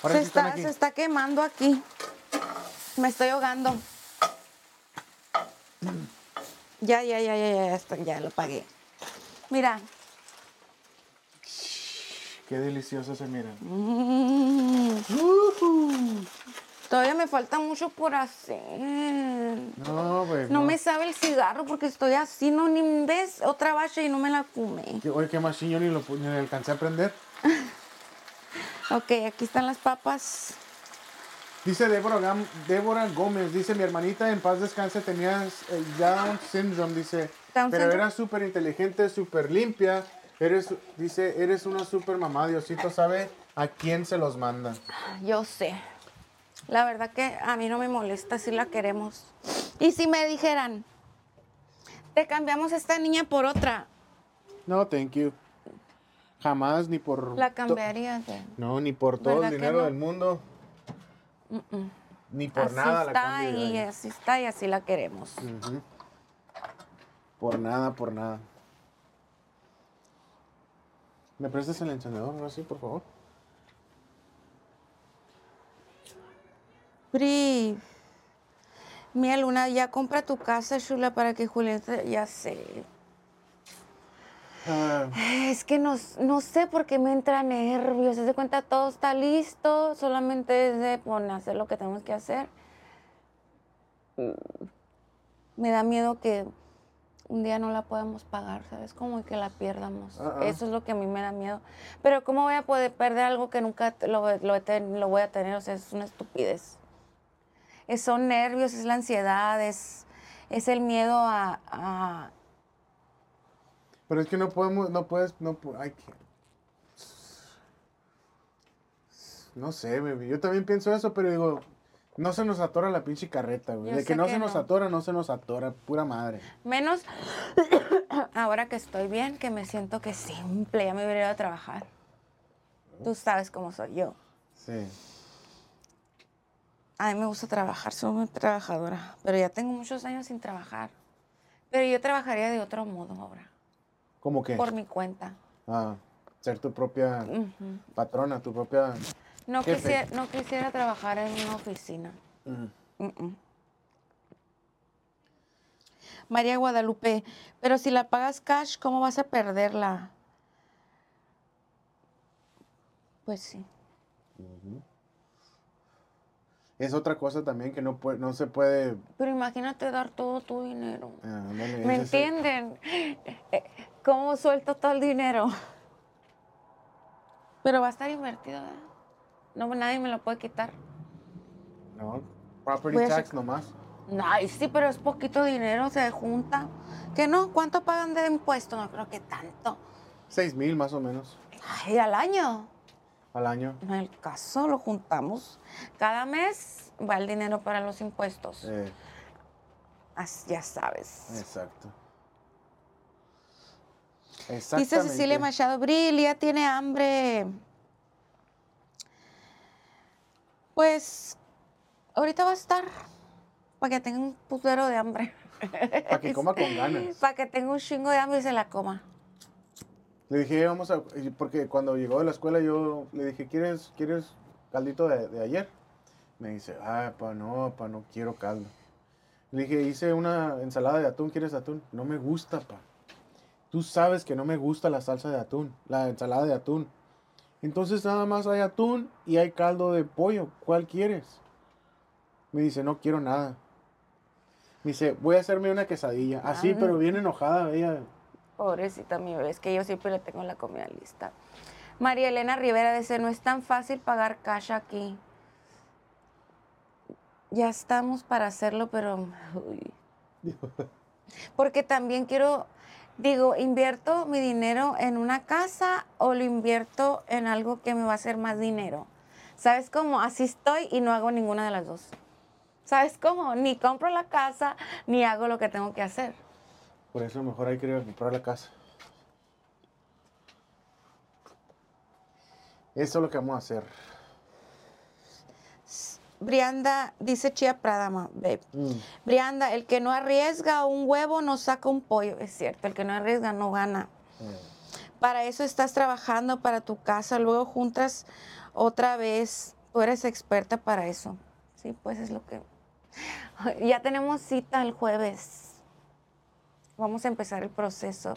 Ahora
Se
sí están
está,
aquí.
se está quemando aquí. Me estoy ahogando. Ya, ya, ya, ya, ya, ya, está- ya lo pagué. Mira.
Qué delicioso se miran.
Mm. Todavía me falta mucho por hacer.
No, güey.
No me sabe el cigarro porque estoy así, no ni ves otra bacha y no me la fumé.
Que- Oye, qué machín, yo ni lo pu- ni le alcancé a prender.
Ok, aquí están las papas.
Dice Débora, Gam- Débora Gómez, dice, mi hermanita en paz descanse tenía el Down syndrome, dice,
Down
pero
syndrome.
era súper inteligente, súper limpia, eres, dice, eres una súper mamá, Diosito sabe a quién se los manda.
Yo sé. La verdad que a mí no me molesta si la queremos. Y si me dijeran, te cambiamos esta niña por otra,
No, thank you. Jamás, ni por...
la
to-
cambiaría. de-
No, ni por todo
¿Verdad
el
que
dinero
no?
del mundo. Ni por
Así
nada la
está
cambio, Mm.
y
Dani.
así está y así la queremos.
Ujú. Por nada, por nada. ¿Me prestas el encendedor, ahora sí, por favor?
Pri, mira Luna, ya compra tu casa, Shula, para que Julieta, ya sé.
Ah,
Es que no, s- no sé por qué me entra nervios. Se cuenta, todo está listo, solamente es de poner, hacer lo que tenemos que hacer. Mm, Me da miedo que un día no la podamos pagar, ¿sabes? Como que la pierdamos.
Ah, ah.
Eso es lo que a mí me da miedo. Pero ¿cómo voy a poder perder algo que nunca te- lo, lo he ten- lo voy a tener? O sea, es una estupidez. Es- son nervios, es la ansiedad, es, es el miedo a- a,
pero es que no podemos, no puedes, no pu- ay, que- No sé, baby. Yo también pienso eso, pero digo, no se nos atora la pinche carreta, güey.
Yo
De que
sé
no
que
se nos
no.
atora, no se nos atora, pura madre.
Menos ahora que estoy bien, que me siento que simple, ya me hubiera ido a trabajar. Tú sabes cómo soy yo.
Sí.
A mí me gusta trabajar, soy muy trabajadora, pero ya tengo muchos años sin trabajar. Pero yo trabajaría de otro modo ahora,
¿Cómo que?
por mi cuenta.
Ah, ser tu propia
Ujú.
patrona, tu propia...
No,
Jefe.
quisiera, no quisiera trabajar en una oficina.
Mm.
Mm-mm.
María Guadalupe, pero si la pagas cash, ¿cómo vas a perderla?
Pues sí.
Es otra cosa también que no, puede, no se puede... eh,
Pero imagínate dar todo tu dinero.
ah, ándale,
¿Me
ese es el-
entienden? Eh, ¿Cómo suelto todo el dinero? Pero va a estar invertido, ¿verdad? No, nadie me lo puede quitar.
No, property
Voy a
tax nomás.
Ay, sí, pero es poquito dinero, se junta. ¿Qué no? ¿Cuánto pagan de impuesto? No creo que tanto.
Seis mil más o menos
Ay, al año.
al año.
En el caso, lo juntamos. Cada mes va el dinero para los impuestos.
Eh,
As- ya sabes.
exacto.
Dice
Exactamente.
Cecilia Machado, Brilia tiene hambre. Pues ahorita va a estar para que tenga un putero de hambre.
Para que coma con ganas.
Para que tenga un chingo de hambre y se la coma.
Le dije, vamos a... y Porque cuando llegó de la escuela yo le dije, ¿quieres, quieres caldito de, de ayer? Me dice, ah, pa, no, pa, no quiero caldo. Le dije, hice una ensalada de atún, ¿quieres atún? No me gusta, pa. Tú sabes que no me gusta la salsa de atún, la ensalada de atún. Entonces nada más hay atún y hay caldo de pollo. ¿Cuál quieres? Me dice, no quiero nada. Me dice, voy a hacerme una quesadilla. Así,
Ah.
pero bien enojada ella.
Pobrecita mi bebé, es que yo siempre le tengo la comida lista. María Elena Rivera dice, no es tan fácil pagar cash aquí. Ya estamos para hacerlo, pero... uy. Porque también quiero, digo, invierto mi dinero en una casa o lo invierto en algo que me va a hacer más dinero. ¿Sabes cómo? Así estoy y no hago ninguna de las dos. ¿Sabes cómo? Ni compro la casa, ni hago lo que tengo que hacer.
Por eso mejor hay que ir a comprar la casa. Eso es lo que vamos a hacer.
Brianda, dice Chía Prada, ma- babe.
Mm.
Brianda, el que no arriesga un huevo no saca un pollo. Es cierto, el que no arriesga no gana.
Eh,
Para eso estás trabajando, para tu casa, luego juntas otra vez. Tú eres experta para eso.
Sí, pues es lo que... Ya tenemos cita el jueves. Vamos a empezar el proceso.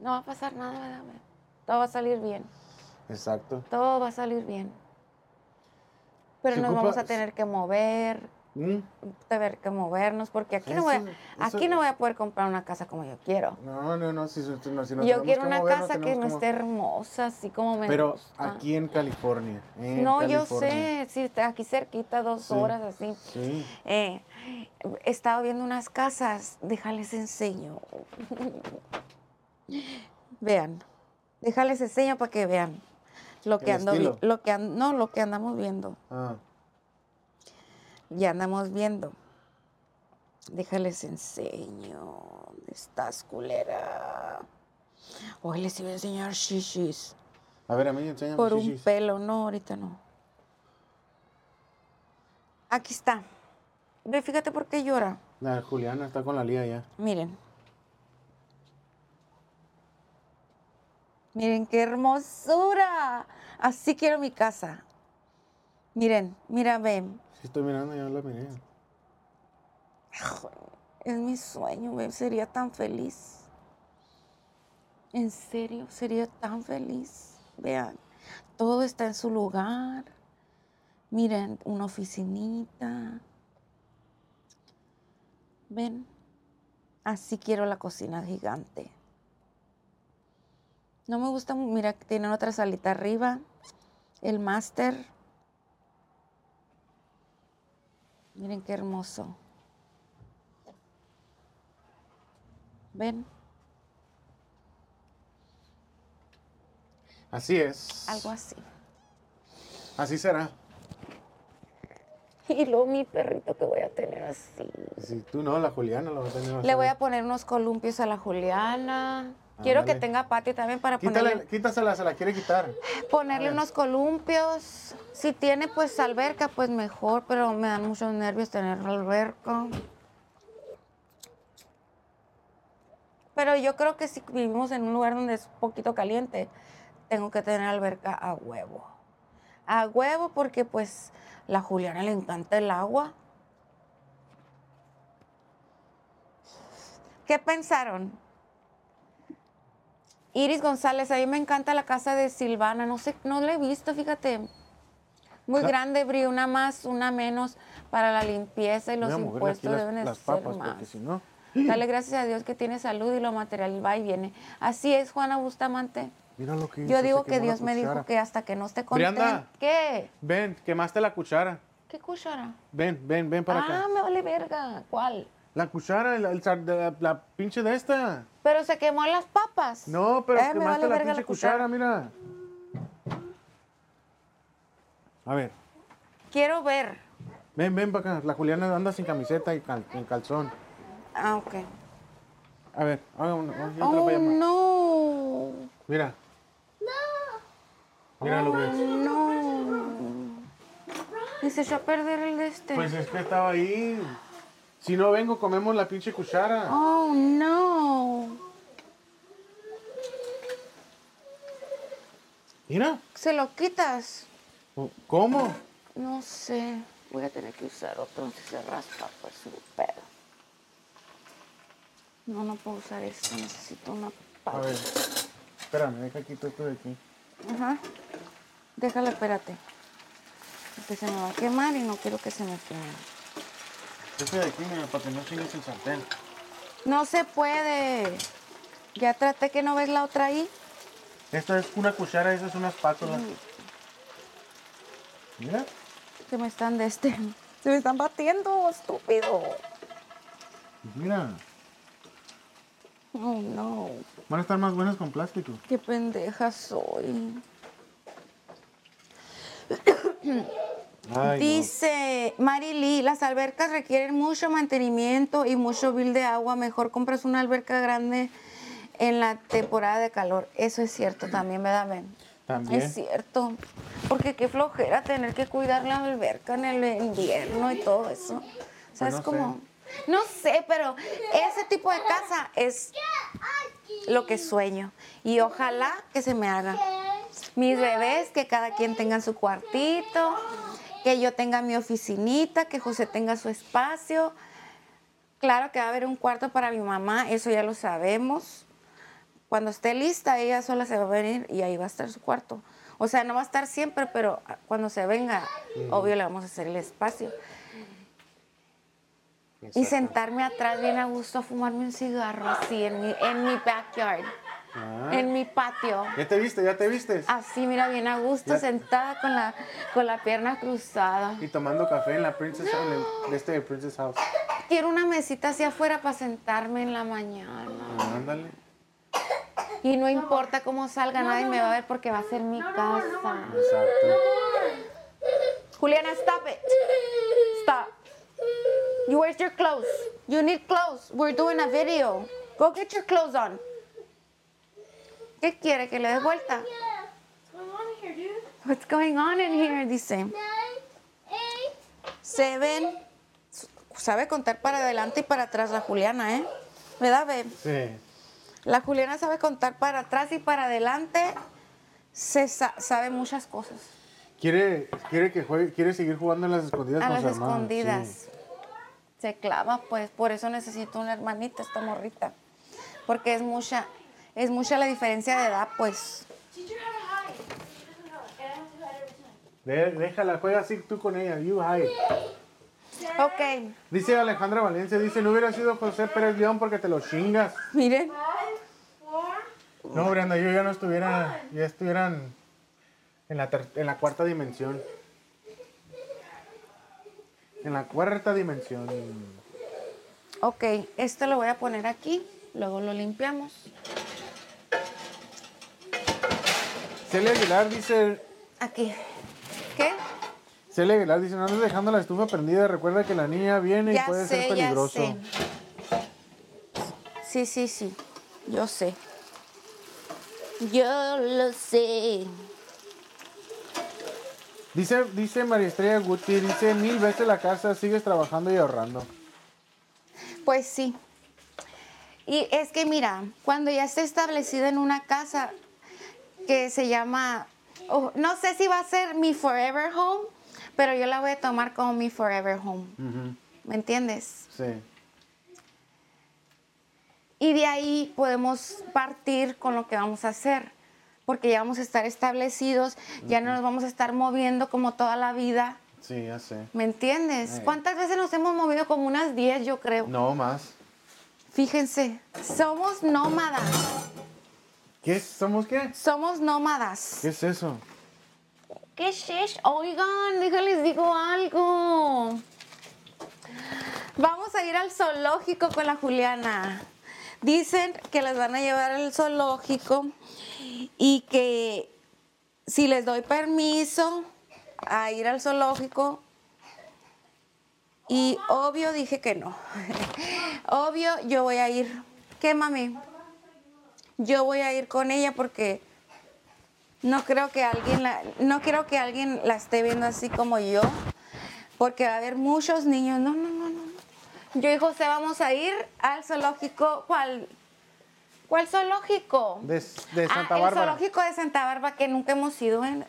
No va a pasar nada, ¿verdad? Bel? Todo va a salir bien.
Exacto.
Todo va a salir bien. Pero
Se
nos
ocupa-
vamos a tener que mover,
Mm.
tener que movernos, porque aquí, no voy,
Eso-
a, aquí
eso-
no voy a poder comprar una casa como yo quiero.
No, no, no. Si, si- si nos
yo
tenemos
quiero
que
una
mover, nos
casa que
tenemos
no
mo-
esté hermosa, así como me
Pero
gusta.
aquí en California. en
No, yo
California.
sé, sí, está aquí cerquita, dos
Sí.
horas así.
Sí.
Eh, he estado viendo unas casas, déjales enseño. vean, déjales enseño para que vean lo que
El
ando vi-
estilo.
lo que an- no, lo que andamos viendo.
Ah,
Ya andamos viendo. Déjales enseño. ¿Dónde estás, culera? Hoy les iba a enseñar shishis.
a ver, a mí enséñame.
Por un
shishis.
pelo, no, ahorita no. Aquí está. Ve, fíjate por qué llora.
La Juliana está con la Lía ya.
Miren. Miren qué hermosura. Así quiero mi casa. Miren, mira, ven.
Sí, estoy mirando, ya la miré.
Es mi sueño, ven. Sería tan feliz. En serio, sería tan feliz. Vean, todo está en su lugar. Miren, una oficinita. Ven, así quiero la cocina gigante. No me gusta, mira, tienen otra salita arriba, el máster. Miren qué hermoso. Ven,
Así es.
algo así.
Así será.
Y luego mi perrito que voy a tener así.
Si tú no, la Juliana lo va a tener.
Le voy a poner unos columpios a la Juliana. Quiero que
Ah, Ándale.
tenga patio también para
Quítale,
ponerle,
quítasela, se la quiere quitar.
ponerle unos columpios. Si tiene pues alberca, pues mejor, pero me dan muchos nervios tener alberca. Pero yo creo que si vivimos en un lugar donde es un poquito caliente, tengo que tener alberca a huevo. A huevo porque pues la Juliana le encanta el agua. ¿Qué pensaron? Iris González, a mí me encanta la casa de Silvana. No sé, no la he visto, fíjate. Muy
La-
grande, Bri, una más, una menos para la limpieza y
Voy
los
a mover aquí
impuestos
las,
deben de
las
ser
papas,
más.
porque si no.
Dale gracias a Dios que tiene salud y lo material va y viene. Así es, Juana Bustamante.
Mira lo que hizo,
Yo
se
digo que
quemó la
Dios me dijo
cuchara.
que hasta que no esté contenta.
Brianda.
¿Qué?
Ven, quemaste la cuchara.
¿Qué cuchara?
Ven, ven, ven para
ah,
acá.
me vale verga. ¿Cuál?
La cuchara, el- el sar- de la, la pinche de esta.
Pero se quemó las papas.
No, pero
Eh, me
quemaste
vale
la
verga
pinche
la cuchara.
cuchara, mira. A ver,
Quiero ver.
ven, ven para acá. La Juliana anda sin camiseta y cal- en calzón.
Ah, ok.
A ver, haga una, haga otra
Oh,
pijama.
no.
Mira. No. Mira lo que
Oh,
es.
No. Y se echó a perder el de este.
Pues es que estaba ahí. Si no vengo, comemos la pinche cuchara.
Oh, no.
Mira.
¿Se lo quitas?
¿Cómo?
No sé. Voy a tener que usar otro si se raspa, pues su pedo. No, no puedo usar esto. Necesito una
A
pala.
ver. Espérame, deja quito esto de aquí.
Ajá. Déjala, espérate. Porque se me va a quemar y no quiero que se me queme.
Este de aquí, mira, para que no chingues el sartén.
No se puede. Ya traté que no ves la otra ahí.
Esta es una cuchara, esa es una espátula. Mira.
Que me están de este. Se me están batiendo, estúpido.
Mira.
Oh, no.
Van a estar más buenas con plástico.
Qué pendeja soy.
Ay, no.
Dice Marily, las albercas requieren mucho mantenimiento y mucho bill de agua. Mejor compras una alberca grande en la temporada de calor. Eso es cierto también, ¿verdad, men?
También.
Es cierto. Porque qué flojera tener que cuidar la alberca en el invierno y todo eso. O sea,
Pues
es
no
como... No sé, pero ese tipo de casa es lo que sueño. Y ojalá que se me haga. Mis bebés, que cada quien tenga su cuartito, que yo tenga mi oficinita, que José tenga su espacio. Claro que va a haber un cuarto para mi mamá, eso ya lo sabemos. Cuando esté lista, ella sola se va a venir y ahí va a estar su cuarto. O sea, no va a estar siempre, pero ah, cuando se venga, obvio le vamos a hacer el espacio. Y sentarme atrás bien a gusto a fumarme un cigarro así en mi, en mi backyard,
Ah.
en mi patio.
Ya te viste, ya te viste.
Así, mira, bien a gusto,
Ya.
sentada con la, con la pierna cruzada.
Y tomando café en la Princess en el- de este de Princess House.
Quiero una mesita hacia afuera para sentarme en la mañana.
Ah, Ándale.
Y no importa cómo salga, nadie me va a ver porque va a ser mi casa.
Exacto.
Juliana, stop it. Stop. You where's your clothes? You need clothes. We're doing a video. Go get your clothes on. ¿Qué quiere que le dé vuelta? What's going on in here? Dice. Seven. Sabe contar para adelante y para atrás la Juliana, ¿eh? ¿Verdad, babe?
Sí.
La Juliana sabe contar para atrás y para adelante. Se sa- sabe muchas cosas.
Quiere, quiere que juegue, quiere seguir jugando en las escondidas
A
con
las
su hermano.
escondidas.
sí.
Se clava, pues. Por eso necesito una hermanita, esta morrita. Porque es mucha es mucha la diferencia de edad, pues.
Teacher how to hide. She doesn't know. And I have to hide every time.
De- déjala, juega así tú con ella. You hide.
Ok,
Dice Alejandra Valencia, dice, no hubiera sido José Pérez León porque te lo chingas.
miren.
Five, four.
No, Brenda, yo ya no estuviera, ya estuvieran en la, ter- en la cuarta dimensión. En la cuarta dimensión.
Ok, esto lo voy a poner aquí, luego lo limpiamos.
Celia Aguilar dice,
Aquí. ¿Qué?
Celia Aguilar dice, no andes dejando la estufa prendida, recuerda que la niña viene y
Ya
puede
sé,
ser
ya
peligroso.
sé. Sí, sí, sí. Yo sé. Yo lo sé.
Dice, dice María Estrella Guti, dice mil veces la casa, sigues trabajando y ahorrando.
Pues sí. Y es que mira, cuando ya esté establecida en una casa que se llama, oh, no sé si va a ser mi forever home, pero yo la voy a tomar como mi forever home. ¿Me entiendes?
Sí.
Y de ahí podemos partir con lo que vamos a hacer, porque ya vamos a estar establecidos, ya no nos vamos a estar moviendo como toda la vida.
Sí, ya sé.
¿Me entiendes?
Ay.
¿Cuántas veces nos hemos movido? Como unas 10, yo creo.
No más.
Fíjense, somos nómadas.
¿Qué es? ¿Somos qué?
Somos nómadas.
¿Qué es eso?
¿Qué es eso? Oigan, déjenles digo algo. Vamos a ir al zoológico con la Juliana. Dicen que las van a llevar al zoológico y que si les doy permiso a ir al zoológico, y obvio dije que no. obvio yo voy a ir. ¿Qué, mami? Yo voy a ir con ella porque no creo que alguien la, no creo que alguien la esté viendo así como yo, porque va a haber muchos niños. No, no, no, no. no. Yo y José vamos a ir al zoológico. ¿Cuál? ¿Cuál zoológico?
De, de Santa
ah, El
Bárbara.
zoológico de Santa Bárbara que nunca hemos ido, en-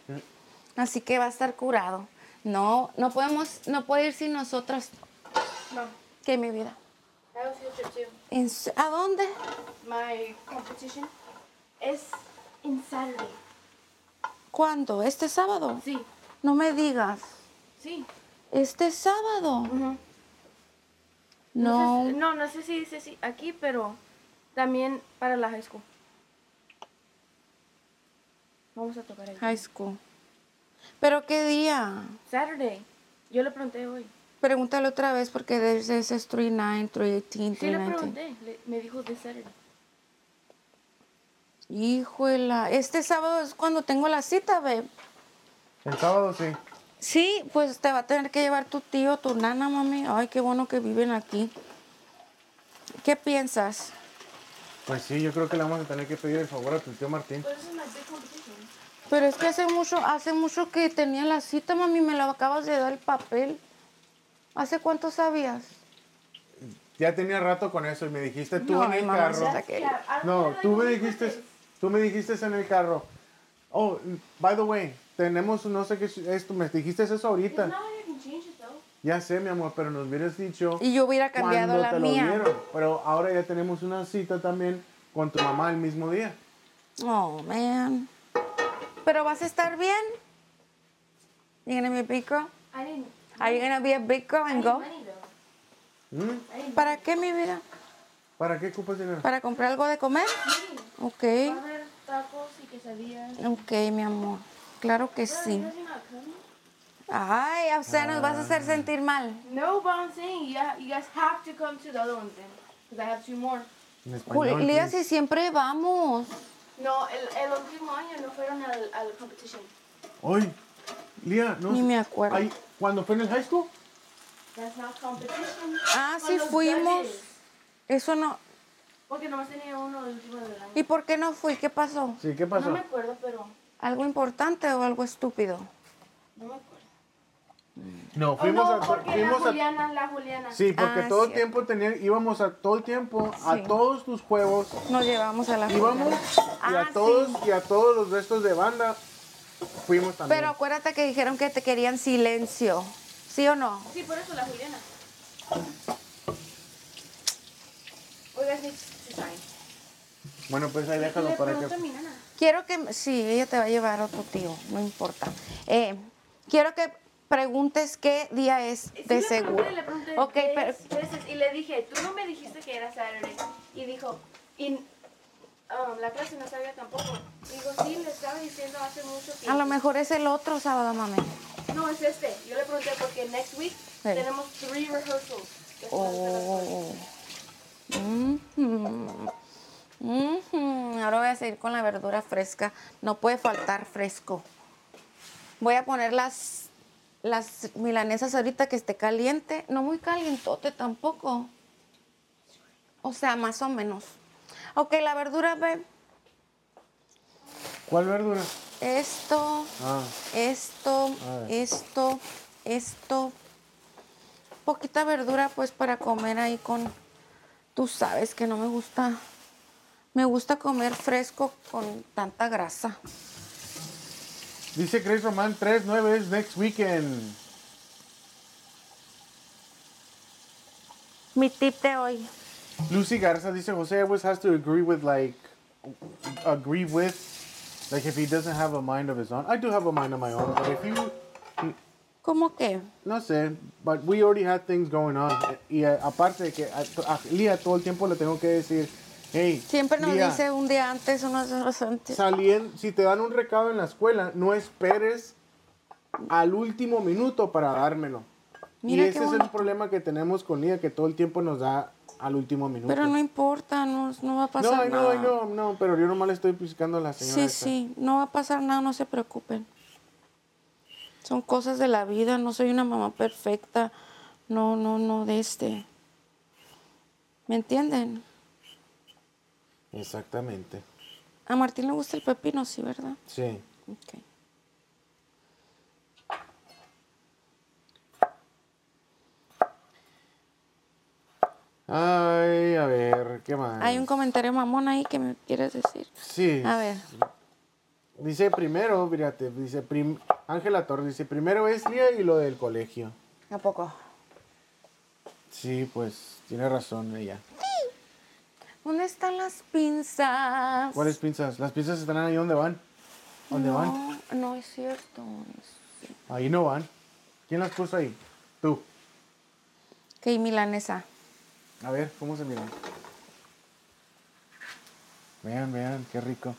así que va a estar curado. No, no podemos, no puede ir sin nosotras.
No.
Que mi vida.
I have a field trip too.
¿En s- ¿A dónde?
My competition is in Saturday.
¿Cuándo? Este sábado.
Sí.
No me digas.
Sí.
Este sábado.
Ujú.
No.
sé si- no, no sé si dice si- aquí, pero también para la high school. Vamos a tocar ahí.
High school. Pero qué día.
Saturday. Yo le pregunté hoy.
Pregúntale otra vez porque there's this is 39, 318,
Sí, le
319.
pregunté. le- me dijo de Saturday.
Híjola. Este sábado es cuando tengo la cita, babe.
El sábado sí.
Sí, pues te va a tener que llevar tu tío, tu nana, mami. Ay, qué bueno que viven aquí. ¿Qué piensas?
Pues sí, yo creo que le vamos a tener que pedir el favor a tu tío Martín.
But this is my big competition.
Pero es que hace mucho, hace mucho que tenía la cita, mami, me la acabas de dar el papel. ¿Hace cuánto sabías?
Ya tenía rato con eso y me dijiste tú
No,
en el
mamá,
carro.
sí. Okay.
Yeah, I don't
No,
know,
tú me
like, what is
dijiste,
this?
tú me dijiste en el carro. Oh, by the way, tenemos un no sé qué es esto, me dijiste eso
It's
ahorita.
not like I can change it though.
Ya sé, mi amor, pero nos hubieras dicho
Y yo hubiera cambiado
cuando
la
te
mía.
lo dieron. Pero ahora ya tenemos una cita también con tu mamá el mismo día.
Oh, man. ¿Pero vas a estar bien? You gonna be a big girl?
I didn't.
Are you gonna be a big girl
I
and
need
go?
money
¿Mm?
though. I need
¿Para qué, mi vida?
¿Para qué ocupas dinero?
¿Para comprar algo de comer?
money.
Ok.
Va a haber tacos y quesadillas.
Ok, mi amor. Claro que sí.
Does he not come?
Ay, o sea, nos vas a
Ah.
hacer sentir mal.
No, but I'm saying you, ha- you guys have to come to the other ones then. Because I have two more.
En español, pues.
Julia, si
please.
siempre vamos.
No, el, el último año no fueron al, al competition.
Ay, Lía, no
Ni
sé-
me acuerdo.
Ay, ¿Cuándo fue en el high school?
That's not competition.
Ah,
Con
sí
los
fuimos.
judges.
Eso no.
Porque nomás tenía uno el último del año.
¿Y por qué no fui? ¿Qué pasó?
Sí, ¿qué
No
pasó?
me acuerdo, pero
¿Algo importante o algo estúpido?
no me acuerdo.
No,
Oh,
fuimos
no,
a...
porque la
fuimos a-
Juliana, la Juliana.
Sí, porque
Ah,
todo el
cierto.
tiempo tenía, íbamos a todo el tiempo a
Sí.
todos tus juegos,
Nos llevamos a la
íbamos
jugada.
y
Ah,
a
sí.
todos y a todos los restos de banda fuimos también.
Pero acuérdate que dijeron que te querían silencio. ¿Sí o no?
Sí, por eso la Juliana. We guys need to sign.
Bueno, pues ahí déjalo
Le
para que.
pregunto a mi nana.
Quiero que, sí, ella te va a llevar otro tío, no importa. Eh, quiero que preguntes qué día es de
Sí, le pregunté,
seguro.
Le pregunté,
Ok,
¿qué
pero
es? ¿Qué es? Y le dije, tú no me dijiste que era Saturday. Y dijo, y um, la clase no sabía tampoco. Digo, sí, le estaba diciendo hace mucho tiempo.
a lo mejor es el otro sábado, mami.
No, es este. Yo le pregunté porque next week tenemos three rehearsals. después de las
Oh.
clases.
Mhm. Mhm. Ahora voy a seguir con la verdura fresca. No puede faltar fresco. Voy a poner las, las milanesas ahorita que esté caliente. No muy calientote tampoco. O sea, más o menos. Ok, la verdura, ve.
¿Cuál verdura?
Esto,
Ah,
esto,
A ver.
esto, esto. Poquita verdura pues para comer ahí con... Tú sabes que no me gusta... Me gusta comer fresco con tanta grasa.
dice Chris Román 3-9 es next weekend.
Mi tip de hoy.
Lucy Garza dice Jose always has to agree with like agree with like if he doesn't have a mind of his own. I do have a mind of my own, but if you
¿Cómo que?
no sé, but we already had things going on. Y eh, aparte de que a, a Lía todo el tiempo le tengo que decir, hey,
Siempre nos
Lía,
dice un día antes, unos horas antes.
salien- si te dan un recado en la escuela, no esperes al último minuto para dármelo.
Mira
y
qué
ese es el
bonito.
problema que tenemos con Lía, que todo el tiempo nos da al último minuto.
Pero no importa, no, no va a
No,
pasar
ay, no,
nada.
ay, no, no, pero yo nomás le estoy explicando a la señora.
Sí,
esta.
sí, no va a pasar nada, no se preocupen. Son cosas de la vida, no soy una mamá perfecta. No, no, no, de este. ¿Me entienden?
Exactamente.
A Martín le gusta el pepino, sí, ¿verdad?
Sí.
Ok.
Ay, a ver, ¿qué más?
Hay un comentario mamón ahí que me quieres decir.
Ah, Sí.
A ver.
Dice primero, fíjate, dice prim- Ángela Torres, dice primero es Lía y lo del colegio.
¿A poco?
Sí, pues tiene razón ella.
¿Dónde están las pinzas?
¿Cuáles pinzas? Las pinzas están ahí donde van. ¿Dónde van?
Pues No, no es cierto. no es cierto.
Ahí no van. ¿Quién las puso ahí? Tú.
Ok, milanesa.
A ver, ¿cómo se miran? Vean, vean, qué rico.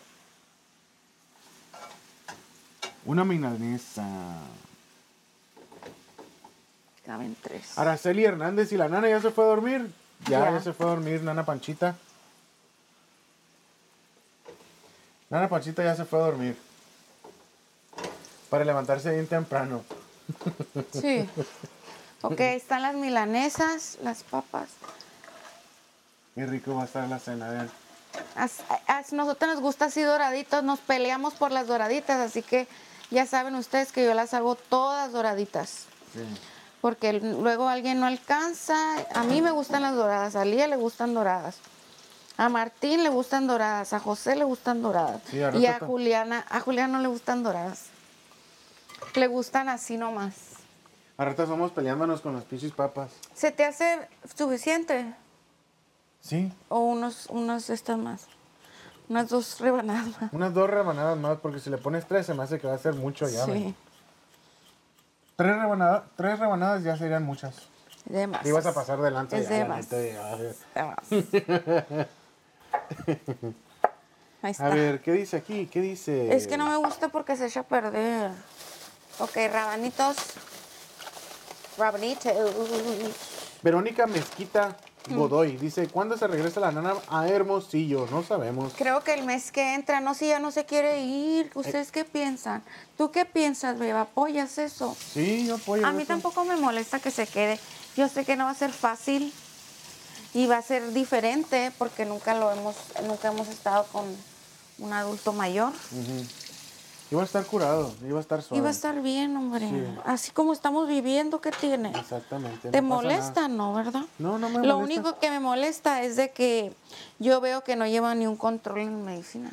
Una milanesa.
Caben tres.
Araceli Hernández y la nana ya se fue a dormir. Ya,
Ya.
ya se fue a dormir, nana Panchita. Nana Panchita ya se fue a dormir. Para levantarse bien temprano.
Sí. Ok, están las milanesas, las papas.
Qué rico va a estar la cena, vean.
As- as- nosotros nos gusta así doraditos, nos peleamos por las doraditas, así que ya saben ustedes que yo las hago todas doraditas. Porque l- luego alguien no alcanza. A mí me gustan las doradas, a Lía le gustan doradas. A Martín le gustan doradas, a José le gustan doradas.
Sí, a
y a
Roberto.
Juliana, a Juliana no le gustan doradas. Le gustan así nomás.
A rato estamos peleándonos con las pinches papas.
¿Se te hace suficiente?
Sí,
O unos, unos estas más. Unas dos rebanadas más.
unas dos rebanadas más, porque si le pones tres se me hace que va a ser mucho Pues ya.
sí,
ven. Tres, rebanada- tres rebanadas ya serían muchas.
de más.
Te ibas a pasar delante.
Es
ya,
de
la
más.
neta, ya.
De más. Ahí
A
está.
ver, eh. ¿qué dice aquí? ¿Qué dice?
Es que no me gusta porque se echa a perder. Ok, rabanitos. Rabanitos.
Verónica Mezquita
Mm.
Godoy dice, ¿cuándo se regresa la nana a Hermosillo? No sabemos.
Creo que el mes que entra, no si ya no se quiere
Eh.
ir. ¿Ustedes qué piensan? ¿Tú qué piensas, Beba? ¿Apoyas eso?
Sí, yo apoyo
A mí
eso.
tampoco me molesta que se quede. Yo sé que no va a ser fácil y va a ser diferente porque nunca lo hemos, nunca hemos estado con un adulto mayor.
Ujú. Iba a estar curado, iba a estar suave.
Y va a estar bien, hombre.
Sí.
Así como estamos viviendo, ¿qué tiene?
Exactamente.
¿Te
no pasa
molesta,
nada.
no, verdad?
No, no me
Lo
molesta.
único que me molesta es de que yo veo que no lleva ni un control en medicina.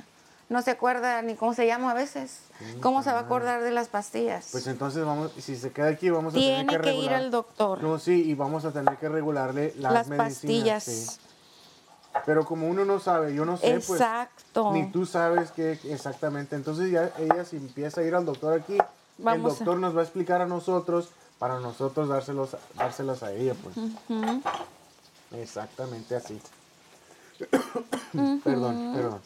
No se acuerda ni cómo se llama a veces. ¿Cómo se va a acordar de las pastillas?
Pues entonces vamos, si se queda aquí vamos a
Tiene
tener que
que ir
regular.
al doctor.
No, sí, y vamos a tener que regularle las,
las
medicinas,
pastillas.
sí. Pero como uno no sabe, yo no sé, pues.
Exacto.
Ni tú sabes qué exactamente. Entonces ya ella si empieza a ir al doctor aquí,
Vamos a-
el doctor nos va a explicar a nosotros para nosotros dárselos, dárselas a ella, pues. Exactamente así. Perdón, perdón.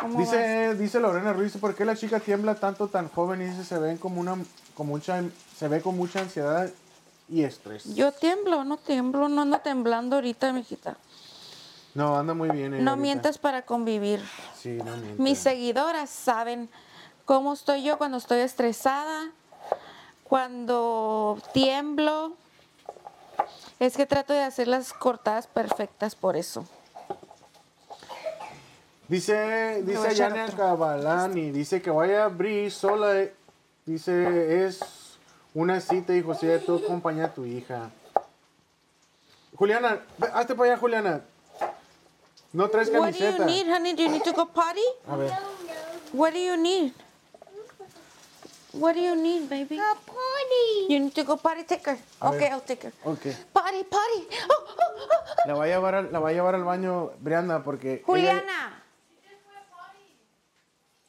¿Cómo vas?
Dice, dice Lorena Ruiz, ¿por qué la chica tiembla tanto tan joven? Y dice, se ven como una, con mucha, se ve con mucha ansiedad y estrés.
Yo tiemblo, no tiemblo, no ando temblando ahorita, mijita.
No, anda muy bien. ella
No
ahorita.
mientas para convivir.
Sí, no mientas.
Mis seguidoras saben cómo estoy yo cuando estoy estresada, cuando tiemblo. Es que trato de hacer las cortadas perfectas por eso.
Dice,
Me voy a
dice
echar
Yania
otro.
Cavalani, dice que vaya a abrir sola. eh, Dice, es una cita y José, tú acompaña a tu hija. Juliana, ve- hazte para allá, Juliana. No traes
What do you
camiseta.
need, honey? Do you need to go potty?
A ver,
What do you need? What do you need, baby? A potty. You need to go potty, take her.
A ver.
okay, I'll take her.
ok.
Potty, potty. Oh, oh, oh, oh.
La va a llevar al, la va a llevar al baño Brianda porque... ella-
Juliana.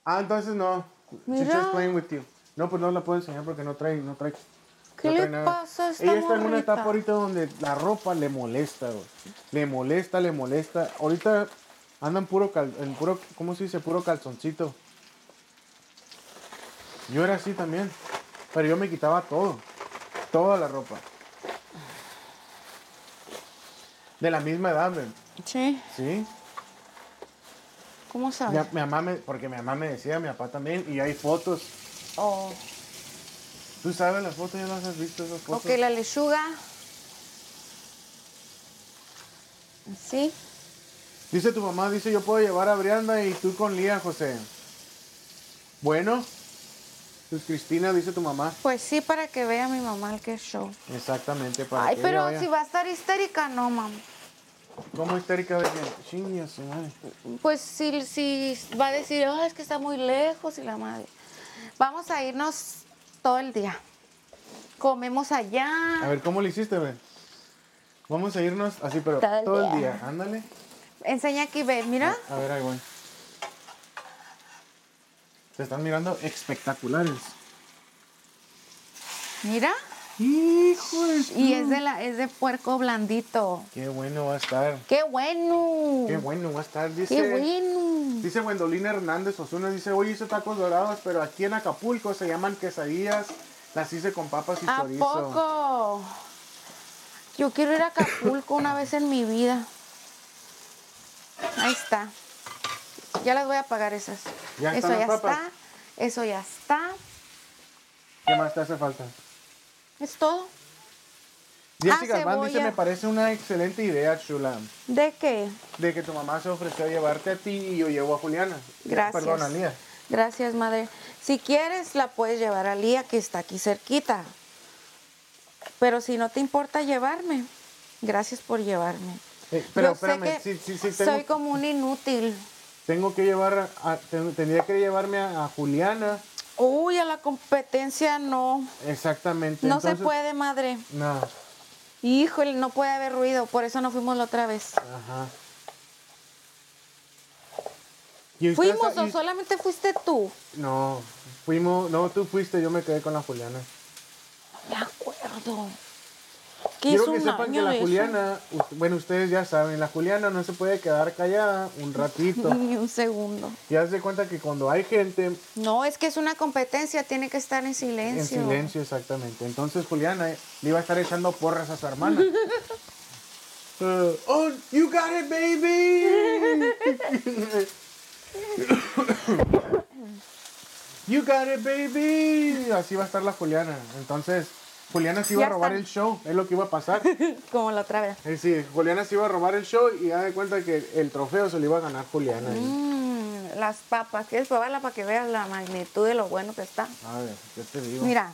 ah, entonces no. She's
Mira.
just playing with you. No, pues no la puedo enseñar porque no trae, no trae...
¿Qué
no trae
le
nada.
pasa a esta
Ella está en una
morrita?
etapa ahorita donde la ropa le molesta, güey. Le molesta, le molesta. Ahorita andan puro cal, en puro, ¿cómo se dice? Puro calzoncito. Yo era así también. Pero yo me quitaba todo. Toda la ropa. De la misma edad, güey.
Sí,
¿sí?
¿cómo
Mi,
sabes?
mi mamá me, porque mi mamá me decía, mi papá también, y hay fotos.
Oh.
Tú sabes las fotos, ya las has visto esas fotos.
Ok, la lechuga. Sí.
Dice tu mamá, dice yo puedo llevar a Brianda y tú con Lía, José. Bueno, pues Cristina, dice tu mamá.
Pues sí, para que vea mi mamá el que show.
Exactamente, para
Ay,
que
pero
ella vaya.
si va a estar histérica, no, mam.
¿Cómo histérica de quién? Chinga su madre.
Pues si, si va a decir, "Oh, es que está muy lejos y la madre. Vamos a irnos todo el día. Comemos
A
allá.
ver, ¿cómo le hiciste, ve? Vamos a irnos así, pero
Todo
todo,
el
el
día.
día. Ándale.
Enseña aquí, ve, mira.
A ver, ahí voy. Se están mirando espectaculares.
Mira.
Hijo de su-
Y es de la, es de puerco blandito.
Qué bueno va a estar.
¡Qué bueno!
Qué bueno va a estar, dice.
¡Qué bueno!
Dice Wendolina Hernández Osuna, dice, hoy hice tacos dorados, pero aquí en Acapulco se llaman quesadillas, las hice con papas y
¿A
chorizo.
poco? Yo quiero ir a Acapulco una vez en mi vida. Ahí está. Ya las voy a pagar esas.
Ya
Eso
están las
ya
papas.
está. Eso ya está.
¿Qué más te hace falta?
Es todo.
Jessica Galván dice,
Ah, cebolla.
me parece una excelente idea, Chula,
¿De qué?
de que tu mamá se ofreció a llevarte a ti y yo llevo a Juliana.
Gracias.
Ah, Perdón, a Lía.
Gracias, madre. Si quieres, la puedes llevar a Lía, que está aquí cerquita. Pero si no te importa llevarme, gracias por llevarme.
Eh, pero
Yo sé
espérame,
que
sí, sí, sí, tengo,
soy como un inútil.
tengo que llevar, a, a- ten- tendría que llevarme a, a Juliana,
Uy, a la competencia no.
exactamente.
No se
entonces-
puede, madre.
No,
Híjole, no puede haber ruido, por eso no fuimos la otra vez.
ajá. ¿Y ustedes-
¿Fuimos o
y-
solamente fuiste tú?
No, fuimos, no, tú fuiste, yo me quedé con la Juliana.
Me acuerdo. ¿Qué
Quiero
hizo
que
un
sepan que
año
la
de eso?
Juliana, u- bueno, ustedes ya saben, la Juliana no se puede quedar callada un ratito.
Ni un segundo.
Y haz de cuenta que cuando hay gente
No, es que es una competencia, tiene que estar en silencio.
en silencio, exactamente. Entonces Juliana eh, le iba a estar echando porras a su hermana. Eh, oh, you got it, baby. you got it, baby. Así va a estar la Juliana. Entonces, Juliana se iba
Ya
a robar
está.
el show, es lo que iba a pasar.
Como la otra vez.
Eh, Sí, Juliana se iba a robar el show y ya de cuenta que el trofeo se lo iba a ganar Juliana. ahí.
Mm, las papas, ¿quieres probarla para que veas la magnitud de lo bueno que está?
A ver, yo te digo.
Mira,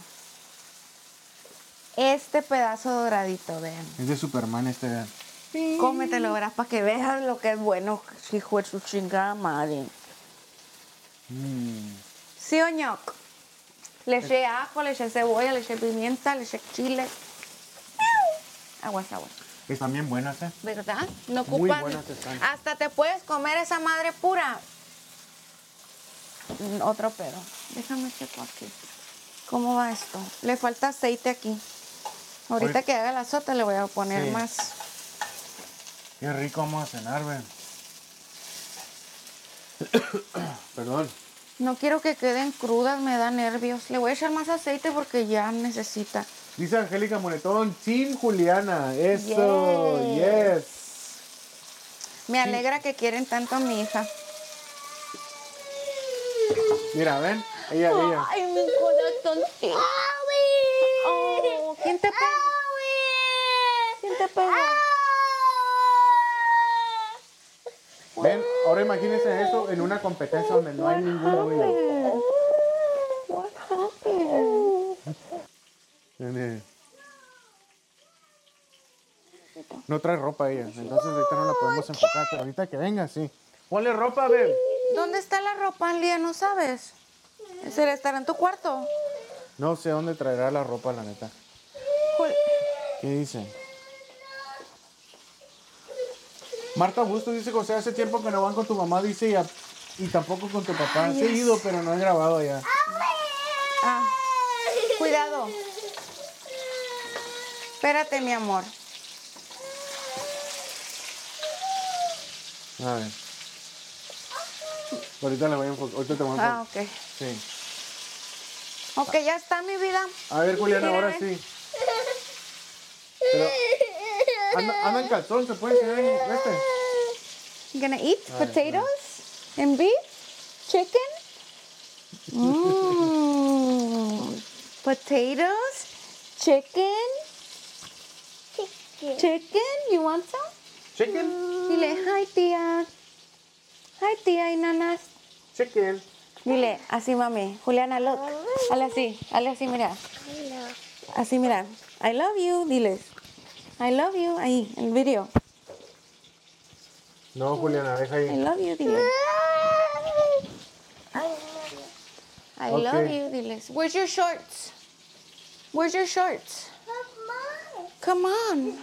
este pedazo doradito, vean.
Es de Superman este. vean.
Cómetelo, verás, para que veas lo que es bueno, hijo de su chingada madre.
Mm.
¿Sí o ñoc? Le eché ajo, le eché cebolla, le eché pimienta, le eché chile. Aguas, aguas.
Están bien buenas, ¿eh?
¿Verdad? No
Muy
ocupan.
buenas están.
Hasta te puedes comer esa madre pura. Mm, Otro pero. Déjame checo aquí. ¿Cómo va esto? Le falta aceite aquí. Ahorita
Ahorita-
que haga la sota le voy a poner
Sí.
más.
Qué rico vamos a cenar, güey. Perdón.
No quiero que queden crudas, me da nervios. Le voy a echar más aceite porque ya necesita.
Dice Angélica Monetón, sin Juliana. Eso,
Yes.
yes.
Me alegra que quieren tanto a mi hija.
Mira, ven. Ella, ella.
Ay, mi corazoncito. Oh, ¿Quién te pegó? ¿Quién te pegó?
Ven, ahora imagínense eso en una competencia donde no hay ningún ruido. Nene. No trae ropa ella, entonces ahorita no la podemos enfocar, pero ahorita que venga, sí. Ponle ropa, ven.
¿Dónde está la ropa, Lía? ¿No sabes? ¿Será estará en tu cuarto?
No sé dónde traerá la ropa, la neta.
Jul-
¿Qué dice? Marta Busto dice, José, hace tiempo que no van con tu mamá, dice, y, a- y tampoco con tu papá.
Ay,
sí he
es-
ido, pero no he grabado ya.
Ah, cuidado. Espérate, mi amor.
A ver. Ahorita la voy a enfocar. Ahorita te voy a enfocar.
Ah, ok.
Sí.
Ok, ya está, mi vida.
A ver, Juliana,
Mira,
ahora
ven.
sí. Pero- anda, anda en calzón, ¿se puede enseñar en este?
You gonna eat
Vale,
potatoes and beef, chicken. Mmm. potatoes, chicken. Chicken. You want some?
Chicken,
Dile hi tía. Hi tía y nanas.
chicken.
Dile así mami. Juliana look. Hale así. Hale así mira. Así mira. I love you. Diles. I love you. Ahí el video.
No, Juliana, deja
I
ahí.
love you, diles. I love
Okay.
you, diles. Where's your shorts? Where's your shorts? Come on.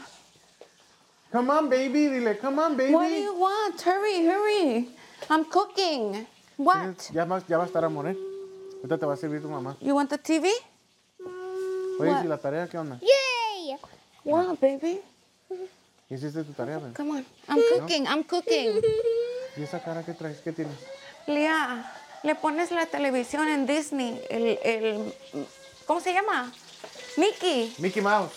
Come on, baby, dile, come on, baby.
What do you want? Hurry, hurry. I'm cooking. What?
Ya va, ya va a estar amor, ¿eh? Ahorita te va a servir tu mamá.
You want the TV?
Oye,
What?
¿y la tarea qué onda?
Wow, baby.
¿Hiciste tu tarea, ven?
Come on. I'm cooking. I'm cooking.
¿Y esa cara que traes? ¿Qué tienes?
Lía, le pones la televisión en Disney. El, el, ¿Cómo se llama? Mickey.
Mickey Mouse.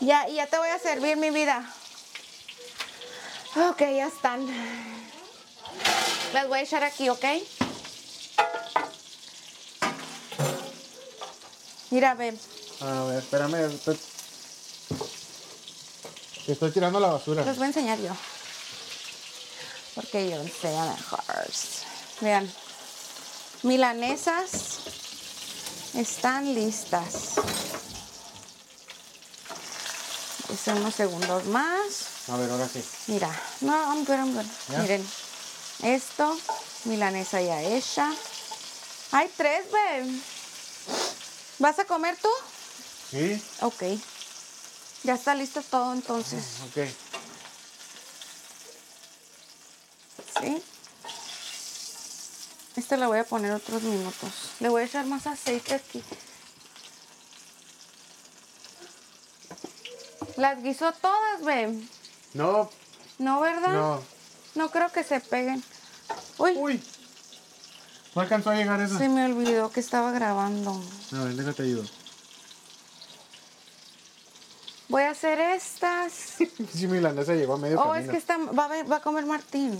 Ya, y ya te voy a servir mi vida. Ok, ya están. Las voy a echar aquí, ¿ok? Mira, ven.
A ver, espérame. Estoy... Te estoy tirando la basura.
Los voy a enseñar yo. Porque yo enseño mejor. Vean. Milanesas están listas. Es unos segundos más.
A ver, ahora sí.
Mira, no, I'm good, I'm good.
¿Ya?
Miren, esto, milanesa ya hecha. Hay tres, babe. ¿Vas a comer tú?
¿Sí?
Ok. Ya está listo todo entonces,
Ok.
¿sí? Este le voy a poner otros minutos. Le voy a echar más aceite aquí. Las guisó todas, babe.
No,
¿No, verdad?
no.
No creo que se peguen. Uy.
Uy. No alcanzó a llegar eso.
Se me olvidó que estaba grabando.
A ver, déjate ayudo.
Voy a hacer estas.
Sí, milanesa llegó a medio
Oh, es
camino.
que está, va, a ver- va a comer Martín.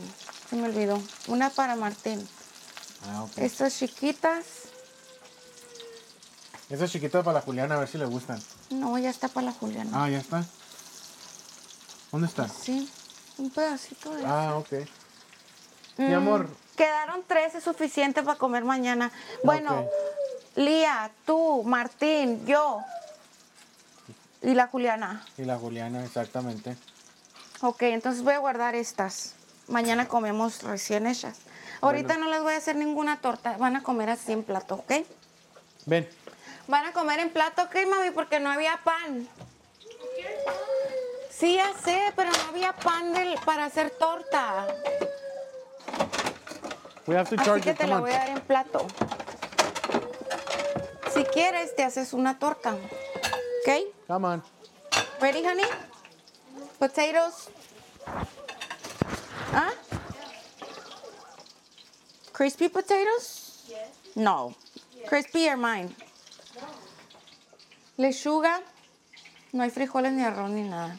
Se me olvidó. Una para Martín.
Ah, ok.
Estas chiquitas.
Esa es chiquita para la Juliana, a ver si le gustan.
No, ya está para la Juliana.
Ah, ya está. ¿Dónde está?
Sí, un pedacito de... Mm.
Ah, ok. Mi amor.
Quedaron tres, es suficiente para comer mañana. Bueno, Lía, tú, Martín, yo y la Juliana.
Y la Juliana, exactamente.
Ok, entonces voy a guardar estas. Mañana comemos recién hechas. Ahorita no les voy a hacer ninguna torta. Van a comer así en plato, ¿ok?
Ven.
Van a comer en plato, ¿ok, mami? Porque no había pan. Sí, ya sé, pero no había pan del- para hacer torta.
We have to
Así
charge
que
it.
te
Come
la
on.
voy a dar en plato. Si quieres, te haces una torta. ¿Ok?
Come on.
Ready, honey? Potatoes. Huh? Crispy potatoes? No. Crispy are mine. Lechuga. No hay frijoles ni arroz ni nada.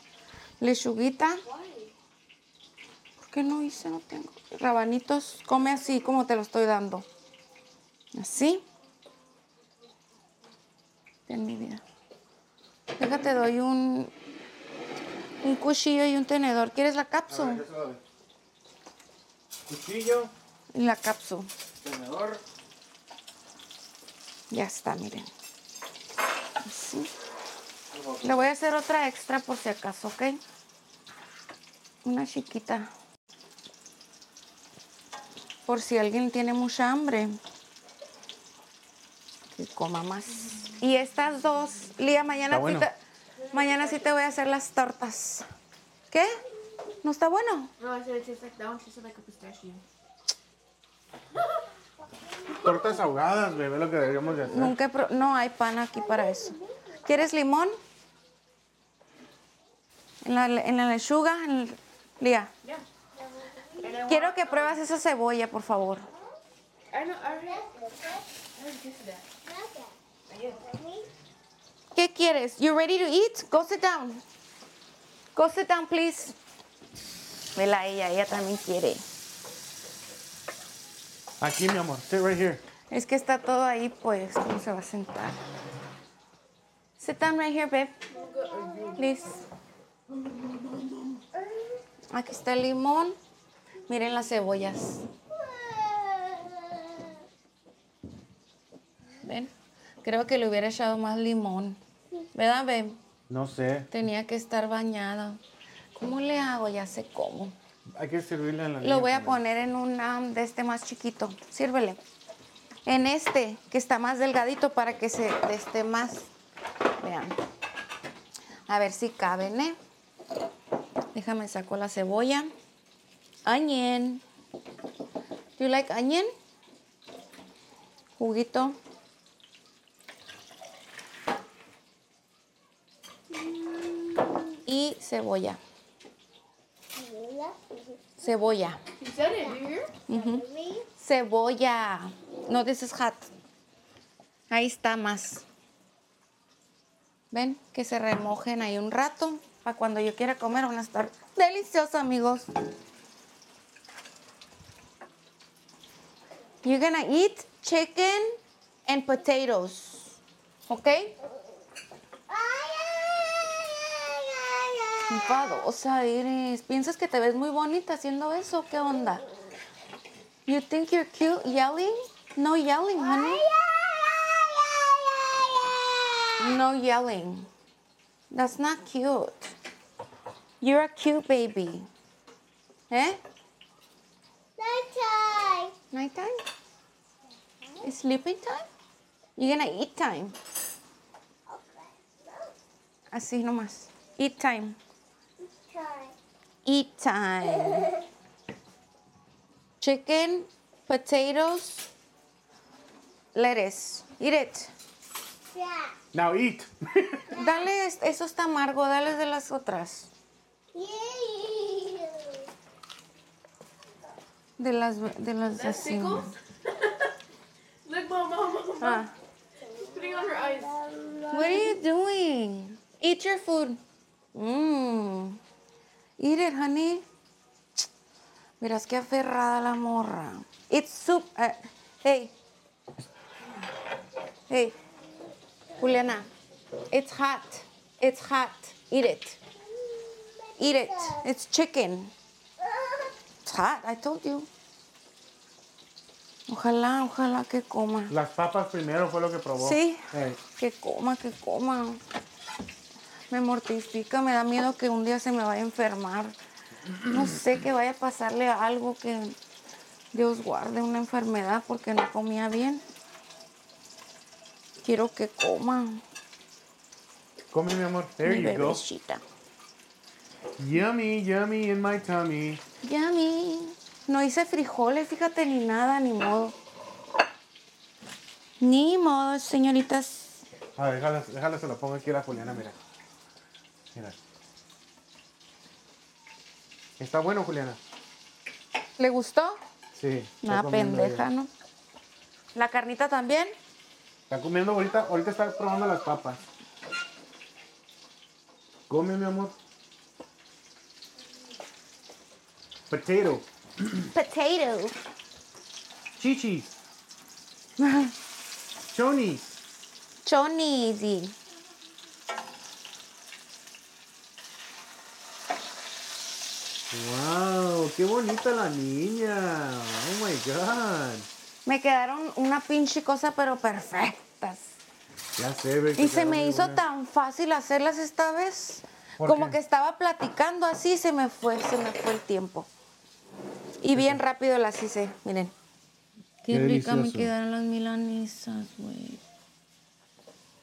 Lechuguita. ¿Por qué no hice? No tengo. Rabanitos. Come así como te lo estoy dando. Así. En mi vida. Déjate, doy un, un cuchillo y un tenedor. ¿Quieres la cápsula?
Cuchillo,
Y la cápsula.
tenedor.
Ya está, miren. Así. Le voy a hacer otra extra por si acaso, ¿ok? Una chiquita. Por si alguien tiene mucha hambre. Que coma más. Y estas dos, Lía, mañana,
Está bueno.
sí te, mañana sí te voy a hacer las tortas. ¿Qué? ¿No está bueno?
No, I said it tastes like that one tastes like a pistachio.
Tortas ahogadas, güey. Ve lo que deberíamos de hacer.
Nunca he pro- no hay pan aquí para eso. ¿Quieres limón? En la, en la lechuga, en el- Lía.
Yeah. And I
Quiero que pruebas esa cebolla, por favor.
want- I know, I already. I already tasted that.
¿Qué quieres? You ready to eat? Go sit down. Go sit down, please. Vela a ella, ella también quiere.
Aquí, mi amor. Sit right here.
Es que está todo ahí, pues, ¿cómo se va a sentar? Sit down right here, babe. Please. Aquí está el limón. Miren las cebollas. ¿Ven? Creo que le hubiera echado más limón. ¿Verdad, babe?
No sé.
Tenía que estar bañada. ¿Cómo le hago? Ya sé cómo.
Hay que servirle a la niña
Lo voy a
primero.
poner en un am, de este más chiquito. Sírvele. En este, que está más delgadito para que se esté más. Vean. A ver si caben, ¿eh? Déjame saco la cebolla. Onion. Do you like onion? Juguito. Y cebolla. Cebolla.
You said it, do you hear?
Cebolla. No, this is hot. Ahí está más. Ven, que se remojen ahí un rato. Para cuando yo quiera comer van a estar deliciosas, amigos. You're gonna eat chicken and potatoes. ¿Ok? Enfadosa eres. ¿Piensas que te ves muy bonita haciendo eso? ¿Qué onda? You think you're cute yelling? No yelling, honey. No yelling. That's not cute. You're a cute baby. Eh? Night time? It's sleeping time? You're gonna eat time. Así nomás. Eat time. Eat time. Chicken, potatoes, lettuce. Eat it.
Now eat.
Dale, es- eso está amargo, dale de las otras. De las, de las de así.
Pickles? Look, mom, mom, mom, mom.
Ah.
She's putting on her eyes.
What are you doing? Eat your food. Mmm. Eat it, honey. Miras qué aferrada la morra. It's soup. eh, hey. Hey. Juliana. It's hot. It's hot. Eat it. Eat it. It's chicken. It's hot. I told you. Ojalá, ojalá que coma.
Las papas primero fue lo que probó.
Sí.
Eh,
Que coma, que coma. Me mortifica, me da miedo que un día se me vaya a enfermar. No sé, que vaya a pasarle algo que Dios guarde, una enfermedad porque no comía bien. Quiero que coma
come, mi amor. There
mi
you go.
bebecita.
Yummy, yummy in my tummy.
Ya a mí. No hice frijoles, fíjate, ni nada, ni modo. Ni modo, señoritas.
A ver, déjala, déjala, se lo pongo aquí a la Juliana, mira. Mira. ¿Está bueno, Juliana?
¿Le gustó?
Sí. está
Una
comiendo ella.
pendeja, ¿no? ¿La carnita también?
Está comiendo ahorita, ahorita está probando las papas. Come, mi amor. Potato.
Potato.
Chichis. Chonis.
Chonisi.
Wow, qué bonita la niña. Oh my god.
Me quedaron una pinche cosa, pero perfectas.
Ya sé, ve que
Y se
quedó
me
muy
hizo
buena.
tan fácil hacerlas esta vez.
¿Por
Como
qué?
que estaba platicando así, se me fue, se me fue el tiempo. Y bien rápido las hice, miren. Qué,
Qué
rica me
delicioso.
quedaron las milanesas, güey.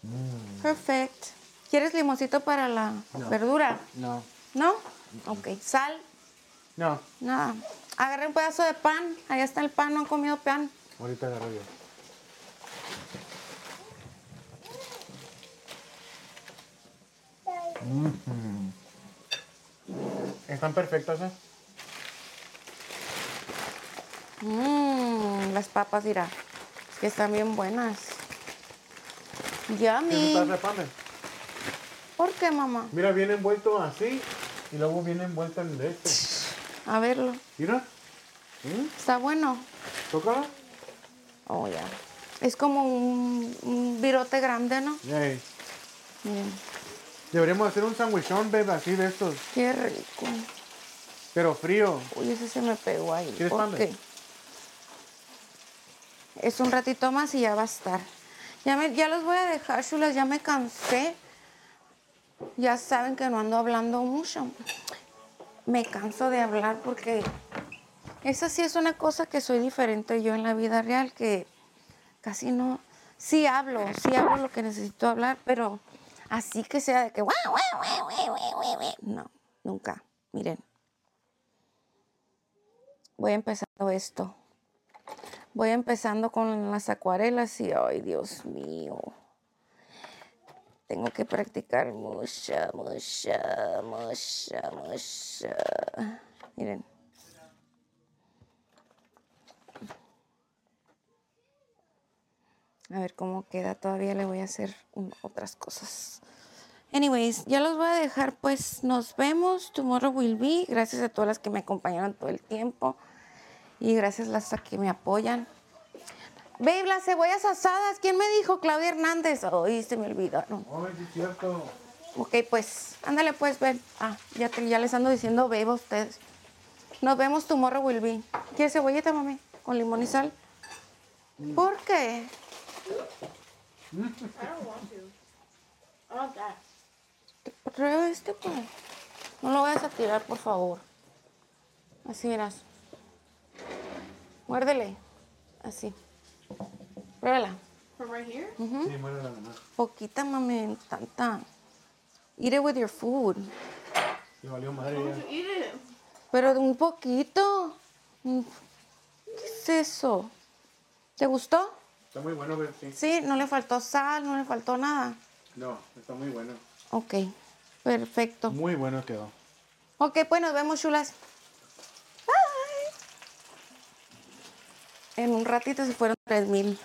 Mm. Perfect. ¿Quieres limoncito para la verdura?
No,
¿No? Ok, sal,
no.
nada. Agarré un pedazo de pan, allá está el pan, no han comido pan.
Ahorita agarro yo. Mhm. Están perfectas, ¿eh?
Mmm, las papas, mira. Es que están bien buenas.
¿Qué
Yummy.
estás repame?
¿Por qué, mamá?
Mira, viene envuelto así y luego viene envuelto en de este.
A verlo.
Mira. ¿Mm?
Está bueno.
¿Tócala?
Oh, ya. Es como un, un virote grande, ¿no?
Ey,
Miren.
Deberíamos hacer un sandwichón, babe, así de estos,
Qué rico.
pero frío.
Uy, ese se me pegó ahí.
¿Quieres
¿Por
pan,
qué?
babe?
Es un ratito más y ya va a estar. Ya, me- ya los voy a dejar, chulas. Ya me cansé. Ya saben que no ando hablando mucho. Me canso de hablar porque esa sí es una cosa que soy diferente yo en la vida real, que casi no... Sí hablo, sí hablo lo que necesito hablar, pero así que sea de que... "Guau, guau, guau, guau, guau, guau, guau". No, nunca. Miren. Voy empezando esto. Voy empezando con las acuarelas y, ay, Dios mío. Tengo que practicar mucho, mucho, mucho, mucho. Miren. A ver cómo queda. Todavía le voy a hacer un- otras cosas. Anyways, ya los voy a dejar. Pues nos vemos. Tomorrow will be. Gracias a todas las que me acompañaron todo el tiempo. Y gracias a las que me apoyan. Babe, las cebollas asadas. ¿Quién me dijo? Claudia Hernández. Ay, se me olvidaron.
Ay, Oh, sí es cierto.
Ok, pues, ándale pues, babe. Ah, ya, te- ya les ando diciendo babe a ustedes. Nos vemos tomorrow will be. ¿Quieres cebollita, mami? Con limón y sal. ¿Por qué?
I don't want to. I want that.
Te traigo este, pues. No lo vayas a tirar, por favor. Así, miras. Muérdele. Así. Pruébala.
From right here?
Sí, muere la mamá.
Poquita, mami, no tanta. Eat it with your food.
Le valió madre
Why
ya.
don't you eat it?
Pero de un poquito. Mm, ¿Qué es eso? ¿Te gustó?
Está muy bueno, babe, sí.
Sí, no le faltó sal, no le faltó nada.
No, está muy bueno.
Ok, perfecto.
Muy bueno quedó.
Ok, pues nos vemos, chulas. Bye. En un ratito se fueron 3000.